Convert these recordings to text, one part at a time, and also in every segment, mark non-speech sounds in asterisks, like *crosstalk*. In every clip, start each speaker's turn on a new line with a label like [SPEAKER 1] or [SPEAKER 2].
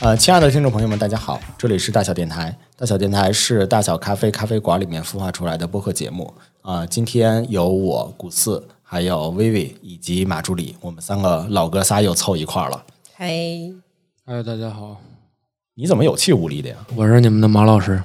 [SPEAKER 1] 呃，亲爱的听众朋友们，大家好，这里是大小电台。大小电台是大小咖啡咖啡馆里面孵化出来的播客节目。啊、今天由我古四，还有薇薇以及马助理，我们三个老哥仨又凑一块儿了。
[SPEAKER 2] 嗨，
[SPEAKER 1] 嗯
[SPEAKER 3] 嗨，哎大家好，
[SPEAKER 1] 你怎么有气无力的呀？
[SPEAKER 3] 我是你们的马老师，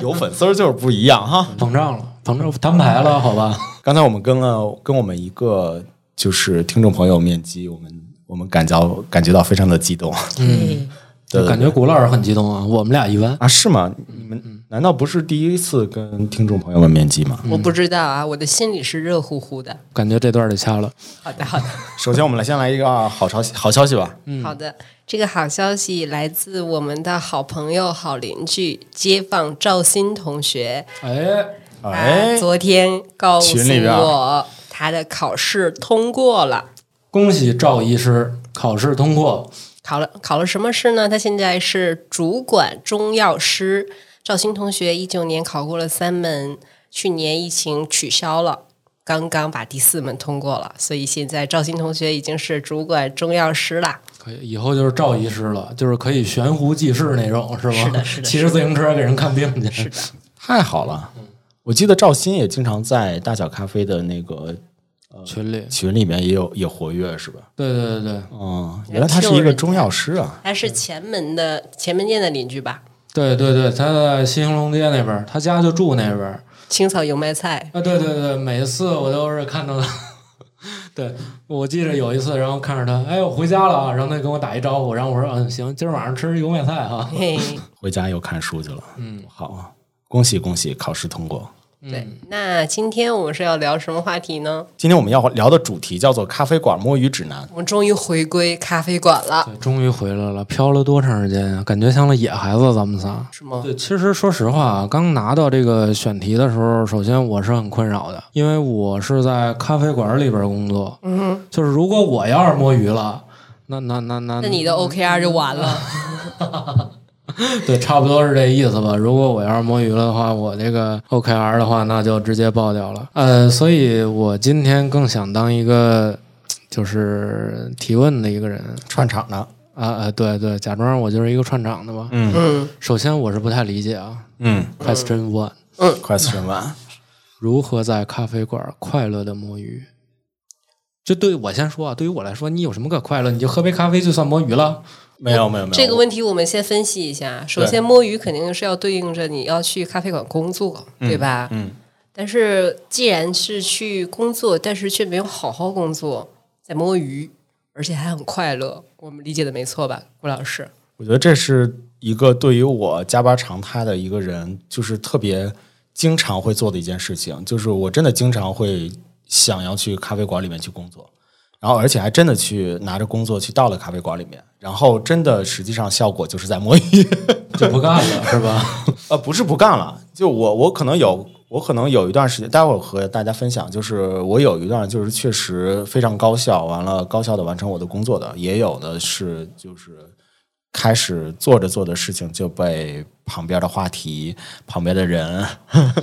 [SPEAKER 1] 有粉丝儿就是不一样哈。
[SPEAKER 3] 膨胀了，膨胀摊牌了，好吧？
[SPEAKER 1] 刚才我们跟了跟我们一个就是听众朋友面基，我们我们感觉感觉到非常的激动
[SPEAKER 2] 嗯，
[SPEAKER 1] 对
[SPEAKER 3] 我感觉古老师很激动啊，我们俩一般。
[SPEAKER 1] *laughs* 啊，是吗？你们难道不是第一次跟听众朋友们面基吗？
[SPEAKER 2] 我不知道啊，我的心里是热乎乎
[SPEAKER 1] *laughs*
[SPEAKER 2] 的。
[SPEAKER 3] 感觉这段得掐了。
[SPEAKER 2] 好的，好的，
[SPEAKER 1] 首先，我们来先来一个啊好消息，好消息吧。
[SPEAKER 2] 好的。这个好消息来自我们的好朋友、好邻居、街坊赵鑫同学。
[SPEAKER 3] 哎，
[SPEAKER 1] 哎
[SPEAKER 2] 他，昨天告诉
[SPEAKER 1] 群里边
[SPEAKER 2] 我他的考试通过了，
[SPEAKER 3] 恭喜赵医师考试通过，
[SPEAKER 2] 考了考了什么试呢？他现在是主管中药师。赵鑫同学一九年考过了三门，去年疫情取消了。刚刚把第四门通过了，所以现在赵鑫同学已经是主管中药师啦。
[SPEAKER 3] 可以以后就是赵医师了，就是可以悬壶济世那种，是吧？
[SPEAKER 2] 是
[SPEAKER 3] *laughs*
[SPEAKER 2] 的是的
[SPEAKER 3] 骑着自行车给人看病去。
[SPEAKER 2] *laughs* 是的，
[SPEAKER 1] 太好了！我记得赵鑫也经常在大小咖啡的那个
[SPEAKER 3] 群里，
[SPEAKER 1] 群里面也有也活跃，是吧？
[SPEAKER 3] 对对对对
[SPEAKER 1] 嗯，原来他是一个中药师啊。
[SPEAKER 2] 他是前门的前门店的邻居吧？
[SPEAKER 3] 对对对，他在新兴隆街那边儿，他家就住那边儿。
[SPEAKER 2] 青草油麦菜，
[SPEAKER 3] 啊，对对对，每次我都是看到他， *laughs* 对我记着有一次，然后看着他，哎，我回家了啊，然后他跟我打一招呼，然后我说，嗯，行，今儿晚上吃油麦菜哈。
[SPEAKER 2] 嘿，
[SPEAKER 1] 回家又看书去了。
[SPEAKER 3] 嗯，
[SPEAKER 1] 好啊，恭喜恭喜，考试通过。
[SPEAKER 2] 对。那今天我们是要聊什么话题呢？
[SPEAKER 1] 今天我们要聊的主题叫做“咖啡馆摸鱼指南
[SPEAKER 2] 我们终于回归咖啡馆了，
[SPEAKER 3] 对，终于回来了，飘了多长时间啊？感觉像个野孩子，咱们仨。
[SPEAKER 2] 是吗？
[SPEAKER 3] 对，其实说实话啊，刚拿到这个选题的时候，首先我是很困扰的，因为我是在咖啡馆里边工作。嗯，就是如果我要是摸鱼了，那那那那，
[SPEAKER 2] 那你的 OKR 就完了。
[SPEAKER 3] 对，差不多是这意思吧。如果我要是摸鱼了的话，我这个 OKR 的话，那就直接爆掉了。呃，所以我今天更想当一个就是提问的一个人”，
[SPEAKER 1] 串场呢？
[SPEAKER 3] 啊啊、呃对对，假装我就是一个串场的吧。
[SPEAKER 1] 嗯
[SPEAKER 2] 嗯
[SPEAKER 3] 首先，我是不太理解啊。
[SPEAKER 1] 嗯
[SPEAKER 3] Question one，
[SPEAKER 2] 嗯
[SPEAKER 1] ，Question One，
[SPEAKER 3] 如何在咖啡馆快乐的摸鱼？这对我先说啊，对于我来说，你有什么可快乐？你就喝杯咖啡就算摸鱼了。
[SPEAKER 1] 没有没有没有，
[SPEAKER 2] 这个问题我们先分析一下。首先，摸鱼肯定是要对应着你要去咖啡馆工作，对吧？
[SPEAKER 1] 嗯
[SPEAKER 2] 但是既然是去工作，但是却没有好好工作，在摸鱼，而且还很快乐，我们理解的没错吧，顾老师？
[SPEAKER 1] 我觉得这是一个对于我加班常态的一个人，就是特别经常会做的一件事情，就是我真的经常会想要去咖啡馆里面去工作，然后而且还真的去拿着工作去到了咖啡馆里面，然后真的实际上效果就是在摸鱼，
[SPEAKER 3] 就不干了，是吧？ *laughs*
[SPEAKER 1] 呃，不是不干了，就我我可能有。我可能有一段时间，待会儿和大家分享，就是我有一段就是确实非常高效，完了高效的完成我的工作的，也有的是就是开始做着做着事情就被旁边的话题、旁边的人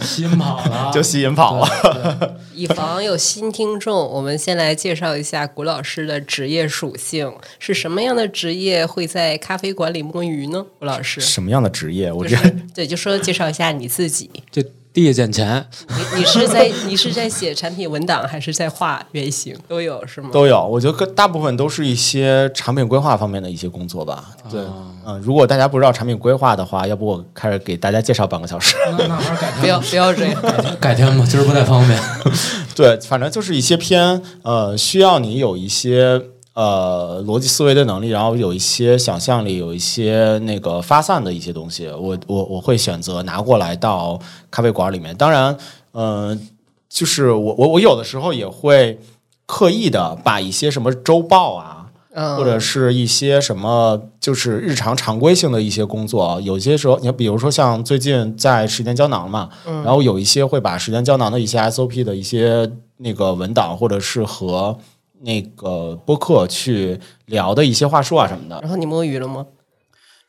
[SPEAKER 3] 心跑
[SPEAKER 1] *laughs*
[SPEAKER 3] 了，
[SPEAKER 1] 就吸引跑了。
[SPEAKER 2] 以防有新听众，我们先来介绍一下古老师的职业属性是什么样的职业会在咖啡馆里摸鱼呢？古老师，
[SPEAKER 1] 什么样的职业？我
[SPEAKER 2] 就
[SPEAKER 1] 这
[SPEAKER 2] 是对，就说介绍一下你自己，
[SPEAKER 3] 就地捡钱。
[SPEAKER 2] 你你是在你是在写产品文档，还是在画原型，都有是吗？
[SPEAKER 1] 都有，我觉得大部分都是一些产品规划方面的一些工作吧。对，嗯，如果大家不知道产品规划的话，要不我开始给大家介绍半个小时。
[SPEAKER 3] 那那还是改
[SPEAKER 2] 不要不要这样，
[SPEAKER 1] *laughs*
[SPEAKER 3] 改天吧，今儿不太方便。
[SPEAKER 1] 对，反正就是一些偏呃，需要你有一些呃逻辑思维的能力，然后有一些想象力，有一些那个发散的一些东西，我我我会选择拿过来到咖啡馆里面。当然，嗯、就是我我我有的时候也会刻意的把一些什么周报啊。
[SPEAKER 2] 嗯
[SPEAKER 1] 或者是一些什么，就是日常常规性的一些工作，啊有些时候，你比如说像最近在时间胶囊嘛，然后有一些会把时间胶囊的一些 SOP 的一些那个文档，或者是和那个播客去聊的一些话术啊什么的，
[SPEAKER 2] 然后你摸鱼了吗？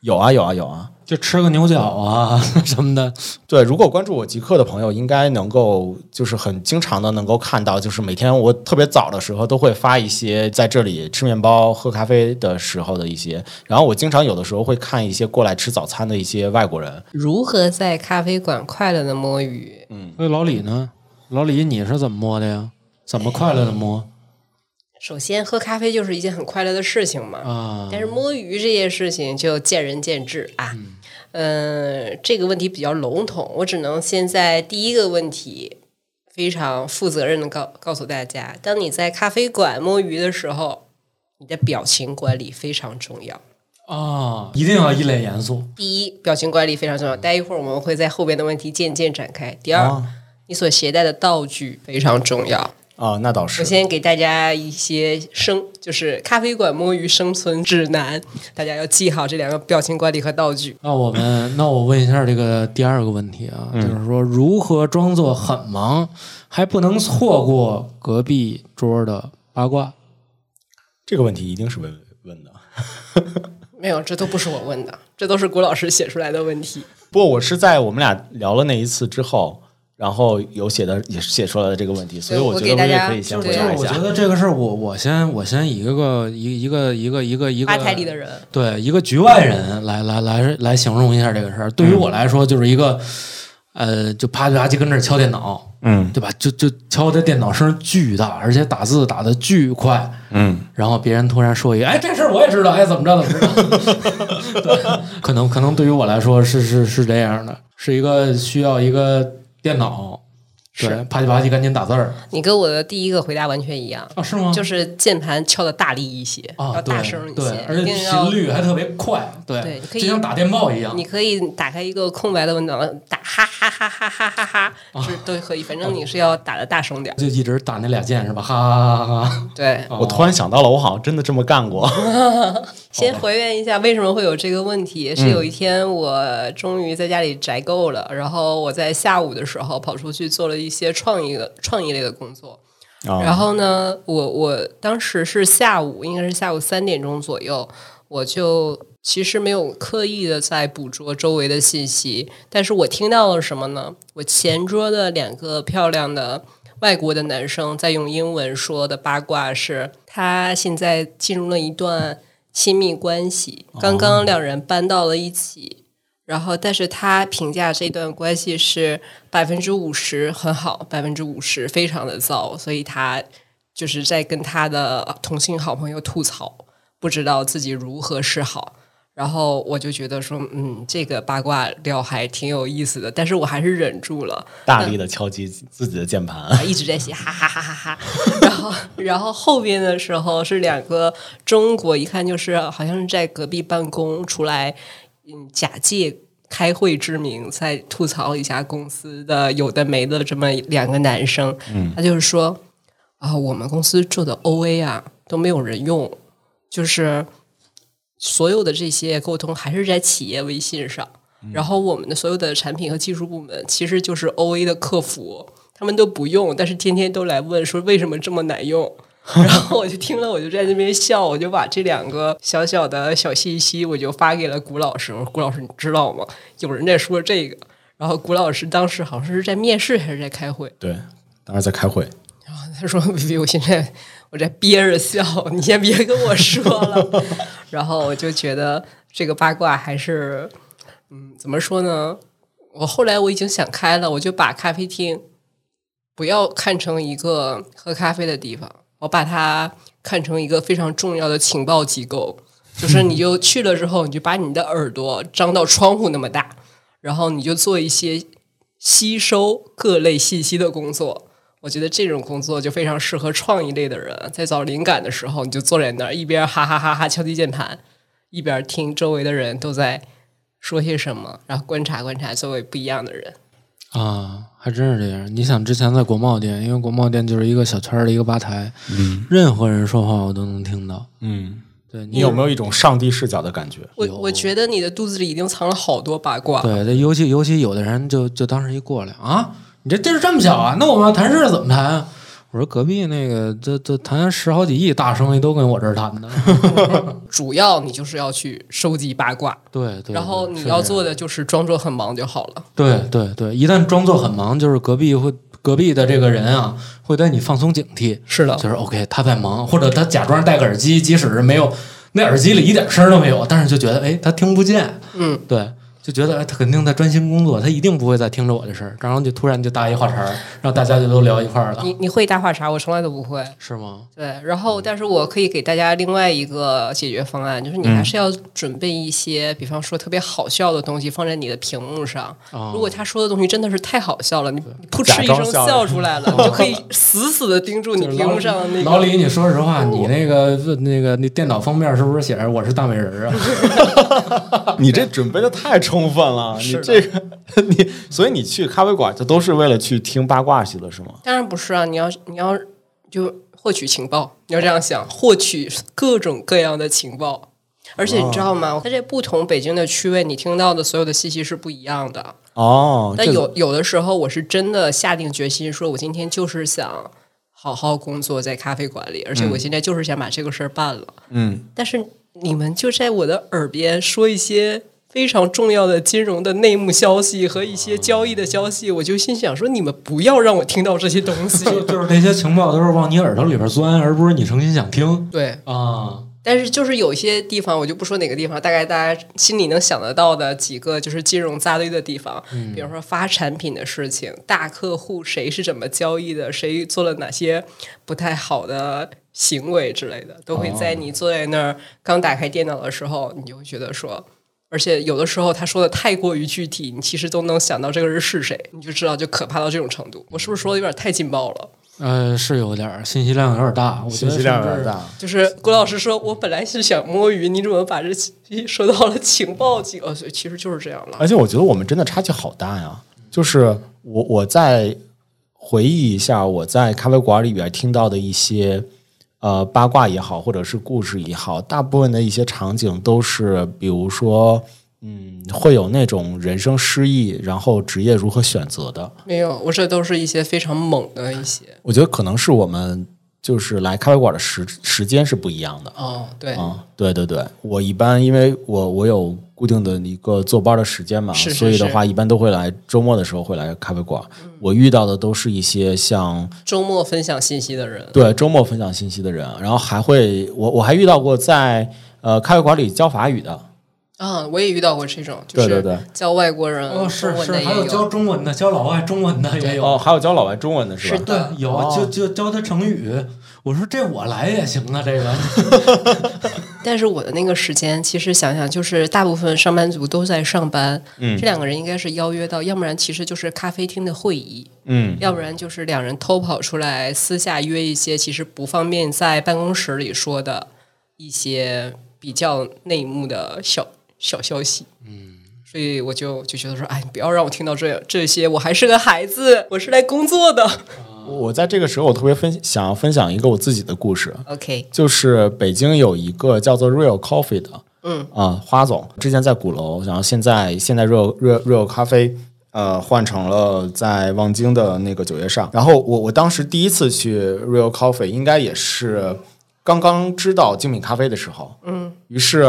[SPEAKER 1] 有啊有啊有啊。
[SPEAKER 3] *laughs* 就吃个牛角啊 *laughs* 什么的，
[SPEAKER 1] 对，如果关注我极客的朋友，应该能够就是很经常的能够看到，就是每天我特别早的时候都会发一些在这里吃面包、喝咖啡的时候的一些，然后我经常有的时候会看一些过来吃早餐的一些外国人，
[SPEAKER 2] 如何在咖啡馆快乐的摸鱼？
[SPEAKER 1] 嗯
[SPEAKER 3] 那老李呢？老李，你是怎么摸的呀？怎么快乐的摸
[SPEAKER 2] 首先，喝咖啡就是一件很快乐的事情嘛。
[SPEAKER 3] 啊？
[SPEAKER 2] 但是摸鱼这件事情就见仁见智啊。嗯、这个问题比较笼统，我只能先在第一个问题非常负责任的告告诉大家：当你在咖啡馆摸鱼的时候，你的表情管理非常重要。
[SPEAKER 3] 啊，嗯一定要一脸严肃。
[SPEAKER 2] 第一，表情管理非常重要。待一会儿我们会在后边的问题渐渐展开。第二，
[SPEAKER 1] 啊
[SPEAKER 2] 你所携带的道具非常重要。
[SPEAKER 1] 啊，那倒
[SPEAKER 2] 我
[SPEAKER 1] 是，
[SPEAKER 2] 先给大家一些生，就是咖啡馆摸鱼生存指南，大家要记好这两个表情管理和道具。
[SPEAKER 3] 那我们，那我问一下这个第二个问题啊，就是说如何装作很忙，还不能错过隔壁桌的八卦？
[SPEAKER 1] 这个问题一定是被问的。
[SPEAKER 2] 没有，这都不是我问的，这都是谷老师写出来的问题。
[SPEAKER 1] 不过我是在我们俩聊了那一次之后，然后有写的也是写出来的这个问题，所以
[SPEAKER 2] 对我
[SPEAKER 1] 觉得
[SPEAKER 2] 给大
[SPEAKER 1] 薇薇
[SPEAKER 2] 家
[SPEAKER 1] 可以先
[SPEAKER 2] 就
[SPEAKER 1] 回
[SPEAKER 2] 是
[SPEAKER 1] 答一
[SPEAKER 3] 我
[SPEAKER 1] 下
[SPEAKER 3] 觉。得这个事儿，我我先我先以一个一一个一个一个一个
[SPEAKER 2] 吧台里的人，
[SPEAKER 3] 对一个局外人来来来来形容一下这个事儿。对于我来说，就是一个呃，就啪啪就跟这儿敲电脑，
[SPEAKER 1] 嗯
[SPEAKER 3] 对吧？就就敲的电脑声巨大，而且打字打的巨快。
[SPEAKER 1] 嗯，
[SPEAKER 3] 然后别人突然说一句：“哎，这事儿我也知道，哎，怎么着怎么着。”
[SPEAKER 1] *laughs*
[SPEAKER 3] 对，可能可能对于我来说是是是这样的，是一个需要一个电脑，对，啪叽啪叽赶紧打字儿
[SPEAKER 2] 你跟我的第一个回答完全一样，
[SPEAKER 3] 啊，是吗？
[SPEAKER 2] 哦就是键盘敲的大力一些，
[SPEAKER 3] 啊，
[SPEAKER 2] 要
[SPEAKER 3] 对
[SPEAKER 2] 大声一
[SPEAKER 3] 对
[SPEAKER 2] 些，，
[SPEAKER 3] 而
[SPEAKER 2] 一
[SPEAKER 3] 且
[SPEAKER 2] 定要
[SPEAKER 3] 频率还特别快，
[SPEAKER 2] 对
[SPEAKER 3] 对
[SPEAKER 2] 你，可以
[SPEAKER 3] 就像打电报一样
[SPEAKER 2] 你。可以打开一个空白的文档，打哈哈哈哈哈哈哈，就是都可以，反正你是要打的大声点儿。
[SPEAKER 3] 就一直打那俩键是吧？哈哈哈哈！
[SPEAKER 2] 对，
[SPEAKER 1] 我突然想到了，我好像真的这么干过。
[SPEAKER 2] 先还原一下为什么会有这个问题。是有一天我终于在家里宅够了，然后我在下午的时候跑出去做了一些创意的创意类的工作。
[SPEAKER 1] 啊
[SPEAKER 2] 然后呢，我我当时是下午，应该是下午三点钟左右，我就其实没有刻意的在捕捉周围的信息，但是我听到了什么呢？我前桌的两个漂亮的外国的男生在用英文说的八卦是，他现在进入了一段亲密关系，刚刚两人搬到了一起。然后，但是他评价这段关系是百分之五十很好，百分之五十非常的糟，所以他就是在跟他的同性好朋友吐槽，不知道自己如何是好。然后我就觉得说，嗯，这个八卦料还挺有意思的，但是我还是忍住了。
[SPEAKER 1] 大力的敲击自己的键盘。
[SPEAKER 2] 一直在写哈哈哈哈哈。然后，然后后边的时候是两个中国，一看就是好像是在隔壁办公出来，嗯，假借开会之名在吐槽一下公司的有的没的这么两个男生。他就是说啊，我们公司做的 OA 啊都没有人用，就是所有的这些沟通还是在企业微信上。然后我们的所有的产品和技术部门其实就是 O A 的客服，他们都不用，但是天天都来问说为什么这么难用。然后我就听了，我就在那边笑，我就把这两个小小的小信息，我就发给了谷老师。我说：“谷老师，你知道吗？有人在说这个。”然后谷老师当时好像是在面试还是在开会，
[SPEAKER 1] 对，当时在开会。
[SPEAKER 2] 他说：“薇薇，我现在我在憋着笑，你先别跟我说了。”然后我就觉得这个八卦还是，嗯，怎么说呢？我后来我已经想开了，我就把咖啡厅不要看成一个喝咖啡的地方，我把它看成一个非常重要的情报机构。就是你就去了之后，你就把你的耳朵张到窗户那么大，然后你就做一些吸收各类信息的工作。我觉得这种工作就非常适合创意类的人，在找灵感的时候，你就坐在那儿一边哈哈哈哈敲击键盘，一边听周围的人都在说些什么，然后观察观察周围不一样的人。
[SPEAKER 3] 啊，还真是这样。你想，之前在国贸店，因为国贸店就是一个小圈儿的一个吧台，嗯，任何人说话我都能听到。
[SPEAKER 1] 嗯，
[SPEAKER 3] 对
[SPEAKER 1] 你有没有一种上帝视角的感觉？
[SPEAKER 2] 我我觉得你的肚子里已经藏了好多八卦。
[SPEAKER 3] 对，这尤其尤其有的人就就当时一过来啊，你这地儿这么小啊，那我们要谈事儿怎么谈啊？我说隔壁那个这这谈十好几亿大生意都跟我这儿谈的， *laughs*
[SPEAKER 2] 主要你就是要去收集八卦，
[SPEAKER 3] 对对对。
[SPEAKER 2] 然后你
[SPEAKER 3] 是
[SPEAKER 2] 要
[SPEAKER 3] 这样
[SPEAKER 2] 做的就是装作很忙就好了。
[SPEAKER 3] 对对对，一旦装作很忙，就是隔壁会隔壁的这个人啊，会对你放松警惕，
[SPEAKER 2] 是的，
[SPEAKER 3] 就是 OK，他在忙，或者他假装戴个耳机，即使是没有那耳机里一点声儿都没有，但是就觉得哎，他听不见，
[SPEAKER 2] 嗯，
[SPEAKER 3] 对，就觉得哎，他肯定在专心工作，他一定不会再听着我的事儿，然后就突然就搭一话茬儿，然后大家就都聊一块儿了
[SPEAKER 2] 你，你会搭话茬，我从来都不会。
[SPEAKER 3] 是吗？
[SPEAKER 2] 对，然后但是我可以给大家另外一个解决方案，就是你还是要准备一些，比方说特别好笑的东西放在你的屏幕上。
[SPEAKER 3] 啊、
[SPEAKER 2] 如果他说的东西真的是太好笑了，你你噗
[SPEAKER 1] 假
[SPEAKER 2] 嗤一
[SPEAKER 1] 装
[SPEAKER 2] 声
[SPEAKER 1] 笑
[SPEAKER 2] 笑出来了，你就可以死死的盯住你屏幕上的那
[SPEAKER 3] 老
[SPEAKER 2] 个。哦
[SPEAKER 3] 李，你说实话，你那个那个那电脑封面是不是写着我是大美人儿 *laughs* 啊？
[SPEAKER 1] 你这准备的太充分了，你
[SPEAKER 2] 是的
[SPEAKER 1] 这个 *laughs* 你，所以你去咖啡馆就都是为了去听八卦去了，是吗？
[SPEAKER 2] 当然不是啊，你要你要就获取情报，你要这样想，获取各种各样的情报。而且你知道吗？在这不同北京的区位，你听到的所有的信息是不一样的。
[SPEAKER 1] 哦，
[SPEAKER 2] 但
[SPEAKER 1] 这
[SPEAKER 2] 有有的时候，我是真的下定决心说，我今天就是想好好工作在咖啡馆里，而且我现在就是想把这个事儿办了。
[SPEAKER 1] 嗯，
[SPEAKER 2] 但是你们就在我的耳边说一些非常重要的金融的内幕消息和一些交易的消息，我就心想说，你们不要让我听到这些东
[SPEAKER 1] *laughs*
[SPEAKER 2] 西。
[SPEAKER 3] 就就是那些情报都是往你耳朵里边钻，而不是你诚心想听
[SPEAKER 2] 对，
[SPEAKER 3] 啊。
[SPEAKER 2] 但是就是有一些地方，我就不说哪个地方，大概大家心里能想得到的几个就是金融扎堆的地方，比如说发产品的事情，大客户谁是怎么交易的，谁做了哪些不太好的行为之类的，都会在你坐在那儿刚打开电脑的时候，你就会觉得说。而且有的时候他说的太过于具体，你其实都能想到这个人是谁，你就知道就可怕到这种程度。我是不是说的有点太劲爆了？
[SPEAKER 3] 呃，是有点儿信息量有点儿大，我觉
[SPEAKER 1] 信
[SPEAKER 3] 得
[SPEAKER 1] 息量有
[SPEAKER 3] 甚至
[SPEAKER 1] 点。大。
[SPEAKER 2] 就是郭老师说，我本来是想摸鱼，你怎么把这说到了情报局？哦，所以其实就是这样了。
[SPEAKER 1] 而且我觉得我们真的差距好大呀！就是我我在回忆一下我在咖啡馆里边听到的一些呃八卦也好，或者是故事也好，大部分的一些场景都是，比如说，嗯，会有那种人生失意，然后职业如何选择的。
[SPEAKER 2] 没有，我这都是一些非常猛的一些。
[SPEAKER 1] 我觉得可能是我们就是来咖啡馆的时时间是不一样的。
[SPEAKER 2] 哦，对，
[SPEAKER 1] 啊，对对对，我一般因为我我有固定的一个坐班的时间嘛，
[SPEAKER 2] 是是
[SPEAKER 1] 所以的
[SPEAKER 2] 是嗯
[SPEAKER 1] 话一般都会来周末的时候会来咖啡馆。我遇到的都是一些像
[SPEAKER 2] 周末分享信息的人，
[SPEAKER 1] 对周末分享信息的人，啊然后还会我我还遇到过在呃咖啡馆里教法语的，
[SPEAKER 2] 啊，我也遇到过这种，就
[SPEAKER 1] 对对
[SPEAKER 2] 是
[SPEAKER 1] 对
[SPEAKER 2] 教外国人
[SPEAKER 3] 哦，是
[SPEAKER 2] 中文
[SPEAKER 3] 是，
[SPEAKER 2] 的
[SPEAKER 3] 还
[SPEAKER 2] 也
[SPEAKER 3] 有教中文的，教老外中文的也有。
[SPEAKER 1] 哦，还有教老外中文的是吧？
[SPEAKER 2] 哎是的
[SPEAKER 3] 对，有、
[SPEAKER 1] 哦
[SPEAKER 3] 就就教他成语。我说这我来也行啊，这个
[SPEAKER 2] 但是我的那个时间，其实想想，就是大部分上班族都在上班，
[SPEAKER 1] 嗯
[SPEAKER 2] 这两个人应该是邀约到，要不然其实就是咖啡厅的会议，
[SPEAKER 1] 嗯，
[SPEAKER 2] 要不然就是两人偷跑出来，私下约一些其实不方便在办公室里说的一些比较内幕的小小消息。嗯，所以我就就觉得说，哎，你不要让我听到这这些，我还是个孩子，我是来工作的。
[SPEAKER 1] 我在这个时候我特别分想要分享一个我自己的故事，
[SPEAKER 2] OK，
[SPEAKER 1] 就是北京有一个叫做 Real Coffee 的，
[SPEAKER 2] 嗯
[SPEAKER 1] 啊，花总之前在鼓楼，然后现在现在 Real Real Real 咖啡。呃，换成了在望京的那个九月上。然后我我当时第一次去 Real Coffee，应该也是刚刚知道精品咖啡的时候。嗯。于是，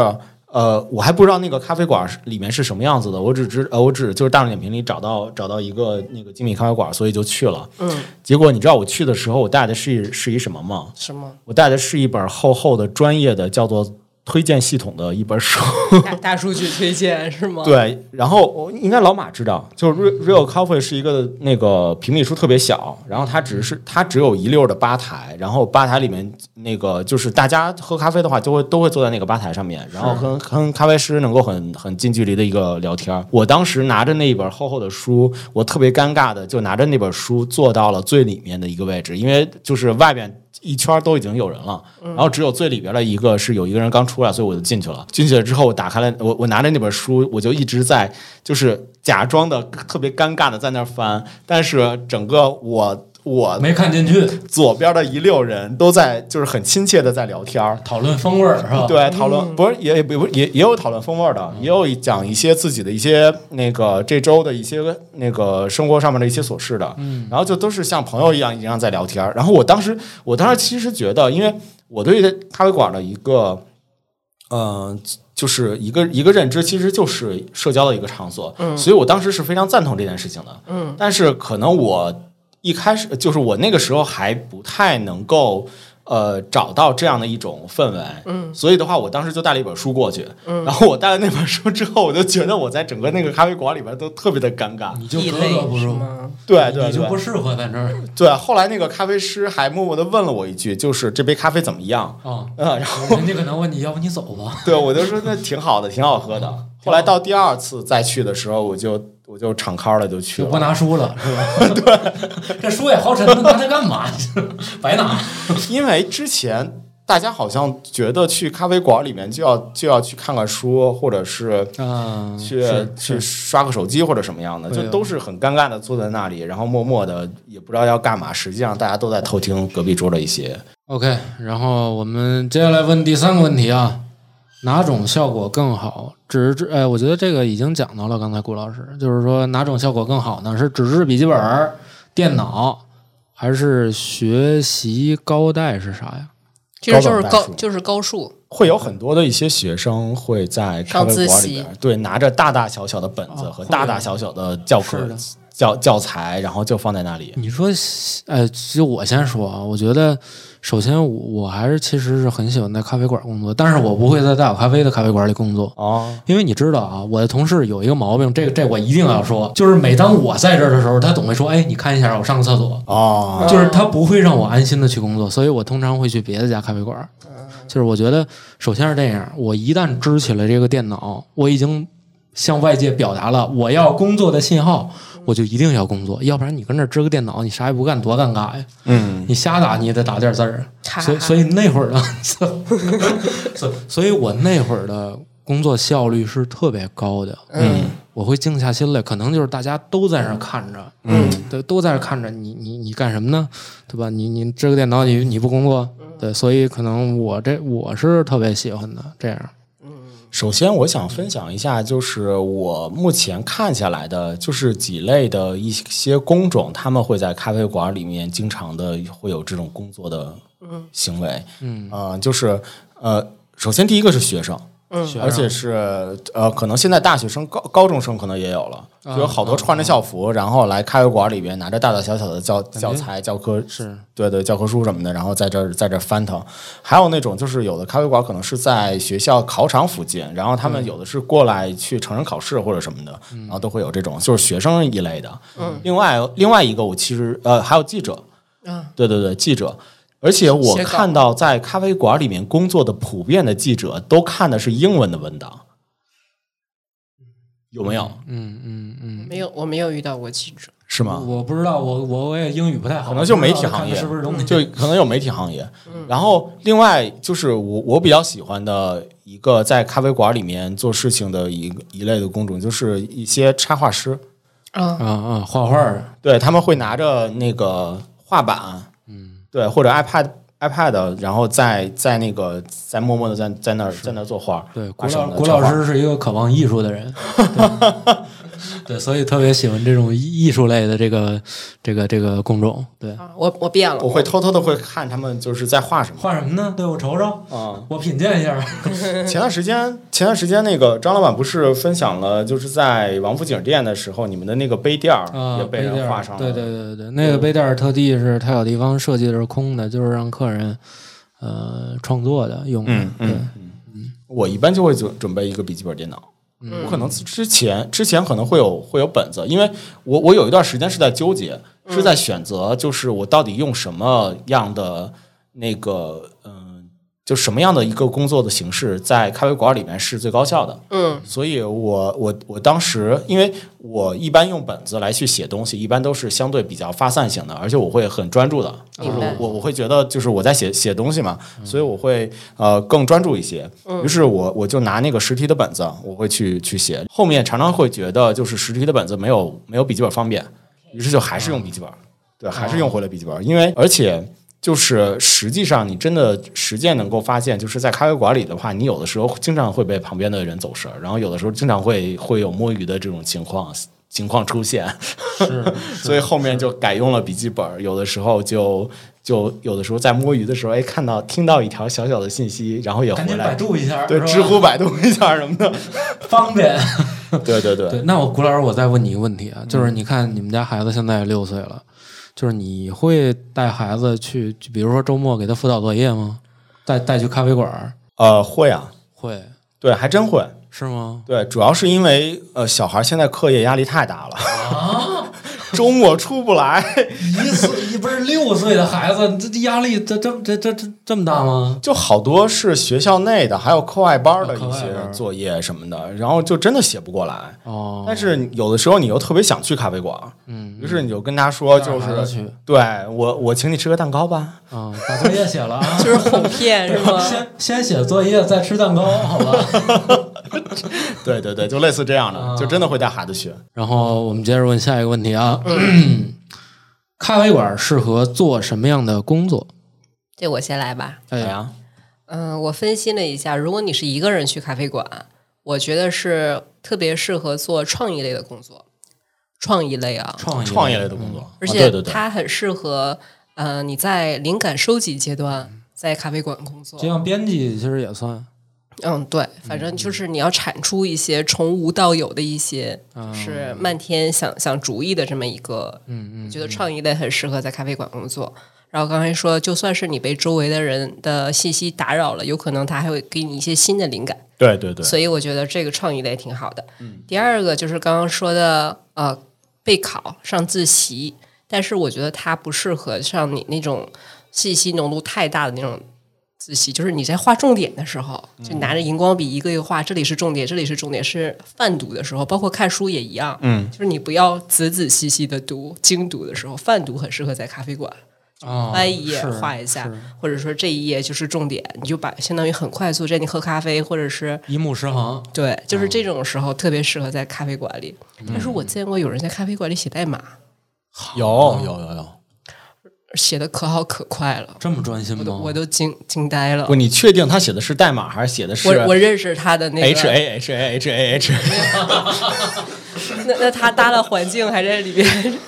[SPEAKER 1] 呃，我还不知道那个咖啡馆是里面是什么样子的，我只知呃，我只就是大众点评里找到找到一个那个精品咖啡馆，所以就去了。嗯。结果你知道我去的时候，我带的是是一什么吗？
[SPEAKER 2] 什么？
[SPEAKER 1] 我带的是一本厚厚的专业的叫做推荐系统的一本书。
[SPEAKER 2] 大大数据推 *laughs* 荐是吗？，
[SPEAKER 1] 对，然后我应该老马知道，就是 Re- Real Coffee 是一个那个平米数特别小，然后它只是它只有一溜儿的吧台，然后吧台里面那个就是大家喝咖啡的话，就会都会坐在那个吧台上面，然后跟跟咖啡师能够很很近距离的一个聊天儿。我当时拿着那一本厚厚的书，我特别尴尬的就拿着那本书坐到了最里面的一个位置，因为就是外边一圈都已经有人了，然后只有最里边的一个是有一个人刚出来，所以我就进去了。进去了之后，我打开了我我拿着那本书，我就一直在就是假装的特别尴尬的在那儿翻，但是整个我我
[SPEAKER 3] 没看进去，
[SPEAKER 1] 左边的一溜人都在就是很亲切的在聊天儿，
[SPEAKER 3] 讨论风味儿是吧？嗯
[SPEAKER 1] 对，讨论不是也也不也也有讨论风味儿的，也有讲一些自己的一些那个这周的一些那个生活上面的一些琐事的，嗯，然后就都是像朋友一样一样在聊天儿。然后我当时我当时其实觉得，因为我对咖啡馆的一个，嗯、就是一个一个认知，其实就是社交的一个场所，嗯，所以我当时是非常赞同这件事情的，嗯，但是可能我一开始就是我那个时候还不太能够。呃，找到这样的一种氛围，嗯，所以的话，我当时就带了一本书过去，嗯，然后我带了那本书之后，我就觉得我在整个那个咖啡馆里边都特别的尴尬，
[SPEAKER 3] 你就
[SPEAKER 2] 异
[SPEAKER 3] 格
[SPEAKER 2] 类
[SPEAKER 3] 格不
[SPEAKER 2] 是
[SPEAKER 3] 入，
[SPEAKER 2] 吗？
[SPEAKER 1] 对对
[SPEAKER 3] 嗯你就
[SPEAKER 1] 对
[SPEAKER 3] 不，适合在这儿
[SPEAKER 1] 对。后来那个咖啡师还默默的问了我一句，就是这杯咖啡怎么样？
[SPEAKER 3] 啊。 *laughs*
[SPEAKER 1] 嗯，然后
[SPEAKER 3] 人家可能问你要不你走吧，
[SPEAKER 1] 对我就说那挺好的，挺好喝的。后来到第二次再去的时候，我就我就敞开了就去
[SPEAKER 3] 就
[SPEAKER 1] 了，
[SPEAKER 3] 不拿书了，是吧？ *laughs* 对，这书也好沉，拿它干嘛？ *laughs* 白拿。
[SPEAKER 1] 因为之前大家好像觉得去咖啡馆里面就要就要去看看书，或者是
[SPEAKER 3] 啊，
[SPEAKER 1] 去
[SPEAKER 3] 是
[SPEAKER 1] 去
[SPEAKER 3] 是哎
[SPEAKER 1] 刷个手机或者什么样的，
[SPEAKER 3] 会有
[SPEAKER 1] 就都是很尴尬的坐在那里，然后默默的也不知道要干嘛。实际上大家都在偷听隔壁桌的一些。
[SPEAKER 3] OK，然后我们接下来问第三个问题啊，哪种效果更好？纸质，哎，我觉得这个已经讲到了。刚才顾老师就是说哪种效果更好呢？是纸质笔记本儿、电脑，还是学习高带是啥呀？
[SPEAKER 2] 其实就
[SPEAKER 1] 高
[SPEAKER 2] 是
[SPEAKER 1] 等大
[SPEAKER 2] 高
[SPEAKER 1] 数
[SPEAKER 2] 就是高数，
[SPEAKER 1] 会有很多的一些学生会在咖啡
[SPEAKER 2] 上
[SPEAKER 1] 馆
[SPEAKER 2] 自
[SPEAKER 1] 里
[SPEAKER 2] 习
[SPEAKER 1] 边，对，拿着大大小小的本子
[SPEAKER 3] 哦
[SPEAKER 1] 和
[SPEAKER 3] 会
[SPEAKER 1] 大
[SPEAKER 3] 有
[SPEAKER 1] 大小小的教科
[SPEAKER 3] 是的
[SPEAKER 1] 教教材，然后就放在那里。
[SPEAKER 3] 你说，哎，就我先说啊，我觉得首先我我还是其实是很喜欢在咖啡馆工作，但是我不会在大有咖啡的咖啡馆里工作。
[SPEAKER 1] 哦，
[SPEAKER 3] 因为你知道啊，我的同事有一个毛病，这个这我一定要说，就是每当我在这儿的时候，他总会说：“哎，你看一下，我上个厕所。”
[SPEAKER 1] 哦，
[SPEAKER 3] 就是他不会让我安心的去工作，所以我通常会去别的家咖啡馆儿。就是我觉得，首先是这样，我一旦支起了这个电脑，我已经向外界表达了我要工作的信号，我就一定要工作，要不然你跟这儿支个电脑，你啥也不干，多尴尬呀！
[SPEAKER 1] 嗯，
[SPEAKER 3] 你瞎打你也得打点字儿，啊
[SPEAKER 2] 哈
[SPEAKER 3] 所以
[SPEAKER 2] 哈
[SPEAKER 3] 所以那会儿的， *laughs* 所以所以我那会儿的工作效率是特别高的，嗯，我会静下心来，可能就是大家都在那儿看着，嗯，都都在那儿看着你，你你干什么呢？对吧？你你这个电脑你你不工作，
[SPEAKER 1] 嗯
[SPEAKER 3] 对，所以可能我这我是特别喜欢的这样，
[SPEAKER 1] 首先，我想分享一下，就是我目前看下来的，就是几类的一些工种，他们会在咖啡馆里面经常的会有这种工作的行为。嗯，呃，就是呃，首先第一个是学生，
[SPEAKER 3] 学
[SPEAKER 1] 而且是呃，可能现在大学生、高高中生可能也有了，就有好多穿着校服，然后来咖啡馆里边拿着大大小小的教教材、教科
[SPEAKER 3] 是
[SPEAKER 1] 对对教科书什么的，然后在这儿在这儿翻腾。还有那种就是有的咖啡馆可能是在学校考场附近，然后他们有的是过来去成人考试或者什么的，然后都会有这种就是学生一类的。嗯，另外另外一个我其实呃还有记者，
[SPEAKER 2] 嗯，
[SPEAKER 1] 对对对记者。而且我
[SPEAKER 2] 写稿
[SPEAKER 1] 看到在咖啡馆里面工作的普遍的记者都看的是英文的文档，有没有？
[SPEAKER 3] 嗯嗯嗯，
[SPEAKER 2] 没有我没有遇到过记者，
[SPEAKER 1] 是吗？
[SPEAKER 3] 我不知道，我我我也英语不太好，
[SPEAKER 1] 可能就媒体
[SPEAKER 3] 我不知道
[SPEAKER 1] 行业
[SPEAKER 3] 看看是不是容易
[SPEAKER 1] 就可能有媒体行业。
[SPEAKER 3] 嗯
[SPEAKER 1] 然后另外就是我我比较喜欢的一个在咖啡馆里面做事情的一个一类的工种，就是一些插画师，
[SPEAKER 2] 嗯
[SPEAKER 3] 啊啊，画画儿
[SPEAKER 1] 对他们会拿着那个画板，嗯，对或者 iPad。iPad，然后在在那个在默默的在在那儿在那儿作画，
[SPEAKER 3] 对，
[SPEAKER 1] 画
[SPEAKER 3] 古
[SPEAKER 1] 什
[SPEAKER 3] 老
[SPEAKER 1] 么的
[SPEAKER 3] 古
[SPEAKER 1] 插
[SPEAKER 3] 老
[SPEAKER 1] 画
[SPEAKER 3] 师是一个渴望艺术的
[SPEAKER 1] *laughs*
[SPEAKER 3] 人，对对，所以特别喜欢这种艺艺术类的这个这个这个工种。对，
[SPEAKER 2] 啊，我我变
[SPEAKER 1] 我
[SPEAKER 2] 了，
[SPEAKER 1] 会偷偷的会看他们就是在画
[SPEAKER 3] *laughs*
[SPEAKER 1] 什么
[SPEAKER 3] 画什么呢？对我瞅瞅，
[SPEAKER 1] 啊。
[SPEAKER 3] 我品鉴一下。
[SPEAKER 1] 前段时间前段时间那个张老板不是分享了，就是在王府井店的时候，你们的那个杯垫儿
[SPEAKER 3] 啊，
[SPEAKER 1] 也被
[SPEAKER 3] 杯垫
[SPEAKER 1] 人
[SPEAKER 3] 儿
[SPEAKER 1] 画上了，
[SPEAKER 3] 对对对对，那个杯垫儿特地是它有地方设计的是空的，就是让客人呃创作的用的。
[SPEAKER 1] 嗯
[SPEAKER 3] 对
[SPEAKER 1] 嗯嗯，我一般就会准准备一个笔记本电脑。我可能之前之前可能会有会有本子，因为我我有一段时间是在纠结，是在选择，就是我到底用什么样的那个嗯、就什么样的一个工作的形式在咖啡馆里面是最高效的。
[SPEAKER 2] 嗯
[SPEAKER 1] 所以我我我当时，因为我一般用本子来去写东西，一般都是相对比较发散型的，而且我会很专注的，就
[SPEAKER 2] 明
[SPEAKER 1] 是
[SPEAKER 2] 白
[SPEAKER 1] 我我会觉得就是我在写写东西嘛，所以我会呃更专注一些。
[SPEAKER 2] 嗯
[SPEAKER 1] 于是我我就拿那个实体的本子，我会去去写。后面常常会觉得就是实体的本子没有没有笔记本方便，于是就还是用笔记本。对，还
[SPEAKER 2] 哦
[SPEAKER 1] 是用回了笔记本，因为而且就是实际上你真的实践能够发现，就是在咖啡馆里的话，你有的时候经常会被旁边的人走神儿，然后有的时候经常会会有摸鱼的这种情况情况出现， *laughs*
[SPEAKER 3] 是，
[SPEAKER 1] 所以后面就改用了笔记本儿，有的时候就。就有的时候在摸鱼的时候，哎，看到听到一条小小的信息，然后也
[SPEAKER 4] 赶
[SPEAKER 1] 回
[SPEAKER 4] 紧百
[SPEAKER 1] 来，
[SPEAKER 4] 度一下，
[SPEAKER 1] 对，
[SPEAKER 4] 是吧
[SPEAKER 1] 知乎、百度一下什么的，
[SPEAKER 4] 方便。
[SPEAKER 1] 对对对，
[SPEAKER 3] 对，那我谷老师，我再问你一个问题啊，就是你看你们家孩子现在六岁了，就是你会带孩子去，就比如说周末给他辅导作业吗？带带去咖啡馆儿？
[SPEAKER 1] *laughs* 呃，会啊，
[SPEAKER 3] 会
[SPEAKER 1] 对，还真会。
[SPEAKER 3] 是吗？
[SPEAKER 1] 对，主要是因为呃，小孩现在课业压力太大了，啊 *laughs* 周末出不来，
[SPEAKER 3] 一岁不是六岁的孩子，这压力这这这这这这么大吗？
[SPEAKER 1] 就好多是学校内的，还有哦课外班的一
[SPEAKER 3] 课外班
[SPEAKER 1] 些
[SPEAKER 3] 儿
[SPEAKER 1] 作业什么的，然后就真的写不过来。
[SPEAKER 3] 哦，
[SPEAKER 1] 但是有的时候你又特别想去咖啡馆，
[SPEAKER 3] 嗯，
[SPEAKER 1] 于是你就跟他说，就
[SPEAKER 3] 带着孩子
[SPEAKER 1] 是
[SPEAKER 3] 去
[SPEAKER 1] 对我，我请你吃个蛋糕吧。 *laughs*
[SPEAKER 3] 啊，把作业写了 *laughs* 啊，
[SPEAKER 2] 就是哄骗是吗？ *laughs*
[SPEAKER 3] 先先写作业，再吃蛋糕，好吧？
[SPEAKER 1] 对对对，就类似这样
[SPEAKER 3] 啊
[SPEAKER 1] 的，就真的会带孩子去。
[SPEAKER 3] *laughs* 然后我们接着问下一个问题 *clears throat* 啊，咖啡馆适合做什么样的工作？
[SPEAKER 2] 这我先来吧。
[SPEAKER 1] 哎
[SPEAKER 3] 哎呀，
[SPEAKER 1] 呀，
[SPEAKER 2] 嗯，我分析了一下，如果你是一个人去咖啡馆，我觉得是特别适合做创意类的工作，创意类啊，
[SPEAKER 3] 创意
[SPEAKER 1] 创业类的工作，
[SPEAKER 2] 而
[SPEAKER 1] 啊
[SPEAKER 2] 且
[SPEAKER 1] 对对对，
[SPEAKER 2] 它很适合，呃，你在灵感收集阶段在咖啡馆工作
[SPEAKER 3] 就。像编辑其实也算，
[SPEAKER 2] 嗯，对，反正就是你要产出一些从无到有的一些，就是漫天想想主意的这么一个，
[SPEAKER 3] 嗯
[SPEAKER 2] 我觉得创意类很适合在咖啡馆工作。然后刚才说，就算是你被周围的人的信息打扰了，有可能他还会给你一些新的灵感。
[SPEAKER 1] 对对对，
[SPEAKER 2] 所以我觉得这个创意类挺好的。第二个就是刚刚说的呃备考上自习，但是我觉得它不适合像你那种信息浓度太大的那种。自习就是你在画重点的时候，
[SPEAKER 3] 嗯
[SPEAKER 2] 就拿着荧光笔一个一个画，这里是重点，这里是重点，是泛读的时候，包括看书也一样，嗯，就是你不要仔仔细细的读，精读的时候，泛读很适合在咖啡馆，
[SPEAKER 3] 哦
[SPEAKER 2] 翻一页
[SPEAKER 3] 是
[SPEAKER 2] 画一下
[SPEAKER 3] 是，
[SPEAKER 2] 或者说这一页就是重点，你就把相当于很快速，这你喝咖啡或者是
[SPEAKER 3] 一目十行。
[SPEAKER 2] 对，就是
[SPEAKER 1] 嗯
[SPEAKER 2] 这种时候特别适合在咖啡馆里。但是我见过有人在咖啡馆里写代码，
[SPEAKER 1] 有有有有。
[SPEAKER 2] 写的可好可快了，
[SPEAKER 3] 这么专心
[SPEAKER 2] 我
[SPEAKER 3] 吗？
[SPEAKER 2] 都我都惊惊呆了
[SPEAKER 1] 哦不，。你确定他写的是代码还是写的是
[SPEAKER 2] 我我认识他的那
[SPEAKER 1] H
[SPEAKER 2] 个，
[SPEAKER 1] A H A H A *laughs* H？
[SPEAKER 2] 那那他搭了环境还在里边，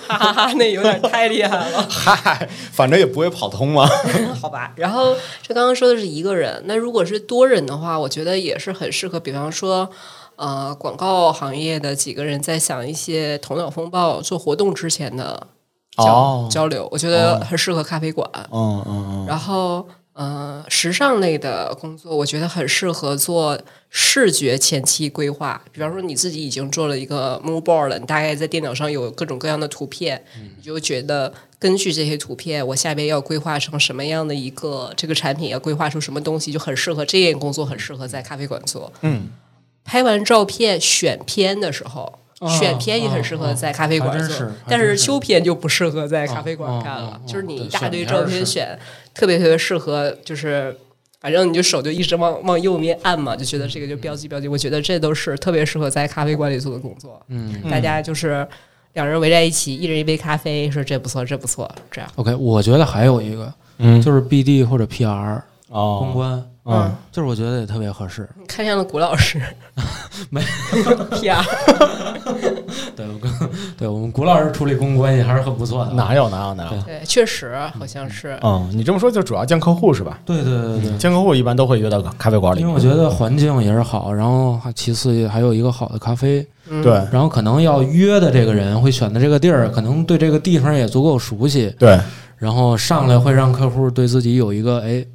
[SPEAKER 2] 哈哈哈，那有点太厉害了。
[SPEAKER 1] 嗨，反正也不会跑通嘛。
[SPEAKER 2] *laughs* 好吧。然后这刚刚说的是一个人，那如果是多人的话，我觉得也是很适合，比方说。呃，广告行业的几个人在想一些头脑风暴做活动之前的交、
[SPEAKER 1] 哦
[SPEAKER 2] 交流，我觉得很适合咖啡馆。
[SPEAKER 1] 嗯嗯
[SPEAKER 3] 哦
[SPEAKER 1] 嗯，
[SPEAKER 2] 然后，呃，时尚类的工作，我觉得很适合做视觉前期规划。比方说，你自己已经做了一个 mood board 了，你大概在电脑上有各种各样的图片，
[SPEAKER 3] 嗯
[SPEAKER 2] 你就觉得根据这些图片，我下边要规划成什么样的一个这个产品，要规划出什么东西，就很适合这件工作，很适合在咖啡馆做。嗯，拍完照片选片的时候。
[SPEAKER 3] 哦
[SPEAKER 2] 选片也很适
[SPEAKER 3] 哦
[SPEAKER 2] 合在咖啡馆
[SPEAKER 3] 还真
[SPEAKER 2] 做，
[SPEAKER 3] 是还
[SPEAKER 2] 但
[SPEAKER 3] 真
[SPEAKER 2] 是
[SPEAKER 3] 是
[SPEAKER 2] 修片就不适合在咖啡
[SPEAKER 3] 哦哦
[SPEAKER 2] 馆干了。
[SPEAKER 3] 哦哦
[SPEAKER 2] 就是你
[SPEAKER 3] 对
[SPEAKER 2] 一大堆
[SPEAKER 3] 选片
[SPEAKER 2] 照
[SPEAKER 3] 儿
[SPEAKER 2] 片
[SPEAKER 3] 是
[SPEAKER 2] 选，特别特别适合，就是反正你就手就一直往往右面按嘛，就觉得这个就标记标记。我觉得这都是特别适合在咖啡馆里做的工作。
[SPEAKER 3] 嗯
[SPEAKER 2] 大家就是两人围在一起，一人一杯咖啡，说这不错，这不错，这样。
[SPEAKER 3] ，OK，我觉得还有一个，
[SPEAKER 1] 嗯
[SPEAKER 3] 就是 BD 或者 PR 公
[SPEAKER 1] 哦，
[SPEAKER 3] 关，
[SPEAKER 1] 嗯，
[SPEAKER 3] 就是我觉得也特别合适。
[SPEAKER 2] 你看向了谷老师，
[SPEAKER 3] *laughs*
[SPEAKER 2] *laughs*
[SPEAKER 3] 没
[SPEAKER 2] PR，
[SPEAKER 3] 对，我跟
[SPEAKER 2] 嗯
[SPEAKER 3] 对我们谷老师处理公关也还是很不错的。
[SPEAKER 1] 哪有哪有哪有
[SPEAKER 3] 对？
[SPEAKER 2] 对，确实好像是。
[SPEAKER 1] 嗯，你这么说就主要见客户是吧？
[SPEAKER 3] 对对对对
[SPEAKER 1] 见客户一般都会约到咖啡馆
[SPEAKER 3] 对，
[SPEAKER 1] 里
[SPEAKER 3] 因为。我觉得环境也是好，然后还其次还有一个好的咖啡，
[SPEAKER 1] 对
[SPEAKER 3] 然后可能要约的这个人会选的这个地儿，可能对这个地方也足够熟悉，
[SPEAKER 1] 对，
[SPEAKER 3] 然后上来会让客户对自己有一个哎，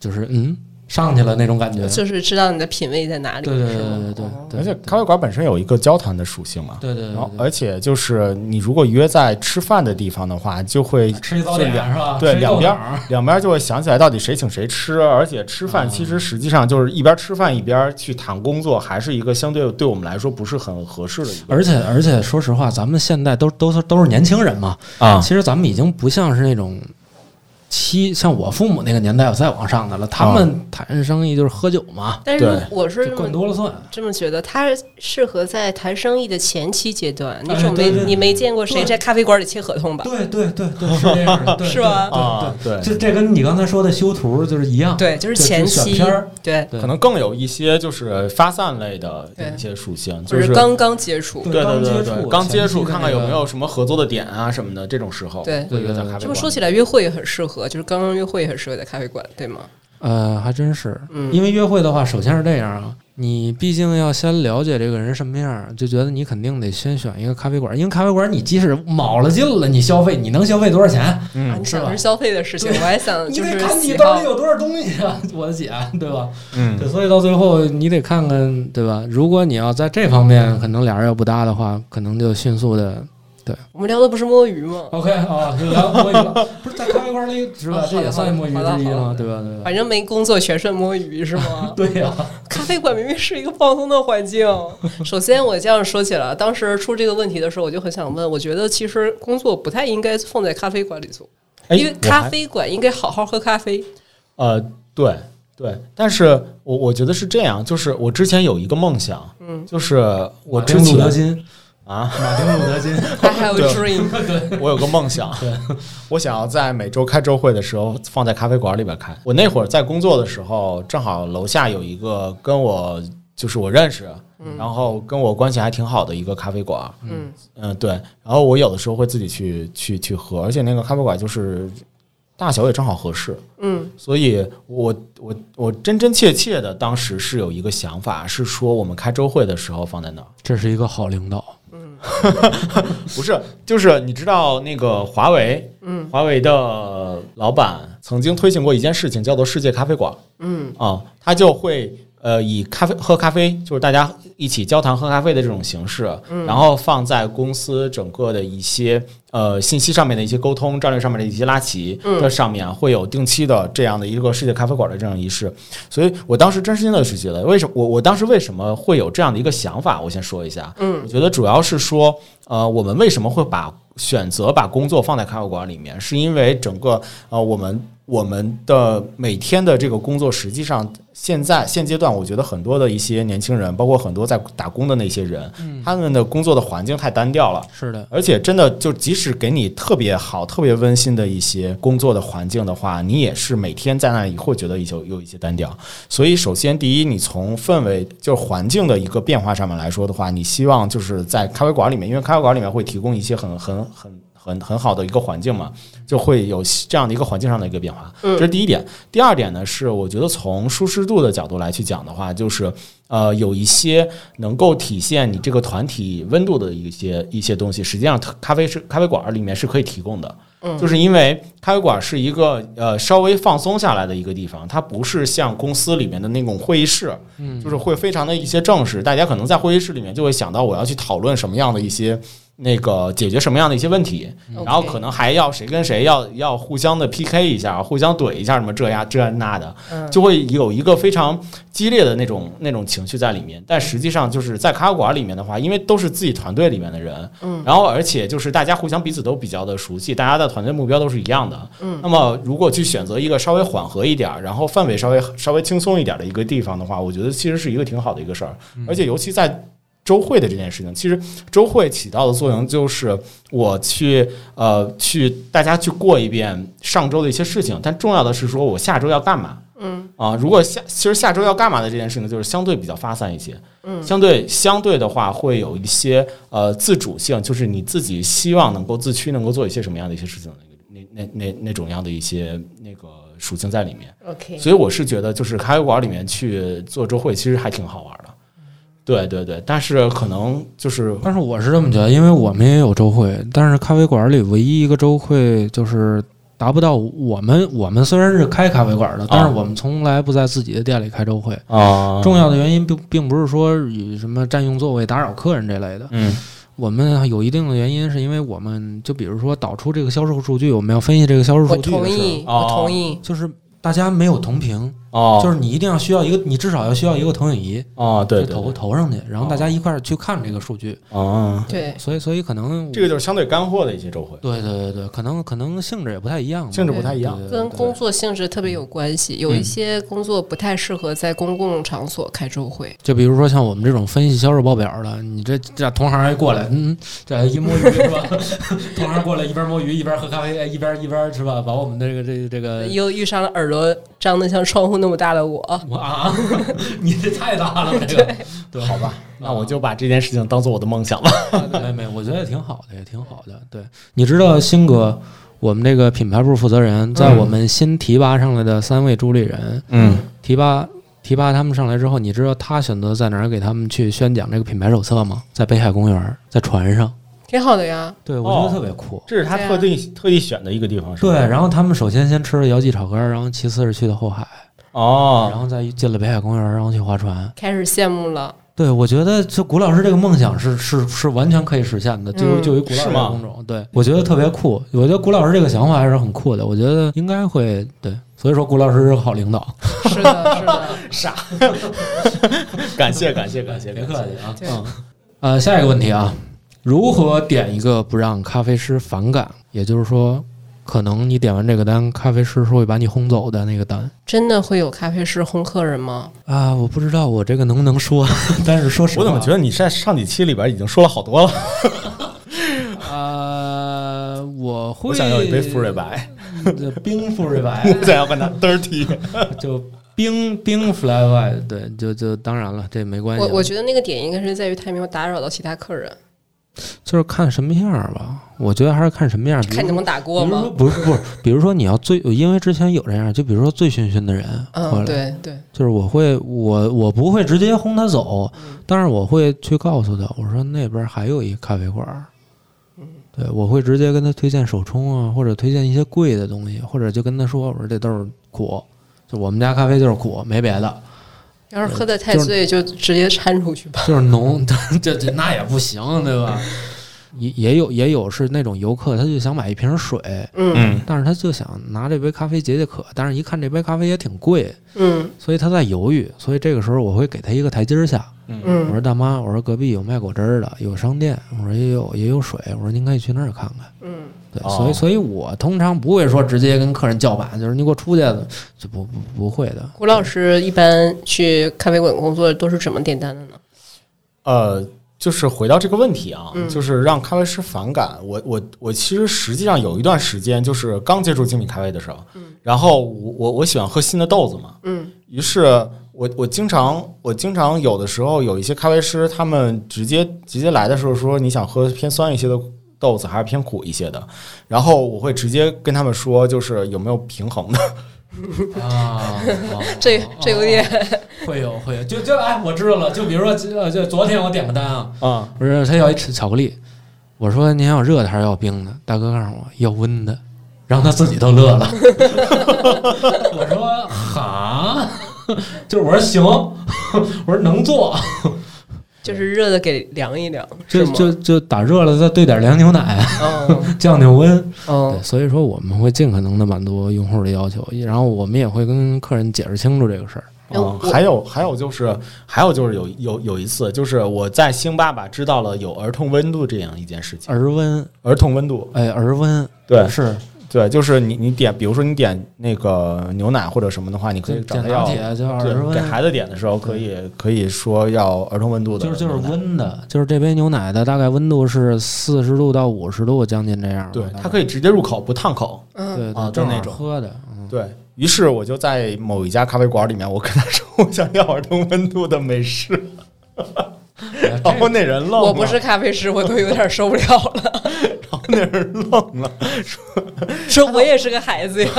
[SPEAKER 3] 就是嗯上去了那种感觉。
[SPEAKER 2] 就是知道你的品味在哪里，
[SPEAKER 3] 对对
[SPEAKER 2] 是
[SPEAKER 3] 对
[SPEAKER 2] 吗
[SPEAKER 3] 对对
[SPEAKER 2] 哦
[SPEAKER 3] 对，
[SPEAKER 1] 而且咖啡馆本身有一个交谈的属性嘛。
[SPEAKER 3] 对对
[SPEAKER 1] 然后，
[SPEAKER 3] 对
[SPEAKER 1] 而且就是你如果约在吃饭的地方的话，就会
[SPEAKER 3] 呃对，啊吃一早点
[SPEAKER 1] 两
[SPEAKER 3] 是吧？
[SPEAKER 1] 对
[SPEAKER 3] 吃一
[SPEAKER 1] 两
[SPEAKER 3] 豆
[SPEAKER 1] 边
[SPEAKER 3] 脑儿
[SPEAKER 1] 两边就会想起来到底谁请谁吃，而且吃饭其
[SPEAKER 3] 嗯
[SPEAKER 1] 实实际上就是一边吃饭一边去谈工作，还是一个相对对我们来说不是很合适的一个
[SPEAKER 3] 而且而且，说实话，咱们现在都都是都是年轻人嘛，
[SPEAKER 1] 啊
[SPEAKER 3] 其实咱们已经不像是那种七，像我父母那个年代，再往上的了，他们谈生意就是喝酒嘛，
[SPEAKER 2] 但是
[SPEAKER 1] 对
[SPEAKER 2] 我是
[SPEAKER 3] 就
[SPEAKER 2] 这
[SPEAKER 3] 灌
[SPEAKER 2] 么
[SPEAKER 3] 多
[SPEAKER 2] *laughs*
[SPEAKER 3] 了算。
[SPEAKER 2] 这么觉得，他适合在谈生意的前期阶段。你
[SPEAKER 3] 哎
[SPEAKER 2] 总没
[SPEAKER 3] 对对
[SPEAKER 2] 你没见过谁在咖啡馆里签合同吧？
[SPEAKER 3] 对对对对， *laughs* 是这样的，对
[SPEAKER 2] 是吧
[SPEAKER 3] 对
[SPEAKER 1] 啊
[SPEAKER 3] 对
[SPEAKER 1] 对
[SPEAKER 3] 就这跟你刚才说的修图就是一样。
[SPEAKER 2] 对，就是
[SPEAKER 3] 对
[SPEAKER 2] 前
[SPEAKER 3] 就选
[SPEAKER 2] 期
[SPEAKER 3] 片儿，
[SPEAKER 2] 对，
[SPEAKER 3] 对
[SPEAKER 1] 可能更有一些就是发散类的
[SPEAKER 2] 对
[SPEAKER 1] 一些属性，
[SPEAKER 2] 或
[SPEAKER 1] 就
[SPEAKER 2] 者
[SPEAKER 1] 是
[SPEAKER 2] 刚刚接触，
[SPEAKER 1] 对对
[SPEAKER 3] 刚
[SPEAKER 1] 对
[SPEAKER 3] 接
[SPEAKER 1] 对，
[SPEAKER 3] 触
[SPEAKER 1] 刚接
[SPEAKER 3] 前期
[SPEAKER 1] 触，
[SPEAKER 3] 的
[SPEAKER 1] 看
[SPEAKER 3] 那
[SPEAKER 1] 看有
[SPEAKER 3] 个
[SPEAKER 1] 没有什么合作的点啊什么的，这种时候，
[SPEAKER 2] 对
[SPEAKER 1] 会约在咖啡馆
[SPEAKER 2] 这么说起来，约会也很适合，就是刚刚约会也很适合在咖啡馆，对吗？
[SPEAKER 3] 呃，还真是，
[SPEAKER 2] 嗯
[SPEAKER 3] 因为约会的话，首先是这样啊，你毕竟要先了解这个人什么样儿，就觉得你肯定得先选一个咖啡馆，因为咖啡馆你即使卯了劲了，你消费，你能消费多少钱？
[SPEAKER 2] 啊，你想
[SPEAKER 3] 嗯吧
[SPEAKER 2] 的是消费的事情，
[SPEAKER 3] 对
[SPEAKER 2] 我还想
[SPEAKER 3] 你
[SPEAKER 2] 就
[SPEAKER 3] 得
[SPEAKER 2] 是
[SPEAKER 3] 看你
[SPEAKER 2] 喜
[SPEAKER 3] 兜里
[SPEAKER 2] 好。
[SPEAKER 3] 有多少东西啊，我的姐，对吧？
[SPEAKER 1] 嗯
[SPEAKER 3] 对，所以到最后你得看看，对吧？如果你要在这方面可能俩人要不搭的话，可能就迅速的
[SPEAKER 2] 我们聊的不是摸鱼吗？
[SPEAKER 3] OK 啊，就聊摸鱼了，不是在咖啡馆里是
[SPEAKER 2] 啊
[SPEAKER 3] 吧？这
[SPEAKER 2] 好的
[SPEAKER 3] 也算摸鱼之
[SPEAKER 2] 好的好的
[SPEAKER 3] 一
[SPEAKER 2] 好
[SPEAKER 3] 嘛，
[SPEAKER 2] 的
[SPEAKER 3] 对吧？对吧？啊
[SPEAKER 2] 反正没工作，全是摸鱼是吗？
[SPEAKER 3] *laughs* 对呀，
[SPEAKER 2] 咖啡馆明明是一个放松的环境。首先，我这样说起来，当时出这个问题的时候，我就很想问，我觉得其实工作不太应该放在咖啡馆里做，
[SPEAKER 1] 哎
[SPEAKER 2] 因为
[SPEAKER 1] 我
[SPEAKER 2] 咖
[SPEAKER 1] 还
[SPEAKER 2] 啡馆应该好好喝咖啡。
[SPEAKER 1] 呃，对对，但是我我觉得是这样，就是我之前有一个梦想，嗯，就是我之
[SPEAKER 3] 马丁路德
[SPEAKER 1] 前
[SPEAKER 3] 金
[SPEAKER 1] 啊，
[SPEAKER 3] 马丁路德金，
[SPEAKER 2] I have
[SPEAKER 1] 对
[SPEAKER 2] a dream，
[SPEAKER 1] 我有个梦想，我想要在每周开周会的时候放在咖啡馆里边开。我那会儿在工作的时候，正好楼下有一个跟我就是我认识，然后跟我关系还挺好的一个咖啡馆，
[SPEAKER 2] 嗯，
[SPEAKER 1] 嗯对，然后我有的时候会自己去去去喝，而且那个咖啡馆就是大小也正好合适，
[SPEAKER 2] 嗯，
[SPEAKER 1] 所以我我我真真切切的当时是有一个想法，是说我们开周会的时候放在那儿。
[SPEAKER 3] 这是一个好领导。
[SPEAKER 1] *laughs* 不是，就是你知道那个华为，嗯，华为的老板曾经推行过一件事情，叫做世界咖啡馆，嗯啊，他就会呃以咖啡喝咖啡，就是大家一起交谈喝咖啡的这种形式，然后放在公司整个的一些呃信息上面的一些沟通、战略上面的一些拉齐，这上面会有定期的这样的一个世界咖啡馆的这样仪式。所以我当时真心的是觉得，为什么我我当时为什么会有这样的一个想法？我先说一下，嗯，我觉得主要是说，呃，我们为什么会把选择把工作放在咖啡馆里面，是因为整个呃我们。我们的每天的这个工作，实际上现在现阶段，我觉得很多的一些年轻人，包括很多在打工的那些人，他们的工作的环境太单调了，
[SPEAKER 3] 是的，
[SPEAKER 1] 而且真的就即使给你特别好、特别温馨的一些工作的环境的话，你也是每天在那里会觉得有有一些单调。所以，首先第一，你从氛围就是环境的一个变化上面来说的话，你希望就是在咖啡馆里面，因为咖啡馆里面会提供一些很很很。很很好的一个环境嘛，就会有这样的一个环境上的一个变化，这是第一点。第二点呢，是我觉得从舒适度的角度来去讲的话，就是呃，有一些能够体现你这个团体温度的一些一些东西，实际上它咖啡是咖啡馆儿里面是可以提供的。嗯，就是因为咖啡馆儿是一个呃稍微放松下来的一个地方，它不是像公司里面的那种会议室，嗯，就是会非常的一些正式。大家可能在会议室里面就会想到我要去讨论什么样的一些那个解决什么样的一些问题，然后
[SPEAKER 2] OK
[SPEAKER 1] 可能还要谁跟谁要要互相的 PK 一下，互相怼一下什么这呀这那的，就会有一个非常激烈的那种那种情绪在里面。但实际上就是在咖啡馆里面的话，因为都是自己团队里面的人，嗯，然后而且就是大家互相彼此都比较的熟悉，大家的团队目标都是一样的，嗯，那么如果去选择一个稍微缓和一点儿，然后范围稍微稍微轻松一点儿的一个地方的话，我觉得其实是一个挺好的一个事儿，而且尤其在。周会的这件事情，其实周会起到的作用就是我去呃去大家去过一遍上周的一些事情，但重要的是说我下周要干嘛。嗯啊，如果下其实下周要干嘛的这件事情，就是相对比较发散一些。嗯，相对相对的话，会有一些呃自主性，就是你自己希望能够自驱，能够做一些什么样的一些事情的那个那那那那种样的一些那个属性在里面。
[SPEAKER 2] OK，
[SPEAKER 1] 所以我是觉得，就是咖啡馆里面去做周会，其实还挺好玩的。对对对，但是可能就是
[SPEAKER 3] 但是我是这么觉得，因为我们也有周会，但是咖啡馆里唯一一个周会就是达不到我们。我们虽然是开咖啡馆的，但是我们从来不在自己的店里开周会。
[SPEAKER 1] 啊
[SPEAKER 3] 重要的原因并并不是说以什么占用座位、打扰客人这类的，
[SPEAKER 1] 嗯
[SPEAKER 3] 我们有一定的原因，是因为我们就比如说导出这个销售数据，我们要分析这个销售
[SPEAKER 2] 我
[SPEAKER 3] 数据的
[SPEAKER 2] 同
[SPEAKER 3] 时候，
[SPEAKER 2] 意，
[SPEAKER 1] 哦
[SPEAKER 2] 我同意。
[SPEAKER 3] 就是大家没有同频，
[SPEAKER 1] 啊、哦，
[SPEAKER 3] 就是你一定要需要一个，你至少要需要一个投影仪，
[SPEAKER 1] 哦，对
[SPEAKER 3] 就
[SPEAKER 1] 对，
[SPEAKER 3] 投投上去，然后大家一块儿去看这个数据。
[SPEAKER 1] 哦，
[SPEAKER 2] 对，
[SPEAKER 3] 所以，所以可能
[SPEAKER 1] 这个就是相对干货的一些周会，
[SPEAKER 3] 对对对对，可能可能性质也不太一样吧，
[SPEAKER 1] 性质不太一样
[SPEAKER 3] 对对
[SPEAKER 2] 跟
[SPEAKER 3] 对
[SPEAKER 2] 工作性质特别有关系，有一些工作不太适合在公共场所开周会。
[SPEAKER 3] 就比如说像我们这种分析销售报表的，你这这同行一过来，嗯，这一摸鱼是吧？ *laughs* 同行过来一边摸鱼一边喝咖啡，哎一边一边是吧？把我们的这个这个这个
[SPEAKER 2] 又遇上了耳朵张得像窗户那么大的我，
[SPEAKER 3] 我啊， *laughs* 你这太大了，这个对
[SPEAKER 1] 好吧？那我就把这件事情当做我的梦想吧。
[SPEAKER 3] *laughs* 哎没没，我觉得也挺好的，也挺好的。对，你知道新哥，我们这个品牌部负责人，在我们新提拔上来的三位主理人，
[SPEAKER 1] 嗯，
[SPEAKER 3] 提拔提拔他们上来之后，你知道他选择在哪儿给他们去宣讲这个品牌手册吗？在北海公园，在船上。
[SPEAKER 2] 挺好的呀。
[SPEAKER 3] 对，我
[SPEAKER 1] 哦
[SPEAKER 3] 觉得特别酷。
[SPEAKER 1] 这是他
[SPEAKER 2] 对啊
[SPEAKER 1] 特地特地选的一个地方，是吧
[SPEAKER 3] 对，然后他们首先先吃了姚记炒肝儿，然后其次是去的后海，然
[SPEAKER 1] 哦，
[SPEAKER 3] 后再进了北海公园，然后去划船。
[SPEAKER 2] 开始羡慕了，
[SPEAKER 3] 对，我觉得就古老师这个梦想是是是完全可以实现的，就
[SPEAKER 2] 嗯
[SPEAKER 3] 就于古老师
[SPEAKER 1] 是
[SPEAKER 3] 这
[SPEAKER 1] 吗
[SPEAKER 3] 个工种，对我觉得特别酷。我觉得古老师这个想法还是很酷的，我觉得应该会对。所以说，古老师是个好领导，
[SPEAKER 2] 是的，是的，
[SPEAKER 1] 感谢感谢感谢，
[SPEAKER 3] 别
[SPEAKER 1] 感谢
[SPEAKER 3] 客气啊。
[SPEAKER 2] 对
[SPEAKER 3] 嗯，呃，下一个问题啊，如何点一个不让咖啡师反感？也就是说，可能你点完这个单，咖啡师是会把你轰走的那个单。
[SPEAKER 2] 真的会有咖啡师轰客人吗？
[SPEAKER 3] 啊，我不知道我这个能不能说，但是说实话，
[SPEAKER 1] 我怎么觉得你在上几期里边已经说了好多了？
[SPEAKER 3] 得啊，我会
[SPEAKER 1] 我想要一杯馥芮白，
[SPEAKER 3] 这冰馥芮 *laughs* 白，
[SPEAKER 1] 我想要跟他 dirty。
[SPEAKER 3] 就冰冰 fly white，对，就就当然了，这没关系
[SPEAKER 2] 我
[SPEAKER 3] 了。
[SPEAKER 2] 我觉得那个点应该是在于他有没有打扰到其他客人，
[SPEAKER 3] 就是看什么样儿吧，我觉得还是看什么样儿。比
[SPEAKER 2] 看你
[SPEAKER 3] 如
[SPEAKER 2] 能不
[SPEAKER 3] 说
[SPEAKER 2] 能打过吗？
[SPEAKER 3] 比如说不是不是，比如说你要醉，因为之前有这样，就比如说醉醺醺的人过
[SPEAKER 2] 嗯，
[SPEAKER 3] 来，
[SPEAKER 2] 对对，
[SPEAKER 3] 就是我会我我不会直接轰他走，
[SPEAKER 2] 嗯
[SPEAKER 3] 但是我会去告诉他，我说那边还有一咖啡馆儿，
[SPEAKER 2] 嗯
[SPEAKER 3] 对，我会直接跟他推荐手冲啊，或者推荐一些贵的东西，或者就跟他说，我说这豆儿苦，就我们家咖啡就是苦，没别的，
[SPEAKER 2] 要是喝的太醉，就直接掺出去吧。
[SPEAKER 3] *laughs* 就是浓，这这那也不行，对吧？ *laughs* 也也有也有是那种游客，他就想买一瓶水，
[SPEAKER 2] 嗯
[SPEAKER 1] 嗯，
[SPEAKER 3] 但是他就想拿这杯咖啡解解渴，但是一看这杯咖啡也挺贵，
[SPEAKER 2] 嗯
[SPEAKER 3] 所以他在犹豫，所以这个时候我会给他一个台阶儿下，我
[SPEAKER 2] 嗯
[SPEAKER 3] 说大妈，我说隔壁有卖果汁儿的，有商店，我说也有也有水，我说您可以去那儿看看。
[SPEAKER 2] 嗯，
[SPEAKER 3] 对，
[SPEAKER 1] 哦
[SPEAKER 3] 所以所以我通常不会说直接跟客人叫板，就是你给我出去，就不不不会的。
[SPEAKER 2] 古老师一般去咖啡馆工作都是怎么点单的呢？
[SPEAKER 1] 呃，就是回到这个问题啊，就是让咖啡师反感。我我我其实实际上有一段时间就是刚接触精品咖啡的时候，然后我我我喜欢喝新的豆子嘛，
[SPEAKER 2] 嗯，
[SPEAKER 1] 于是我我经常我经常有的时候有一些咖啡师，他们直接直接来的时候说你想喝偏酸一些的。豆子还是偏苦一些的，然后我会直接跟他们说，就是有没有平衡的，
[SPEAKER 3] 啊，
[SPEAKER 2] 这这有点
[SPEAKER 3] 会有会有，就就哎，我知道了，就比如说呃，就昨天我点个单啊，
[SPEAKER 1] *laughs* 啊、
[SPEAKER 3] 不是他要一吃巧克力，我说您要热的还是要冰的？大哥告诉我要温的，然后他自己都乐了。 *laughs* 我说哈，就是我说行，我说能做，
[SPEAKER 2] *laughs* 就是热的给凉一凉，
[SPEAKER 3] 就是
[SPEAKER 2] 吗？
[SPEAKER 3] 就就打热了，再兑点凉牛奶、 *laughs*
[SPEAKER 2] 嗯
[SPEAKER 3] 酱牛温。对，
[SPEAKER 1] 哦
[SPEAKER 2] 嗯
[SPEAKER 3] 所以说我们会尽可能的满足用户的要求，然后我们也会跟客人解释清楚这个事儿。
[SPEAKER 2] 哎
[SPEAKER 1] 嗯，
[SPEAKER 2] 我
[SPEAKER 1] 还有还有就是还有就是有有有一次，就是我在星爸爸知道了有儿童温度这样一件事情，
[SPEAKER 3] 儿温，
[SPEAKER 1] 儿童温度，
[SPEAKER 3] 哎，儿温，
[SPEAKER 1] 对
[SPEAKER 3] 是
[SPEAKER 1] 对，就是你你点，比如说你点那个牛奶或者什么的话，你可以找
[SPEAKER 3] 点
[SPEAKER 1] 他
[SPEAKER 3] 拿
[SPEAKER 1] 要，
[SPEAKER 3] 铁叫儿
[SPEAKER 1] 对，给
[SPEAKER 3] 温。
[SPEAKER 1] 孩子点的时候可以可以说要儿童温度的
[SPEAKER 3] 就
[SPEAKER 1] 牛
[SPEAKER 3] 是
[SPEAKER 1] 奶，
[SPEAKER 3] 就是温的，就是这杯牛奶的大概温度是四十度到五十度，将近这样吧。
[SPEAKER 1] 对，它可
[SPEAKER 3] 以
[SPEAKER 1] 以直接入口不烫口，
[SPEAKER 2] 嗯，
[SPEAKER 3] 对
[SPEAKER 1] 啊就
[SPEAKER 3] 对，
[SPEAKER 1] 是
[SPEAKER 3] 正
[SPEAKER 1] 那
[SPEAKER 3] 好
[SPEAKER 1] 种
[SPEAKER 3] 喝的。嗯，
[SPEAKER 1] 对于是我就在某一家咖啡馆里面，我跟他说我想要儿童温度的美式，
[SPEAKER 3] 哎
[SPEAKER 1] 然
[SPEAKER 3] 这
[SPEAKER 1] 后那人愣了，
[SPEAKER 2] 我不是咖啡师，我都有点受不了了。
[SPEAKER 1] 然后那人愣了，
[SPEAKER 2] 说我也是个孩子呀，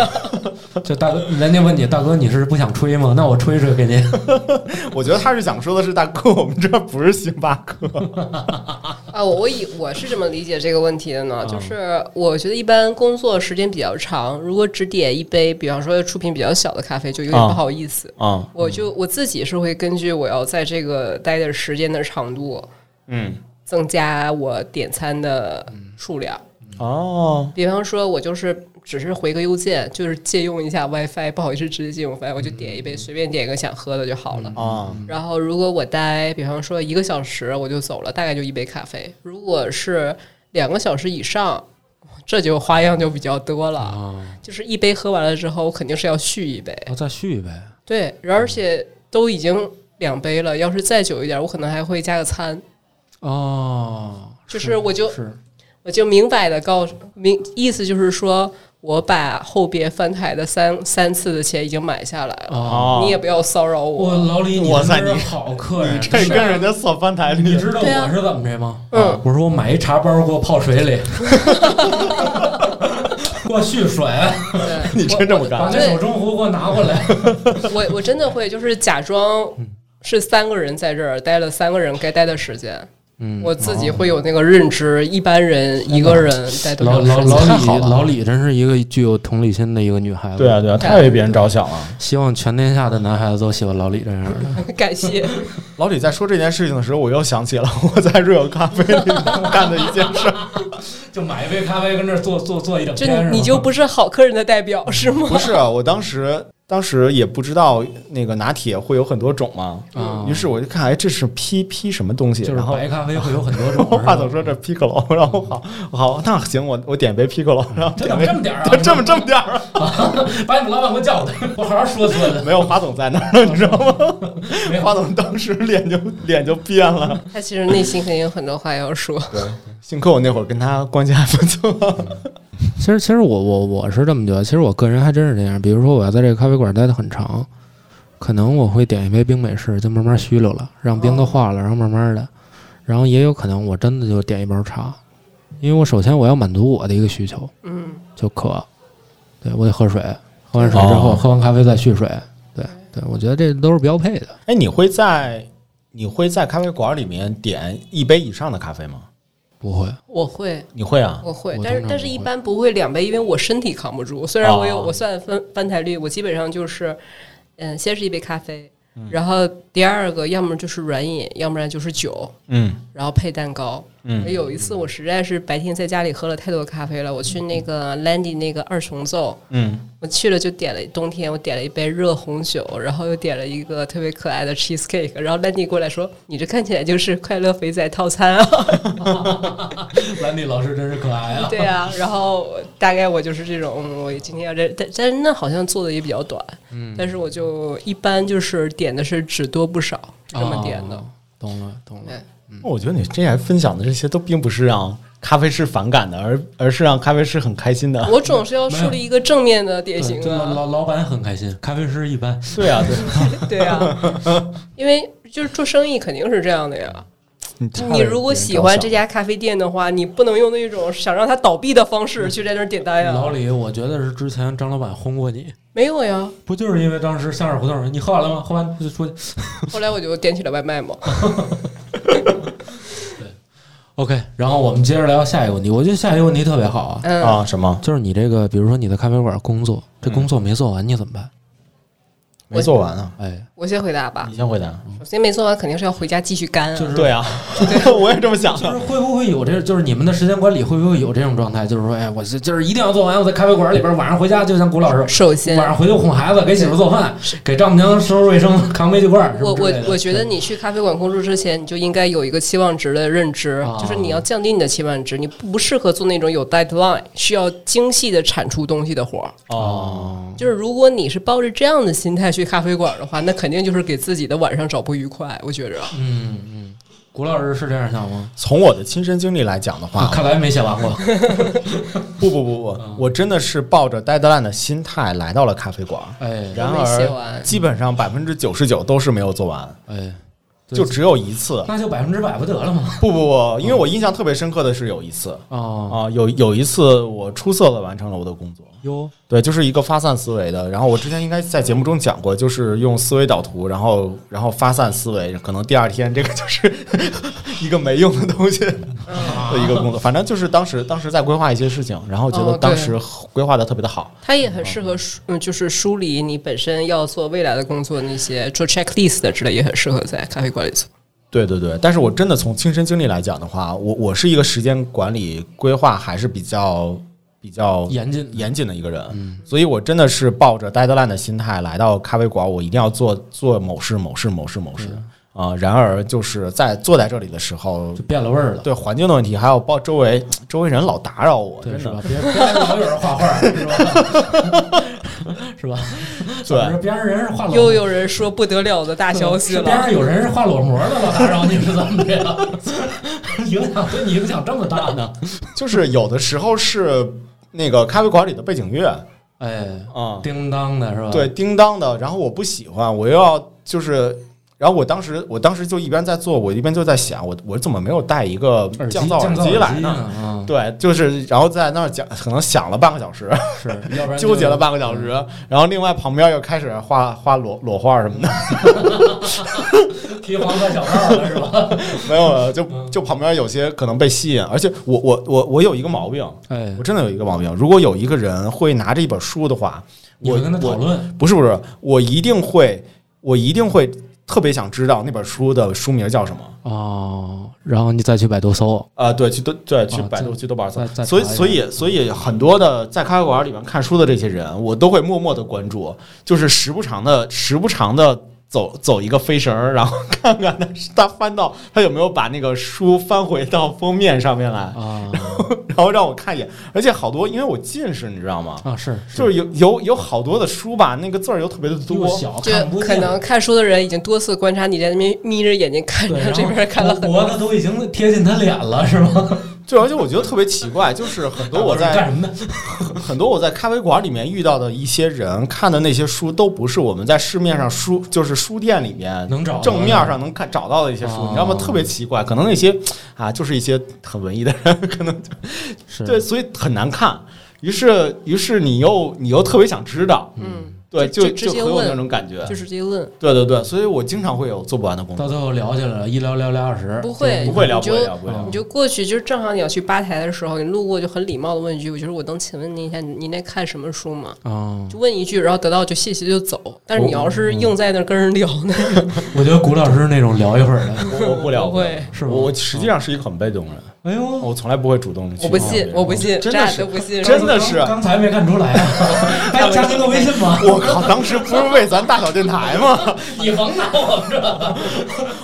[SPEAKER 3] 就大哥，人家问你大哥你是不想吹吗？那我吹吹给您。
[SPEAKER 1] *laughs* 我觉得他是想说的是大哥，我们这儿不是星巴克，
[SPEAKER 2] 啊，我我以我是怎么理解这个问题的呢？就是我觉得一般工作时间比较长，如果只点一杯，比方说出品比较小的咖啡，就有点
[SPEAKER 1] 啊
[SPEAKER 2] 不好意思。
[SPEAKER 1] 啊，
[SPEAKER 2] 我就我自己是会根据我要在这个待的时间的长度，
[SPEAKER 1] 嗯，
[SPEAKER 2] 增加我点餐的数量。
[SPEAKER 1] 哦，
[SPEAKER 2] 比方说，我就是只是回个邮件，就是借用一下 WiFi，不好意思直接借用 WiFi，我就点一杯，随便点一个想喝的就好了。
[SPEAKER 1] 啊，
[SPEAKER 2] 然后如果我待，比方说一个小时，我就走了，大概就一杯咖啡。如果是两个小时以上，这就花样就比较多了。
[SPEAKER 3] 嗯
[SPEAKER 2] 就是一杯喝完了之后，我肯定是要续一杯。
[SPEAKER 3] 啊我再续一杯。
[SPEAKER 2] 对，而且都已经两杯了，要是再久一点，我可能还会加个餐。
[SPEAKER 3] *laughs* 哦，
[SPEAKER 2] 就是我就是我就明摆的告诉明，意思就是说我把后边翻台的三三次的钱已经买下来了，
[SPEAKER 3] 哦，
[SPEAKER 1] 哦
[SPEAKER 2] 你也不要骚扰
[SPEAKER 3] 我
[SPEAKER 2] 我。
[SPEAKER 3] 老李，你
[SPEAKER 1] 哇塞
[SPEAKER 3] 真是
[SPEAKER 1] 你
[SPEAKER 3] 好客人，啊
[SPEAKER 1] 这跟人家扫翻台
[SPEAKER 3] 你
[SPEAKER 1] 里，
[SPEAKER 3] 知道
[SPEAKER 2] 对啊
[SPEAKER 3] 我是怎么着吗？
[SPEAKER 2] 嗯，
[SPEAKER 3] 我说我买一茶包，给我泡
[SPEAKER 2] *laughs*
[SPEAKER 3] 水里，给我续水，
[SPEAKER 2] 对。
[SPEAKER 1] *laughs* 你真这么
[SPEAKER 3] 把
[SPEAKER 1] 干？
[SPEAKER 3] 那手中壶给我拿过来。
[SPEAKER 2] 我我真的会就是假装是三个人在这儿待了三个人该待的时间，
[SPEAKER 3] 嗯
[SPEAKER 2] 我自己会有那个认知，一般人一个人待多
[SPEAKER 3] 老
[SPEAKER 2] 长
[SPEAKER 3] 老
[SPEAKER 2] 时间？
[SPEAKER 3] 老
[SPEAKER 1] 太
[SPEAKER 3] 李
[SPEAKER 1] 好了
[SPEAKER 3] 老李真是一个具有同理心的一个女孩子。
[SPEAKER 1] 对啊，对啊，太为别人着想了。
[SPEAKER 3] 希望全天下的男孩子都喜欢老李这样的。
[SPEAKER 2] 感谢，
[SPEAKER 1] 老李在说这件事情的时候，我又想起了我在瑞友咖啡里干的一件事儿。
[SPEAKER 3] 就买一杯咖啡，跟这儿坐坐坐一整
[SPEAKER 2] 就你你就不是好客人的代表是
[SPEAKER 1] *laughs*
[SPEAKER 2] 吗？*laughs*
[SPEAKER 1] 不是，啊我当时当时也不知道那个拿铁会有很多种嘛，
[SPEAKER 3] 啊
[SPEAKER 1] 于是我就看，哎，这是 P P 什么东西？
[SPEAKER 3] 就是
[SPEAKER 1] 然后
[SPEAKER 3] 白咖啡会有很多
[SPEAKER 1] *laughs*
[SPEAKER 3] 种。
[SPEAKER 1] 我话总说这 Piccolo，然后好好那行，我我点杯 Piccolo，然后
[SPEAKER 3] 这
[SPEAKER 1] 点
[SPEAKER 3] 怎么
[SPEAKER 1] 杯
[SPEAKER 3] 这么
[SPEAKER 1] *laughs*
[SPEAKER 3] 点儿啊
[SPEAKER 1] 这么这么点儿啊，
[SPEAKER 3] 把你们老板给我叫过来，我好好说说的。
[SPEAKER 1] *laughs* 没有花总在那儿，你知道吗？ *laughs*
[SPEAKER 3] 没有
[SPEAKER 1] 花总当时脸就脸就变了。
[SPEAKER 2] 他其实内心肯定有很多话要说。
[SPEAKER 1] 对，幸亏我那会儿跟他关系还不错。
[SPEAKER 3] 其实，其实我我我是这么觉得，其实我个人还真是这样。比如说，我要在这个咖啡馆待的很长，可能我会点一杯冰美式，就慢慢虚溜了，让冰都化了，然后慢慢的，然后也有可能我真的就点一包茶，因为我首先我要满足我的一个需求，
[SPEAKER 2] 嗯，
[SPEAKER 3] 就渴，对我得喝水，喝完水之后，
[SPEAKER 1] 哦
[SPEAKER 3] 喝完咖啡再续水，对对，我觉得这都是标配的。
[SPEAKER 1] *laughs* 哎，你会在你会在咖啡馆里面点一杯以上的咖啡吗？
[SPEAKER 3] *laughs* 不会，
[SPEAKER 2] 我会。
[SPEAKER 1] 你会啊？
[SPEAKER 2] 我会
[SPEAKER 3] 我，
[SPEAKER 2] 但是
[SPEAKER 3] 通常
[SPEAKER 2] 但是
[SPEAKER 3] 不
[SPEAKER 2] 一
[SPEAKER 3] 会
[SPEAKER 2] 般不会两杯，因为我身体扛不住。虽然我有、
[SPEAKER 1] 哦
[SPEAKER 2] 我算翻翻台率，我基本上就是，嗯，先是一杯咖啡，
[SPEAKER 3] 嗯
[SPEAKER 2] 然后第二个要么就是软饮，要不然就是酒，
[SPEAKER 1] 嗯
[SPEAKER 2] 然后配蛋糕。
[SPEAKER 1] 嗯
[SPEAKER 2] 有一次我实在是白天在家里喝了太多咖啡了，我去那个
[SPEAKER 3] 嗯
[SPEAKER 2] Landy 那个二重奏，
[SPEAKER 1] 嗯，
[SPEAKER 2] 我去了就点了冬天，我点了一杯热红酒，然后又点了一个特别可爱的 cheese cake，然后 Landy 过来说：“你这看起来就是快乐肥仔套餐啊。”
[SPEAKER 3] *laughs* 兰迪老师真是可爱啊！
[SPEAKER 2] *laughs* 对啊，然后大概我就是这种，嗯我今天要这，但但是那好像做的也比较短，嗯，但是我就一般就是点的是只多不少这么点的，
[SPEAKER 3] 哦懂了懂了
[SPEAKER 2] 对。
[SPEAKER 1] 我觉得你这还分享的这些都并不是让咖啡师反感的，而而是让咖啡师很开心的。
[SPEAKER 2] 我总是要树立一个正面的典型
[SPEAKER 3] 对老
[SPEAKER 2] 啊，
[SPEAKER 3] 老老板很开心，咖啡师一般。
[SPEAKER 1] *laughs* 对 *laughs* 啊，对，
[SPEAKER 2] 对啊，
[SPEAKER 3] *laughs*
[SPEAKER 2] 因为就是做生意肯定是这样的呀。
[SPEAKER 1] 你太
[SPEAKER 2] 你
[SPEAKER 1] 为
[SPEAKER 2] 如果
[SPEAKER 1] 别人
[SPEAKER 2] 喜
[SPEAKER 1] 着
[SPEAKER 2] 欢
[SPEAKER 1] 想
[SPEAKER 2] 这家咖啡店的话，你不能用那种想让它倒闭的方式去在那儿点单
[SPEAKER 3] 老
[SPEAKER 2] 呀。
[SPEAKER 3] 李，我觉得是之前张老板轰过你，
[SPEAKER 2] 没有呀，
[SPEAKER 3] 不就是因为当时香水胡同，你喝完了吗？喝完就出去。
[SPEAKER 2] 后来我就点起了外卖嘛。
[SPEAKER 3] OK，然后我们接着聊下一个问题，我觉得下一个问题特别好啊，
[SPEAKER 2] 嗯，
[SPEAKER 1] 啊什么
[SPEAKER 3] 就是你这个，比如说你在咖啡馆工作，这工作没做完，你怎么办？
[SPEAKER 1] 没做完啊？
[SPEAKER 3] 哎，
[SPEAKER 2] 我先回答吧
[SPEAKER 1] 你。先回答。
[SPEAKER 2] 首先没做完，肯定是要回家继续干啊。
[SPEAKER 3] 嗯就是
[SPEAKER 1] *laughs* 对啊，我也这么想
[SPEAKER 3] 就是
[SPEAKER 1] 的。
[SPEAKER 3] 会不会有这，就是你们的时间管理会不会有这种状态？就是说，哎，我这就是一定要做完，我在咖啡馆里边晚上回家，就像古老师。
[SPEAKER 2] 首先
[SPEAKER 3] 晚，上回去哄孩子，给媳妇做饭，给丈母娘收拾卫生，扛煤气罐儿。
[SPEAKER 2] 我我我
[SPEAKER 3] 得。
[SPEAKER 2] 觉得你去咖啡馆工作之前，你就应该有一个期望值的认知，
[SPEAKER 1] 哦
[SPEAKER 3] 啊
[SPEAKER 2] 就是你要降低你的期望值，你不适合做那种有 deadline 需要精细的产出东西的活儿。
[SPEAKER 1] 哦，
[SPEAKER 2] 就是如果你是抱着这样的心态去咖啡馆的话，那肯定就是给自己的晚上找不愉快。我觉着，
[SPEAKER 3] 嗯嗯，古老师是这样想吗？
[SPEAKER 1] 从我的亲身经历来讲的话，
[SPEAKER 3] 看来没写完过。
[SPEAKER 1] 不不不不，我真的是抱着 deadline 的心态来到了咖啡馆，
[SPEAKER 3] 哎
[SPEAKER 1] 然
[SPEAKER 2] 没写
[SPEAKER 1] 而
[SPEAKER 2] 完
[SPEAKER 1] 基本上百分之九十九都是没有做完，
[SPEAKER 3] 哎，对
[SPEAKER 1] 就只有一次。
[SPEAKER 3] 那就百分之百不得了吗？
[SPEAKER 1] 不不不，因为我印象特别深刻的是有一次
[SPEAKER 4] 嗯
[SPEAKER 3] 哦，
[SPEAKER 1] 啊，有有一次我出色的完成了我的工作。
[SPEAKER 3] 哟，
[SPEAKER 1] 对，就是一个发散思维的。然后我之前应该在节目中讲过，就是用思维导图，然后然后发散思维，可能第二天这个就是 *laughs* 一个没用的东西
[SPEAKER 2] 啊
[SPEAKER 1] 的一个工作。反正就是当时当时在规划一些事情，然后觉得
[SPEAKER 2] 哦
[SPEAKER 1] 当
[SPEAKER 2] 对
[SPEAKER 1] 时规划的特别的好。
[SPEAKER 2] 它也很适合梳，嗯，就是梳理你本身要做未来的工作，那些做 checklist 的之类，也很适合在咖啡馆里做。
[SPEAKER 1] 对对对，但是我真的从亲身经历来讲的话，我我是一个时间管理规划还是比较。比较
[SPEAKER 3] 严谨
[SPEAKER 1] 严谨的一个人，
[SPEAKER 3] 嗯
[SPEAKER 1] 所以我真的是抱着 deadline 的心态来到咖啡馆，我一定要做做某事某事某事某
[SPEAKER 3] 嗯
[SPEAKER 1] 事啊、然而就是在坐在这里的时候
[SPEAKER 3] 就，变了味儿了，
[SPEAKER 1] 对环境的问题，还有包周围周围人老打扰我，
[SPEAKER 3] 对
[SPEAKER 1] 真
[SPEAKER 3] 是吧
[SPEAKER 1] 的？
[SPEAKER 3] 别别老有人画画是吧？ *laughs* 是吧？
[SPEAKER 1] 对。
[SPEAKER 3] 边上人是
[SPEAKER 1] 哦
[SPEAKER 3] 画裸
[SPEAKER 2] 又有人说不得了的大消息
[SPEAKER 3] 边
[SPEAKER 2] 了，
[SPEAKER 3] 上有人是画裸模的了，打扰你是怎么的呀？ *laughs* 影响对你影响这么大呢？
[SPEAKER 1] 就是有的时候是那个咖啡馆里的背景乐
[SPEAKER 3] 哎，
[SPEAKER 1] 啊、
[SPEAKER 3] 叮当的是吧？
[SPEAKER 1] 对，，叮当的，然后我不喜欢，我又要就是。然后我当时，我当时就一边在做，我一边就在想，我我怎么没有带一个
[SPEAKER 3] 耳机
[SPEAKER 1] 降噪
[SPEAKER 3] 降
[SPEAKER 1] 机
[SPEAKER 3] 耳
[SPEAKER 1] 来
[SPEAKER 3] 机
[SPEAKER 1] 呢？
[SPEAKER 3] 呢？
[SPEAKER 1] 对，就是然后在那儿讲，可能想了半个小时，
[SPEAKER 3] 啊，是，要不然
[SPEAKER 1] 纠结
[SPEAKER 3] 就嗯
[SPEAKER 1] 了半个小时。然后另外旁边又开始画画裸裸画什么
[SPEAKER 3] *laughs*
[SPEAKER 1] 的，
[SPEAKER 3] 披黄色小帽了是
[SPEAKER 1] *laughs*
[SPEAKER 3] 吧？
[SPEAKER 1] 没有了，就
[SPEAKER 3] 嗯
[SPEAKER 1] 就旁边有些可能被吸引。而且我我我我有一个毛病，
[SPEAKER 3] 哎
[SPEAKER 1] 我，真的有一个毛病，如果有一个人会拿着一本书的话，
[SPEAKER 3] 你
[SPEAKER 1] 我
[SPEAKER 3] 会跟他
[SPEAKER 1] 我
[SPEAKER 3] 讨论，
[SPEAKER 1] 不是不是，我一定会，我一定会特别想知道那本书的书名叫什么。
[SPEAKER 3] 哦，然后你再去百度搜，
[SPEAKER 1] 啊、对，去豆对去
[SPEAKER 3] 啊
[SPEAKER 1] 百度、
[SPEAKER 3] 再
[SPEAKER 1] 去豆瓣搜
[SPEAKER 3] 再再，
[SPEAKER 1] 所以
[SPEAKER 3] 查一下
[SPEAKER 1] 所以所以很多的在咖啡馆里面看书的这些人，我都会默默的关注，就是时不常的时不常的走走一个飞绳儿，然后看看他他翻到他有没有把那个书翻回到封面上面来，
[SPEAKER 3] 啊
[SPEAKER 1] *laughs* 然后让我看一眼。而且好多因为我近视，你知道吗？
[SPEAKER 3] 啊是，是
[SPEAKER 1] 就是有有有好多的书吧，那个字儿又特别的多
[SPEAKER 3] 又，小
[SPEAKER 2] 就
[SPEAKER 3] 哦看不
[SPEAKER 2] 可
[SPEAKER 3] 见。
[SPEAKER 2] 能看书的人已经多次观察你在那边眯着眼睛看
[SPEAKER 3] 对，
[SPEAKER 2] 着
[SPEAKER 3] 然
[SPEAKER 2] 这
[SPEAKER 3] 后
[SPEAKER 2] 边看了很
[SPEAKER 3] 脖
[SPEAKER 2] 多，
[SPEAKER 3] 子都已经贴近他脸了，是吗？
[SPEAKER 1] 对，而且我觉得特别奇怪，就是很多我在
[SPEAKER 3] 干什么呢？
[SPEAKER 1] 很多我在咖啡馆里面遇到的一些人看的那些书，都不是我们在市面上书就是书店里面
[SPEAKER 3] 能找到的
[SPEAKER 1] 正面上能看找到的一些书，
[SPEAKER 3] 哦
[SPEAKER 1] 你知道吗？特别奇怪，可能那些啊，就是一些很文艺的人，可能
[SPEAKER 3] 是
[SPEAKER 1] 对，所以很难看。于是，于是你又你又特别想知道，
[SPEAKER 2] 嗯，
[SPEAKER 1] 对，
[SPEAKER 2] 就
[SPEAKER 1] 就
[SPEAKER 2] 就直接
[SPEAKER 1] 很有
[SPEAKER 2] 问
[SPEAKER 1] 那种感觉，
[SPEAKER 2] 就直接问，
[SPEAKER 1] 对对对，所以我经常会有做不完的工作
[SPEAKER 3] 到，最后聊起来了，一聊聊俩小时，
[SPEAKER 2] 不会
[SPEAKER 1] 不会聊，
[SPEAKER 2] 你
[SPEAKER 1] 不
[SPEAKER 2] 就
[SPEAKER 1] 会聊，不会
[SPEAKER 3] 嗯
[SPEAKER 1] 聊
[SPEAKER 2] 你。就过去，就是正好你要去吧台的时候，你路过就很礼貌的问一句：“我觉得我能请问您一下，您在看什么书吗
[SPEAKER 3] 啊？”，
[SPEAKER 2] 就问一句，然后得到就谢谢就走。但是
[SPEAKER 3] 哦
[SPEAKER 2] 你要
[SPEAKER 3] 嗯
[SPEAKER 2] 是硬在那儿跟人聊呢，
[SPEAKER 3] 我觉得谷老师那种聊一会儿的，
[SPEAKER 1] 我我不聊，
[SPEAKER 3] 嗯
[SPEAKER 2] 不 *laughs* 会
[SPEAKER 3] 是吗
[SPEAKER 1] 我我实际上是一个很被动的人，
[SPEAKER 3] 哎呦，
[SPEAKER 1] 我从来不会主
[SPEAKER 3] 嗯
[SPEAKER 1] 动去
[SPEAKER 2] 我不
[SPEAKER 1] 帮别
[SPEAKER 2] 信
[SPEAKER 1] 人，
[SPEAKER 2] 我不
[SPEAKER 1] 真
[SPEAKER 2] 信，这
[SPEAKER 1] 的
[SPEAKER 2] 俩
[SPEAKER 1] 是
[SPEAKER 2] 都不信。
[SPEAKER 1] 真的是
[SPEAKER 3] 刚刚才没看出
[SPEAKER 1] *laughs*
[SPEAKER 3] 来啊，还加您个微信吗？ *laughs*
[SPEAKER 1] 我靠！当时不是为咱大小电台吗？
[SPEAKER 3] 你甭拿我